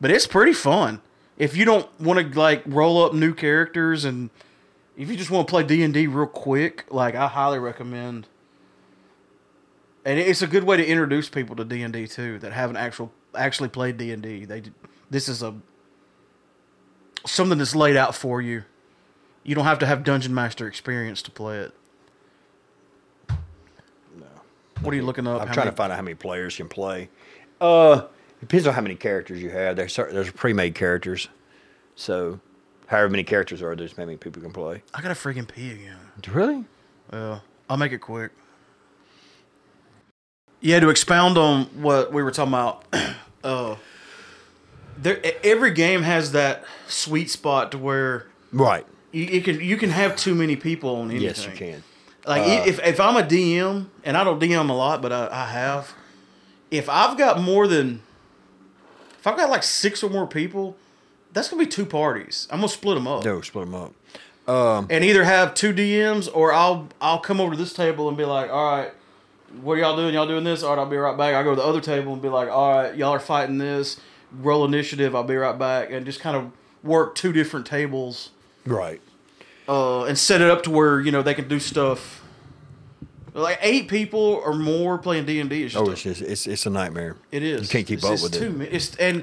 [SPEAKER 1] But it's pretty fun if you don't want to like roll up new characters and if you just want to play D and D real quick. Like I highly recommend. And it's a good way to introduce people to D and D too that haven't actual actually played D and D. They this is a something that's laid out for you you don't have to have dungeon master experience to play it. What are you looking up?
[SPEAKER 2] I'm
[SPEAKER 1] How
[SPEAKER 2] trying
[SPEAKER 1] many-
[SPEAKER 2] to find out how many players can play. Uh, depends on how many characters you have. There's cer- there's pre-made characters, so however many characters are, there's how many people can play.
[SPEAKER 1] I gotta freaking pee again.
[SPEAKER 2] Really?
[SPEAKER 1] Yeah, I'll make it quick. Yeah, to expound on what we were talking about, uh, there e- every game has that sweet spot to where
[SPEAKER 2] Right.
[SPEAKER 1] you, you can you can have too many people on anything.
[SPEAKER 2] Yes, you can. Uh,
[SPEAKER 1] Like i- if if I'm a DM and I don't DM a lot, but I, I have, if I've got more than, if I've got like six or more people, that's gonna be two parties. I'm gonna split them up
[SPEAKER 2] No, split them up.
[SPEAKER 1] and either have two DMs or I'll I'll come over to this table and be like, all right, what are y'all doing? Y'all doing this? All right, I'll be right back. I go to the other table and be like, all right, y'all are fighting this. Roll initiative. I'll be right back, and just kind of work two different tables
[SPEAKER 2] Right.
[SPEAKER 1] uh, and set it up to where you know they can do stuff. Like eight people or more playing D and D is just
[SPEAKER 2] Oh,
[SPEAKER 1] a-
[SPEAKER 2] it's just, it's it's a nightmare.
[SPEAKER 1] it is.
[SPEAKER 2] You can't keep
[SPEAKER 1] It's
[SPEAKER 2] up
[SPEAKER 1] just
[SPEAKER 2] with
[SPEAKER 1] too
[SPEAKER 2] it.
[SPEAKER 1] ma- It's and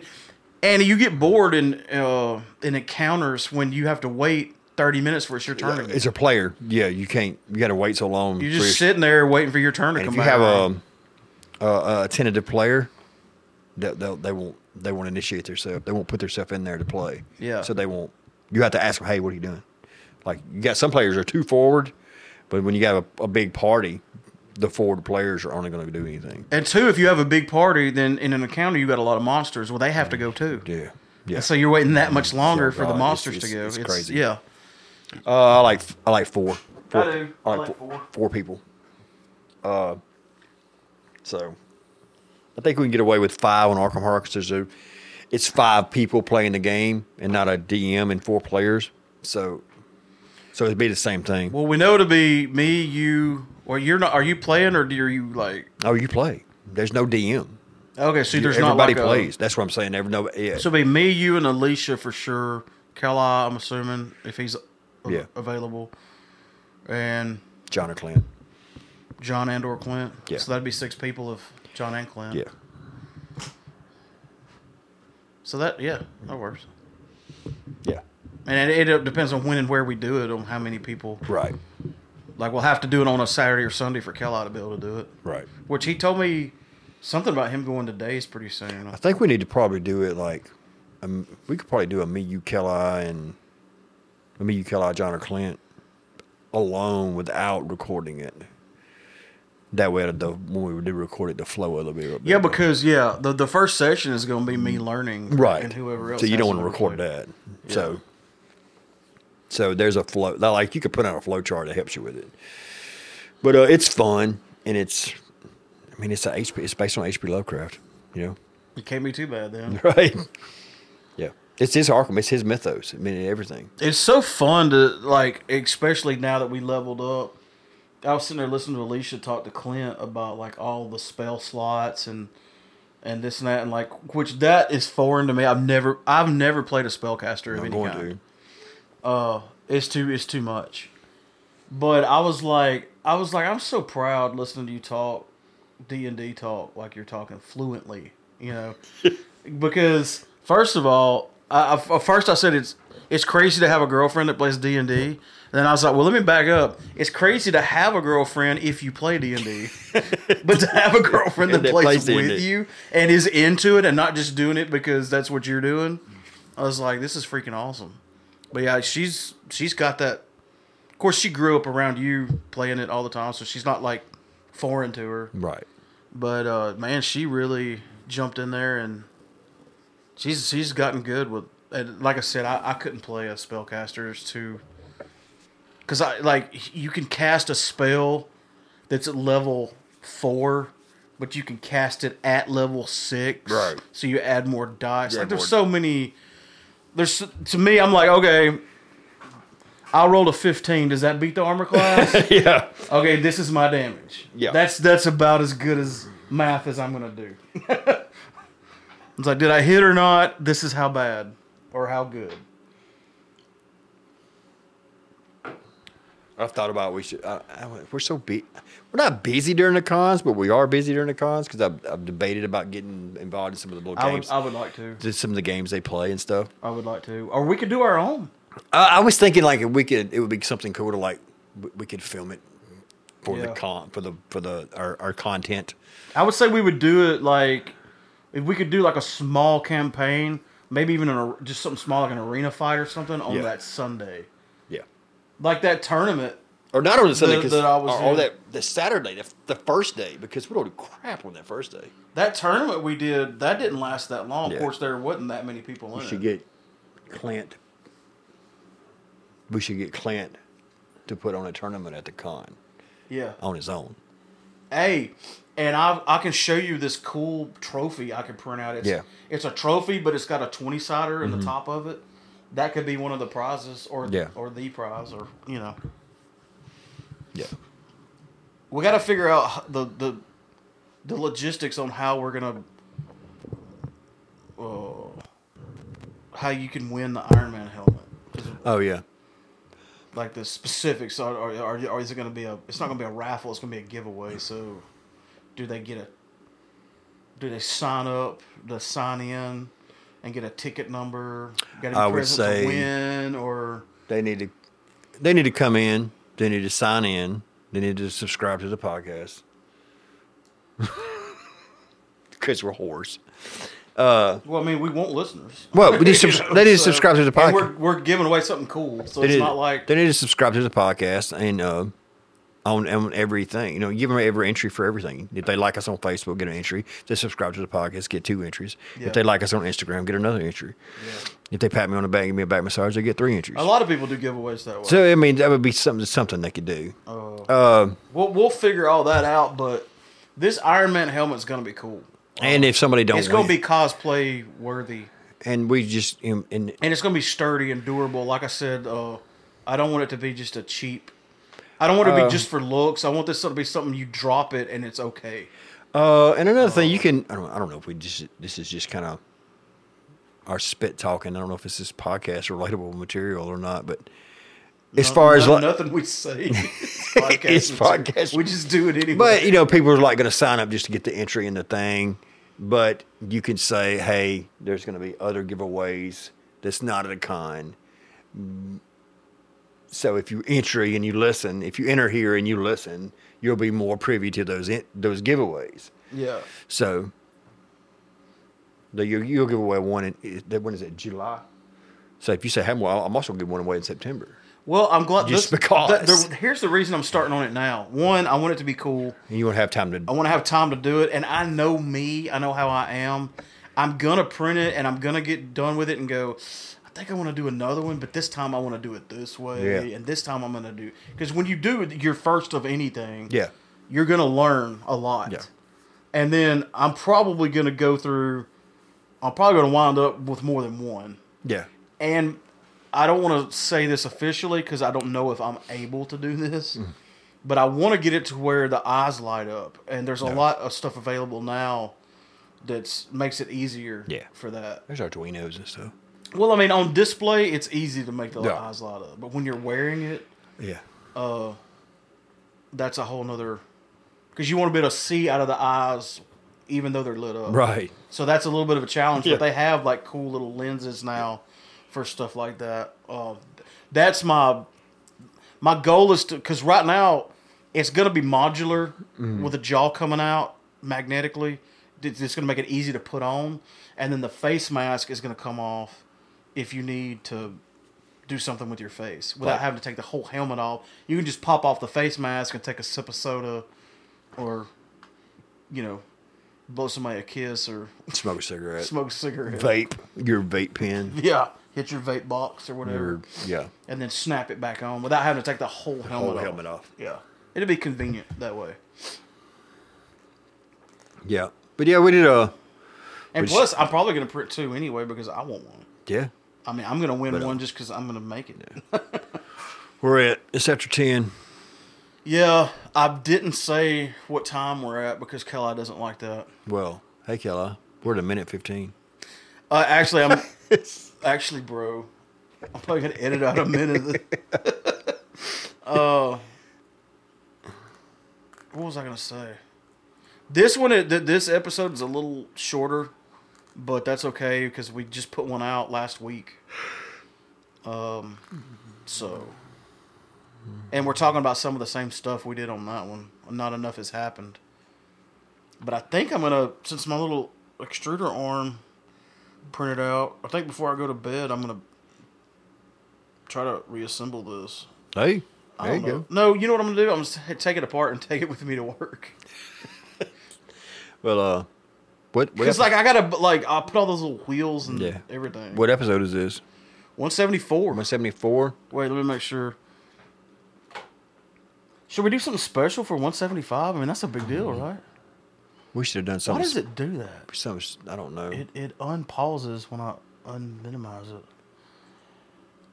[SPEAKER 1] and you get bored in uh, in encounters when you have to wait thirty minutes for it's your turn. again.
[SPEAKER 2] Uh, It's a player. Yeah, you can't. You got to wait so long.
[SPEAKER 1] You're
[SPEAKER 2] for
[SPEAKER 1] just
[SPEAKER 2] your-
[SPEAKER 1] sitting there waiting for your turn to
[SPEAKER 2] and
[SPEAKER 1] come
[SPEAKER 2] if you
[SPEAKER 1] back.
[SPEAKER 2] have
[SPEAKER 1] around.
[SPEAKER 2] a, a, a tentative player, they they'll, they won't they won't initiate themselves. They won't put themselves in there to play.
[SPEAKER 1] Yeah.
[SPEAKER 2] So they won't. You have to ask them, hey, what are you doing? Like you got some players are too forward, but when you got a, a big party, the forward players are only going to do anything.
[SPEAKER 1] and two, if you have a big party, then in an encounter you got a lot of monsters. Well, they have to go too.
[SPEAKER 2] Yeah. Mm. Yeah. Mm.
[SPEAKER 1] And so you're waiting that much longer for
[SPEAKER 2] God,
[SPEAKER 1] the
[SPEAKER 2] it's-
[SPEAKER 1] monsters
[SPEAKER 2] it's-
[SPEAKER 1] to go.
[SPEAKER 2] it's
[SPEAKER 1] It's,
[SPEAKER 2] crazy.
[SPEAKER 1] Yeah.
[SPEAKER 2] Uh, I like I like four. Four-
[SPEAKER 1] do. I like
[SPEAKER 2] four-
[SPEAKER 1] four.
[SPEAKER 2] four people. Uh, so I think we can get away with five on Arkham Horror 'cause there's a, it's five people playing the game and not a DM and four players. So, so it'd be the same thing.
[SPEAKER 1] Well, we know to be me, you, or you're not. Are you playing or do you like?
[SPEAKER 2] oh, you play. There's no DM.
[SPEAKER 1] Okay, so there's not
[SPEAKER 2] Everybody
[SPEAKER 1] like a-
[SPEAKER 2] plays. That's what I'm saying. Every no. Yeah.
[SPEAKER 1] So it'd be me, you, and Alicia for sure. Kali, I'm assuming if he's a-
[SPEAKER 2] Yeah.
[SPEAKER 1] available, and
[SPEAKER 2] John or Clint.
[SPEAKER 1] John and or Clint.
[SPEAKER 2] Yeah.
[SPEAKER 1] So that'd be six people of John and Clint.
[SPEAKER 2] Yeah.
[SPEAKER 1] So that yeah, that works.
[SPEAKER 2] Yeah.
[SPEAKER 1] And it, it depends on when and where we do it, on how many people.
[SPEAKER 2] Right.
[SPEAKER 1] Like we'll have to do it on a Saturday or Sunday for Kelly to be able to do it.
[SPEAKER 2] Right.
[SPEAKER 1] Which he told me something about him going to days pretty soon.
[SPEAKER 2] I think we need to probably do it like um, we could probably do a me you Kelly and a me you Kelly John or Clint alone without recording it. That way, the when we do record it, the flow will be a little bit.
[SPEAKER 1] Yeah, because yeah, the the first session is going to be me learning,
[SPEAKER 2] right,
[SPEAKER 1] and whoever else.
[SPEAKER 2] So you
[SPEAKER 1] has
[SPEAKER 2] don't want to
[SPEAKER 1] something
[SPEAKER 2] record
[SPEAKER 1] play.
[SPEAKER 2] that. So, so there's a flow. now, Like you could put out a flow chart that helps you with it. But uh, it's fun, and it's. I mean, it's a HP. It's based on HP Lovecraft. You know.
[SPEAKER 1] It can't be too bad then.
[SPEAKER 2] right? Yeah, it's his Arkham. It's his mythos. I mean, everything.
[SPEAKER 1] It's so fun to like, especially now that we leveled up. I was sitting there listening to Alicia talk to Clint about like all the spell slots and and this and that and like which that is foreign to me. I've never I've never played a spellcaster of
[SPEAKER 2] I'm
[SPEAKER 1] any
[SPEAKER 2] going
[SPEAKER 1] kind.
[SPEAKER 2] to.
[SPEAKER 1] uh it's too it's too much but i was like i was like i'm so proud listening to you talk d&d talk like you're talking fluently you know because first of all I, I- at first i said it's it's crazy to have a girlfriend that plays d&d then i was like well let me back up it's crazy to have a girlfriend if you play d&d but to have a girlfriend that,
[SPEAKER 2] That
[SPEAKER 1] plays,
[SPEAKER 2] plays D&D.
[SPEAKER 1] with you and is into it and not just doing it because that's what you're doing i was like this is freaking awesome but yeah, she's she's got that. Of course, she grew up around you playing it all the time, so she's not like foreign to her.
[SPEAKER 2] Right.
[SPEAKER 1] But uh, man, she really jumped in there and she's she's gotten good with. And like I said, I, I couldn't play a spellcaster. It's too because I like you can cast a spell that's at level four, but you can cast it at level six.
[SPEAKER 2] Right.
[SPEAKER 1] So you add more dice.
[SPEAKER 2] You
[SPEAKER 1] like
[SPEAKER 2] add
[SPEAKER 1] there's
[SPEAKER 2] more-
[SPEAKER 1] so many. There's to me, I'm like okay. I rolled a 15. Does that beat the armor class?
[SPEAKER 2] yeah.
[SPEAKER 1] okay, this is my damage.
[SPEAKER 2] Yeah.
[SPEAKER 1] That's that's about as good as math as I'm gonna do. it's like, did I hit or not? This is how bad or how good.
[SPEAKER 2] I've thought about we should. I, I, we're so bu- We're not busy during the cons, but we are busy during the cons because I've, I've debated about getting involved in some of the little
[SPEAKER 1] I would
[SPEAKER 2] games,
[SPEAKER 1] I would like to.
[SPEAKER 2] just some of the games they play and stuff.
[SPEAKER 1] I would like to. Or we could do our own.
[SPEAKER 2] I, I was thinking like if we could, it would be something cool to like w- we could film it for the
[SPEAKER 1] Yeah.
[SPEAKER 2] con for the for the our, our content.
[SPEAKER 1] I would say we would do it like if we could do like a small campaign, maybe even an, ar- just something small like an arena fight or something on
[SPEAKER 2] Yeah.
[SPEAKER 1] that Sunday,
[SPEAKER 2] Yeah.
[SPEAKER 1] like that tournament.
[SPEAKER 2] Or not on Sunday, 'cause-
[SPEAKER 1] that I was
[SPEAKER 2] or, or
[SPEAKER 1] in.
[SPEAKER 2] that the Saturday, the, the first day, because we don't do crap on that first day.
[SPEAKER 1] That tournament we did that didn't last that long.
[SPEAKER 2] Yeah.
[SPEAKER 1] Of course, there wasn't that many people in
[SPEAKER 2] We
[SPEAKER 1] it.
[SPEAKER 2] should get Clint. We should get Clint to put on a tournament at the con
[SPEAKER 1] yeah.
[SPEAKER 2] on his own.
[SPEAKER 1] Hey, and I I can show you this cool trophy I can print out. It's,
[SPEAKER 2] Yeah. Mm-hmm.
[SPEAKER 1] It's a trophy, but it's got a twenty sider in the top of it. That could be one of the prizes, or
[SPEAKER 2] Yeah.
[SPEAKER 1] or the prize, or you know.
[SPEAKER 2] Yeah.
[SPEAKER 1] we got to figure out h- the the the logistics on how we're gonna uh, how you can win the Iron Man helmet, 'Cause,
[SPEAKER 2] Oh yeah.
[SPEAKER 1] like the specifics. Are are, are are is it gonna be a? It's not gonna be a raffle. It's gonna be a giveaway. So, do they get a? Do they sign up? Do they sign in and get a ticket number? Got to be
[SPEAKER 2] I would
[SPEAKER 1] present
[SPEAKER 2] say-
[SPEAKER 1] to win or
[SPEAKER 2] They need to. They need to come in. They need to sign in. They need to subscribe to the podcast. Because we're whores.
[SPEAKER 1] well, I mean, we want listeners.
[SPEAKER 2] Well, we need
[SPEAKER 1] You
[SPEAKER 2] subs-
[SPEAKER 1] know,
[SPEAKER 2] they need to subscribe to the
[SPEAKER 1] and We're,
[SPEAKER 2] podcast.
[SPEAKER 1] we're giving away something cool, so
[SPEAKER 2] They
[SPEAKER 1] it's
[SPEAKER 2] need,
[SPEAKER 1] not like
[SPEAKER 2] they need to subscribe to the podcast and uh, on on everything. You know, give them every entry for everything. If they like us on Facebook, get an entry. If they subscribe to the podcast, get two entries.
[SPEAKER 1] Yeah.
[SPEAKER 2] If they like us on Instagram, get another entry.
[SPEAKER 1] Yeah.
[SPEAKER 2] If they pat me on the back, give me a back massage, they get three entries.
[SPEAKER 1] A lot of people do giveaways that way.
[SPEAKER 2] So I mean, that would be something something they could do.
[SPEAKER 1] Uh,
[SPEAKER 2] Uh,
[SPEAKER 1] we'll, we'll figure all that out, but this Iron Man helmet's gonna be cool.
[SPEAKER 2] and if somebody don't,
[SPEAKER 1] It's
[SPEAKER 2] win,
[SPEAKER 1] gonna be cosplay worthy,
[SPEAKER 2] and we just and, and
[SPEAKER 1] and it's gonna be sturdy and durable. Like I said, uh, I don't want it to be just a cheap. I don't want it to
[SPEAKER 2] Uh,
[SPEAKER 1] be just for looks. I want this to be something you drop it and it's okay.
[SPEAKER 2] Uh, and another thing, you
[SPEAKER 1] Oh.
[SPEAKER 2] can I don't I don't know if we just this is just kind of our spit talking. I don't know if this is podcast relatable material or not, but as
[SPEAKER 1] No-
[SPEAKER 2] far as
[SPEAKER 1] no-
[SPEAKER 2] like,
[SPEAKER 1] nothing we say, it's podcast
[SPEAKER 2] It's
[SPEAKER 1] material.
[SPEAKER 2] podcast.
[SPEAKER 1] We just do it anyway.
[SPEAKER 2] but you know, people are like going to sign up just to get the entry in the thing. But you can say, hey, there's going to be other giveaways that's not at a con. So if you enter and you listen, if you enter here and you listen, you'll be more privy to those in, those giveaways.
[SPEAKER 1] yeah,
[SPEAKER 2] So the, you, you'll give away one in i- that when is it July? So if you say, "Hey, well, I'm also giving one away in September,"
[SPEAKER 1] well, I'm glad
[SPEAKER 2] Just
[SPEAKER 1] this-
[SPEAKER 2] because.
[SPEAKER 1] that- there- here's the reason I'm starting on it now. One, I want it to be cool.
[SPEAKER 2] and you won't have time to.
[SPEAKER 1] I want to have time to do it, and I know me. I know how I am. I'm gonna print it, and I'm gonna get done with it, and go. I think I want to do another one, but this time I want to do it this way,
[SPEAKER 2] Yeah.
[SPEAKER 1] and this time I'm gonna do because when you do it, your first of anything,
[SPEAKER 2] Yeah,
[SPEAKER 1] you're gonna learn a lot.
[SPEAKER 2] Yeah.
[SPEAKER 1] And then I'm probably gonna go through. I'm probably gonna wind up with more than one,
[SPEAKER 2] yeah,
[SPEAKER 1] and I don't want to say this officially because I don't know if I'm able to do this,
[SPEAKER 2] Hmm.
[SPEAKER 1] but I want to get it to where the eyes light up, and there's a
[SPEAKER 2] No.
[SPEAKER 1] lot of stuff available now that's makes it easier
[SPEAKER 2] Yeah.
[SPEAKER 1] for that.
[SPEAKER 2] There's our Doritos and stuff.
[SPEAKER 1] Well, I mean, on display, it's easy to make the
[SPEAKER 2] No.
[SPEAKER 1] eyes light up, but when you're wearing it,
[SPEAKER 2] Yeah,
[SPEAKER 1] uh, that's a whole nother because you want to be able to see out of the eyes, even though they're lit up,
[SPEAKER 2] right.
[SPEAKER 1] so that's a little bit of a challenge,
[SPEAKER 2] Yeah.
[SPEAKER 1] but they have like cool little lenses now for stuff like that. Uh, that's my my goal is to because right now it's gonna be modular
[SPEAKER 2] Mm-hmm.
[SPEAKER 1] with the jaw coming out magnetically. It's it's gonna make it easy to put on, and then the face mask is gonna come off if you need to do something with your face without
[SPEAKER 2] Right.
[SPEAKER 1] having to take the whole helmet off. You can just pop off the face mask and take a sip of soda or you know, blow somebody a kiss or
[SPEAKER 2] Smoke a cigarette.
[SPEAKER 1] smoke a cigarette.
[SPEAKER 2] Vape. Your vape pen.
[SPEAKER 1] Yeah, hit your vape box or whatever,
[SPEAKER 2] Your, yeah.
[SPEAKER 1] and then snap it back on without having to take the whole helmet
[SPEAKER 2] Whole
[SPEAKER 1] off.
[SPEAKER 2] helmet off.
[SPEAKER 1] Yeah, it'd be convenient that way.
[SPEAKER 2] Yeah. But yeah, we did uh, a.
[SPEAKER 1] And
[SPEAKER 2] Which-
[SPEAKER 1] plus, I'm probably gonna print two anyway because I want one.
[SPEAKER 2] Yeah.
[SPEAKER 1] I mean, I'm gonna win
[SPEAKER 2] But, uh,
[SPEAKER 1] one just because I'm gonna make it.
[SPEAKER 2] We're at. It's after 10.
[SPEAKER 1] Yeah, I didn't say what time we're at because Kelly doesn't like that.
[SPEAKER 2] Well, hey, Kelly. We're at a minute 15.
[SPEAKER 1] Uh, actually, I'm actually, bro. I'm probably gonna edit out a minute. Of this. uh, what was I gonna say? This one, it- th- this episode is a little shorter, but that's okay because we just put one out last week. Um, so, and we're talking about some of the same stuff we did on that one. Not enough has happened, but I think I'm gonna since my little extruder arm print it out. I think before I go to bed, I'm gonna try to reassemble this.
[SPEAKER 2] Hey.
[SPEAKER 1] I
[SPEAKER 2] There
[SPEAKER 1] don't
[SPEAKER 2] you
[SPEAKER 1] know.
[SPEAKER 2] go.
[SPEAKER 1] No, you know what I'm gonna do? I'm gonna s- take it apart and take it with me to work.
[SPEAKER 2] Well, uh, what what,
[SPEAKER 1] Because
[SPEAKER 2] epi-
[SPEAKER 1] like I gotta like I'll put all those little wheels and
[SPEAKER 2] Yeah.
[SPEAKER 1] everything.
[SPEAKER 2] what episode is this?
[SPEAKER 1] 174.
[SPEAKER 2] One seventy four.
[SPEAKER 1] Wait, let me make sure. Should we do something special for 175? I mean, that's a big deal,
[SPEAKER 2] Mm-hmm.
[SPEAKER 1] right?
[SPEAKER 2] We should have done something.
[SPEAKER 1] Why does
[SPEAKER 2] s-
[SPEAKER 1] it do that?
[SPEAKER 2] Something. s- I don't know.
[SPEAKER 1] It it unpauses when I unminimize it.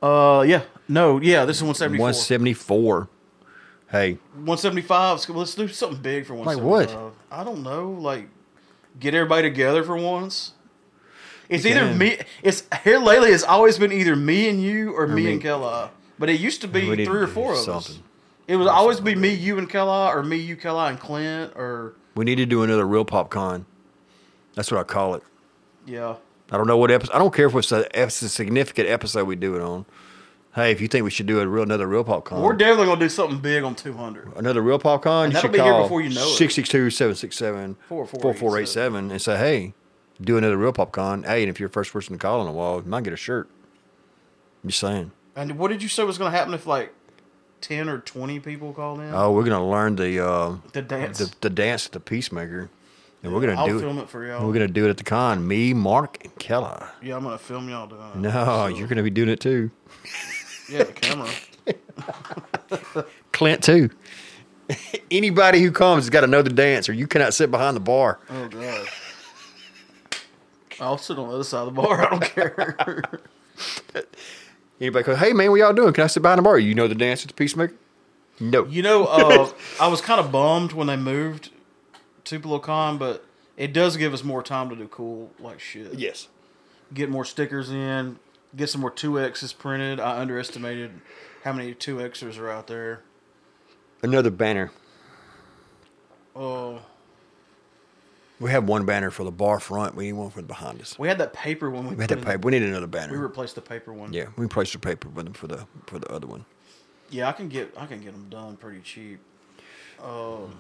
[SPEAKER 1] Uh, yeah, no, yeah, this is 174.
[SPEAKER 2] One seventy four. Hey,
[SPEAKER 1] 175. so Let's do something big for
[SPEAKER 2] Like what?
[SPEAKER 1] 175. I don't know. Like, get everybody together for once. It's either
[SPEAKER 2] Again.
[SPEAKER 1] me. It's here lately. It's always been either me and you or, me,
[SPEAKER 2] me.
[SPEAKER 1] and Kella. But it used to be
[SPEAKER 2] We need
[SPEAKER 1] three
[SPEAKER 2] to
[SPEAKER 1] or
[SPEAKER 2] do
[SPEAKER 1] four of us.
[SPEAKER 2] something.
[SPEAKER 1] It would always be me, you, and Kella, or me, you, Kella, and Clint, or
[SPEAKER 2] we need to do another real pop con. That's what I call it.
[SPEAKER 1] yeah.
[SPEAKER 2] I don't know what episode. I don't care if it's a, if it's a significant episode we do it on. Hey, if you think we should do a real another real pop con,
[SPEAKER 1] We're definitely gonna do something big on 200.
[SPEAKER 2] another real pop con,
[SPEAKER 1] And
[SPEAKER 2] you
[SPEAKER 1] that'll
[SPEAKER 2] should
[SPEAKER 1] be here
[SPEAKER 2] call
[SPEAKER 1] before you know it.
[SPEAKER 2] 662-767-4487 and say, hey, do another real pop con. Hey, and if you're the first person to call in a while, you might get a shirt. I'm just saying.
[SPEAKER 1] And what did you say was gonna happen if like 10 or 20 people called in?
[SPEAKER 2] Oh, we're gonna learn the uh,
[SPEAKER 1] The dance.
[SPEAKER 2] the, the dance of the peacemaker, and we're gonna
[SPEAKER 1] I'll
[SPEAKER 2] do it.
[SPEAKER 1] film it for y'all.
[SPEAKER 2] We're gonna do it at the con. Me, Mark, and Kella.
[SPEAKER 1] yeah, I'm gonna film y'all doing it.
[SPEAKER 2] No,
[SPEAKER 1] So-
[SPEAKER 2] you're gonna be doing it too.
[SPEAKER 1] Yeah, the camera.
[SPEAKER 2] Clint too. Anybody who comes has got to know the dance, or you cannot sit behind the bar.
[SPEAKER 1] Oh god. I'll sit on the other side of the bar. I don't care.
[SPEAKER 2] Anybody goes, hey man, what y'all doing? Can I sit behind the bar? You know the dance with the peacemaker? No.
[SPEAKER 1] you know, uh, I was kind of bummed when they moved Tupelo Con, but it does give us more time to do cool like shit.
[SPEAKER 2] yes.
[SPEAKER 1] Get more stickers in. Get some more two X's printed. I underestimated how many two Xers are out there.
[SPEAKER 2] Another banner.
[SPEAKER 1] Oh,
[SPEAKER 2] We have one banner for the bar front. We need one for the behind us.
[SPEAKER 1] we had that paper one. We,
[SPEAKER 2] We
[SPEAKER 1] put
[SPEAKER 2] had that
[SPEAKER 1] in-
[SPEAKER 2] paper. We need another banner.
[SPEAKER 1] Mm-hmm. We replaced the paper one.
[SPEAKER 2] yeah, we placed the paper with them for the for the other one.
[SPEAKER 1] Yeah, I can get I can get them done pretty cheap. Um,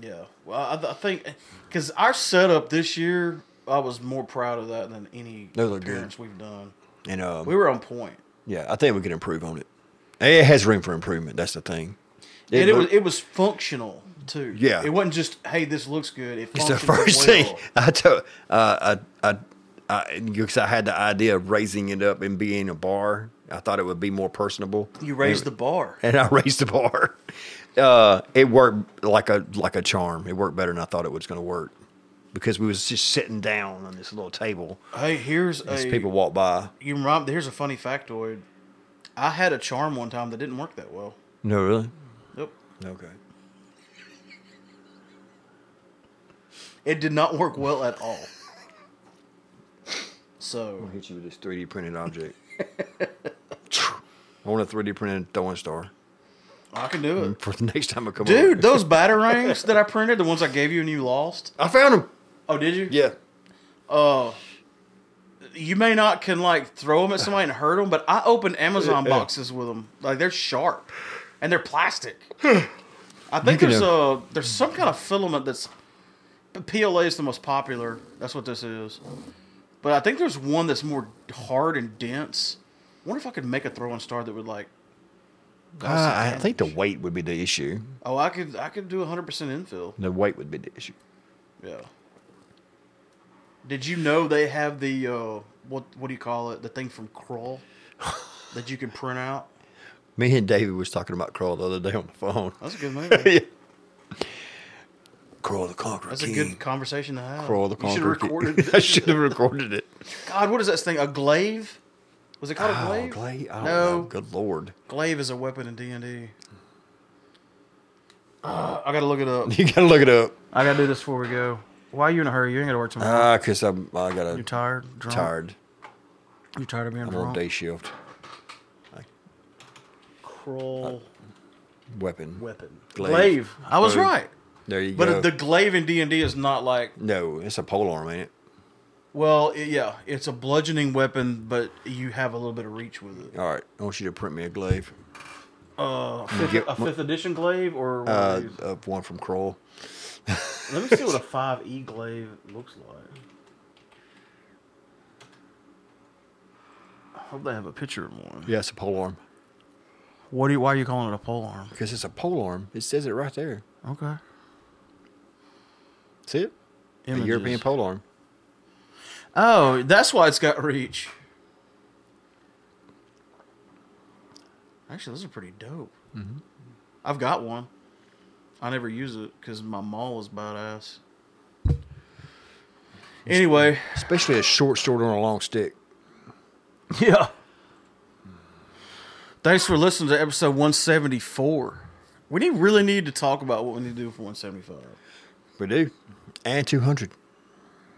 [SPEAKER 1] yeah, well, I, I think because our setup this year, I was more proud of that than any
[SPEAKER 2] They look good.
[SPEAKER 1] appearance we've done.
[SPEAKER 2] And um,
[SPEAKER 1] We were on point,
[SPEAKER 2] Yeah, I think we can improve on it. It has room for improvement. That's the thing. It
[SPEAKER 1] and it
[SPEAKER 2] look-
[SPEAKER 1] was it was functional too.
[SPEAKER 2] Yeah.
[SPEAKER 1] it wasn't just hey, this looks good. It
[SPEAKER 2] it's the
[SPEAKER 1] functioned well.
[SPEAKER 2] first thing I told. Uh, I, I, I, because I had the idea of raising it up and being a bar. I thought it would be more personable.
[SPEAKER 1] You raised the
[SPEAKER 2] and,
[SPEAKER 1] bar.
[SPEAKER 2] and I raised the bar. Uh, it worked like a like a charm. It worked better than I thought it was going to work because we was just sitting down on this little table
[SPEAKER 1] Hey, here's
[SPEAKER 2] as
[SPEAKER 1] a
[SPEAKER 2] people walked by.
[SPEAKER 1] you remind, here's a funny factoid. I had a charm one time that didn't work that well.
[SPEAKER 2] No, really.
[SPEAKER 1] Nope.
[SPEAKER 2] Okay.
[SPEAKER 1] It did not work well at all. So
[SPEAKER 2] I'll hit you with this 3D printed object. I want a 3D printed throwing star.
[SPEAKER 1] I can do it.
[SPEAKER 2] for the next time I come
[SPEAKER 1] Dude,
[SPEAKER 2] over.
[SPEAKER 1] those batarangs that I printed, the ones I gave you and you lost.
[SPEAKER 2] I found him.
[SPEAKER 1] Oh, did you?
[SPEAKER 2] Yeah.
[SPEAKER 1] Uh, you may not can like throw them at somebody and hurt them, but I open Amazon
[SPEAKER 2] Yeah.
[SPEAKER 1] boxes with them. Like they're sharp, and they're plastic. I think
[SPEAKER 2] can,
[SPEAKER 1] there's
[SPEAKER 2] uh,
[SPEAKER 1] a there's some kind of filament that's PLA is the most popular. That's what this is. But I think there's one that's more hard and dense. I wonder if I could make a throwing star that would like
[SPEAKER 2] Uh, I think the weight would be the issue.
[SPEAKER 1] Oh, I could I could do 100% infill.
[SPEAKER 2] The weight would be the issue.
[SPEAKER 1] Yeah. Did you know they have the uh, what what do you call it? The thing from Crawl that you can print out.
[SPEAKER 2] Me and David was talking about Crawl the other day on the phone.
[SPEAKER 1] That's a good movie.
[SPEAKER 2] Crawl the Conqueror
[SPEAKER 1] That's a
[SPEAKER 2] King.
[SPEAKER 1] good conversation to have.
[SPEAKER 2] Crawl the
[SPEAKER 1] you should
[SPEAKER 2] Conqueror
[SPEAKER 1] have
[SPEAKER 2] King.
[SPEAKER 1] recorded.
[SPEAKER 2] I
[SPEAKER 1] This.
[SPEAKER 2] should have recorded it.
[SPEAKER 1] God, what is this thing? A glaive? Was it called a glaive?
[SPEAKER 2] Clay. Oh,
[SPEAKER 1] No.
[SPEAKER 2] Good lord.
[SPEAKER 1] Glaive is a weapon in D and D. Uh, I gotta look it up.
[SPEAKER 2] You gotta look it up.
[SPEAKER 1] I gotta do this before we go. Why are you in a hurry? You ain't gotta work tomorrow.
[SPEAKER 2] Ah, cause I'm. I got
[SPEAKER 1] you
[SPEAKER 2] a
[SPEAKER 1] tired? Drunk?
[SPEAKER 2] tired.
[SPEAKER 1] You tired of being
[SPEAKER 2] I'm on
[SPEAKER 1] drunk?
[SPEAKER 2] day shift.
[SPEAKER 1] Crawl
[SPEAKER 2] Weapon.
[SPEAKER 1] weapon.
[SPEAKER 2] Glaive.
[SPEAKER 1] Glaive. I was
[SPEAKER 2] Glaive.
[SPEAKER 1] right.
[SPEAKER 2] There you
[SPEAKER 1] But
[SPEAKER 2] go.
[SPEAKER 1] the glaive in D and D is not like
[SPEAKER 2] no, it's a pole arm, ain't it?
[SPEAKER 1] well, it- yeah, it's a bludgeoning weapon, but you have a little bit of reach with it.
[SPEAKER 2] All right. I want you to print me a glaive.
[SPEAKER 1] Uh, fifth,
[SPEAKER 2] get
[SPEAKER 1] a
[SPEAKER 2] my-
[SPEAKER 1] fifth edition glaive or one
[SPEAKER 2] Uh,
[SPEAKER 1] of these?
[SPEAKER 2] of one from Kroll.
[SPEAKER 1] let me see what a five E glaive looks like. I hope they have a picture of one.
[SPEAKER 2] Yeah, it's a pole arm.
[SPEAKER 1] What do you, why are you calling it a pole arm?
[SPEAKER 2] Because it's a pole arm. It says it right there.
[SPEAKER 1] Okay.
[SPEAKER 2] See it? A European
[SPEAKER 1] Images.
[SPEAKER 2] pole arm.
[SPEAKER 1] Oh, that's why it's got reach. Actually, those are pretty dope. Mm-hmm. I've got one. I never use it because my maul is badass. Anyway,
[SPEAKER 2] Especially a short sword on a long stick.
[SPEAKER 1] yeah. Thanks for listening to episode 174. We need, really need to talk about what we need to do for 175.
[SPEAKER 2] We do. And 200.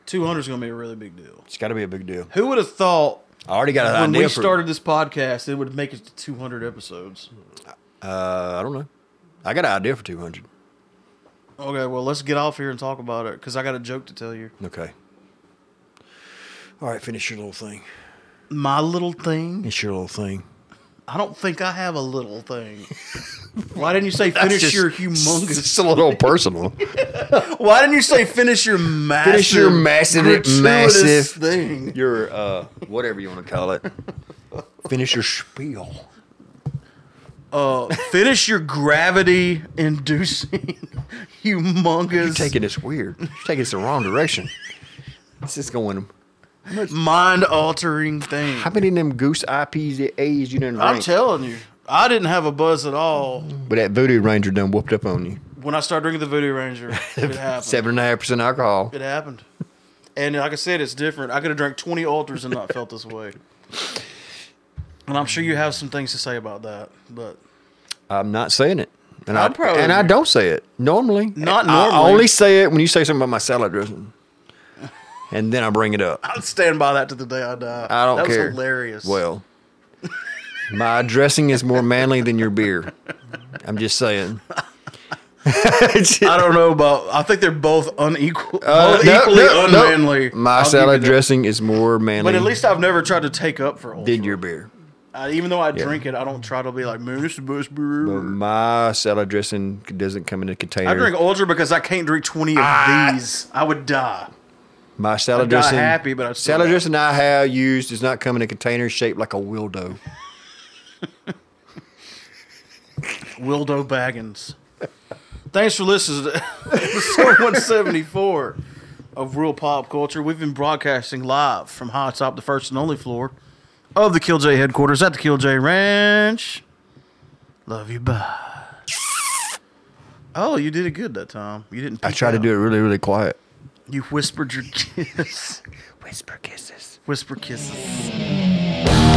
[SPEAKER 1] 200 is going to be a really big deal.
[SPEAKER 2] It's got to be a big deal.
[SPEAKER 1] Who would have thought
[SPEAKER 2] I already got an
[SPEAKER 1] when
[SPEAKER 2] idea
[SPEAKER 1] we
[SPEAKER 2] for-
[SPEAKER 1] started this podcast it would make it to 200 episodes?
[SPEAKER 2] Uh, I don't know. I got an idea for 200.
[SPEAKER 1] Okay, well, let's get off here and talk about it because I got a joke to tell you.
[SPEAKER 2] Okay. All right, finish your little thing.
[SPEAKER 1] My little thing.
[SPEAKER 2] Finish your little thing.
[SPEAKER 1] I don't think I have a little thing. Why didn't you say finish
[SPEAKER 2] That's just-
[SPEAKER 1] your humongous?
[SPEAKER 2] It's a little personal.
[SPEAKER 1] Why didn't you say finish your massive?
[SPEAKER 2] Finish your massive-
[SPEAKER 1] gratuitous
[SPEAKER 2] massive-
[SPEAKER 1] thing.
[SPEAKER 2] your uh, whatever you want to call it. Finish your spiel.
[SPEAKER 1] Uh, finish your gravity-inducing
[SPEAKER 2] You're
[SPEAKER 1] humongous
[SPEAKER 2] taking this weird. You're taking this the wrong direction. It's just going.
[SPEAKER 1] mind-altering thing.
[SPEAKER 2] How many of them goose IPs at A's you done
[SPEAKER 1] I'm
[SPEAKER 2] rank?
[SPEAKER 1] telling you, I didn't have a buzz at all
[SPEAKER 2] but that Voodoo Ranger done whooped up on you.
[SPEAKER 1] when I started drinking the Voodoo Ranger. It happened.
[SPEAKER 2] Seven and a half percent alcohol.
[SPEAKER 1] It happened. And like I said, it's different. I could have drank 20 alters and not felt this way. And I'm sure you have some things to say about that, but
[SPEAKER 2] I'm not saying it. And I
[SPEAKER 1] I'd probably-
[SPEAKER 2] and I don't say it normally.
[SPEAKER 1] Not
[SPEAKER 2] I
[SPEAKER 1] normally.
[SPEAKER 2] only say it when you say something about my salad dressing, and then I bring it up.
[SPEAKER 1] I'd stand by that to the day I die.
[SPEAKER 2] I don't
[SPEAKER 1] that
[SPEAKER 2] care.
[SPEAKER 1] was hilarious.
[SPEAKER 2] Well, my dressing is more manly than your beer. I'm just saying.
[SPEAKER 1] I don't know about. I think they're both unequal,
[SPEAKER 2] Uh,
[SPEAKER 1] both
[SPEAKER 2] no,
[SPEAKER 1] equally
[SPEAKER 2] no, no.
[SPEAKER 1] unmanly. I'll
[SPEAKER 2] My
[SPEAKER 1] give you
[SPEAKER 2] salad
[SPEAKER 1] that.
[SPEAKER 2] dressing is more manly
[SPEAKER 1] But at least I've never tried to take up for ultra.
[SPEAKER 2] than your beer.
[SPEAKER 1] I, even though I drink it, I don't try to be like, man, it's the best beer.
[SPEAKER 2] But
[SPEAKER 1] ever."
[SPEAKER 2] my salad dressing doesn't come in a container.
[SPEAKER 1] I drink ultra because I can't drink 20 of these. I would die.
[SPEAKER 2] my salad
[SPEAKER 1] I'm not
[SPEAKER 2] dressing.
[SPEAKER 1] happy, but I'm still
[SPEAKER 2] salad
[SPEAKER 1] happy.
[SPEAKER 2] dressing I have used does not come in a container shaped like a wildo.
[SPEAKER 1] Wildo Baggins. Thanks for listening to episode 174 of Real Pop Culture. We've been broadcasting live from high atop the first and only floor of the Kill J headquarters at the Kill J Ranch. Love you, bye. Oh, you did it good that time. You didn't.
[SPEAKER 2] I try to do it really, really quiet.
[SPEAKER 1] You whispered your kiss.
[SPEAKER 2] Whisper kisses.
[SPEAKER 1] Whisper kisses.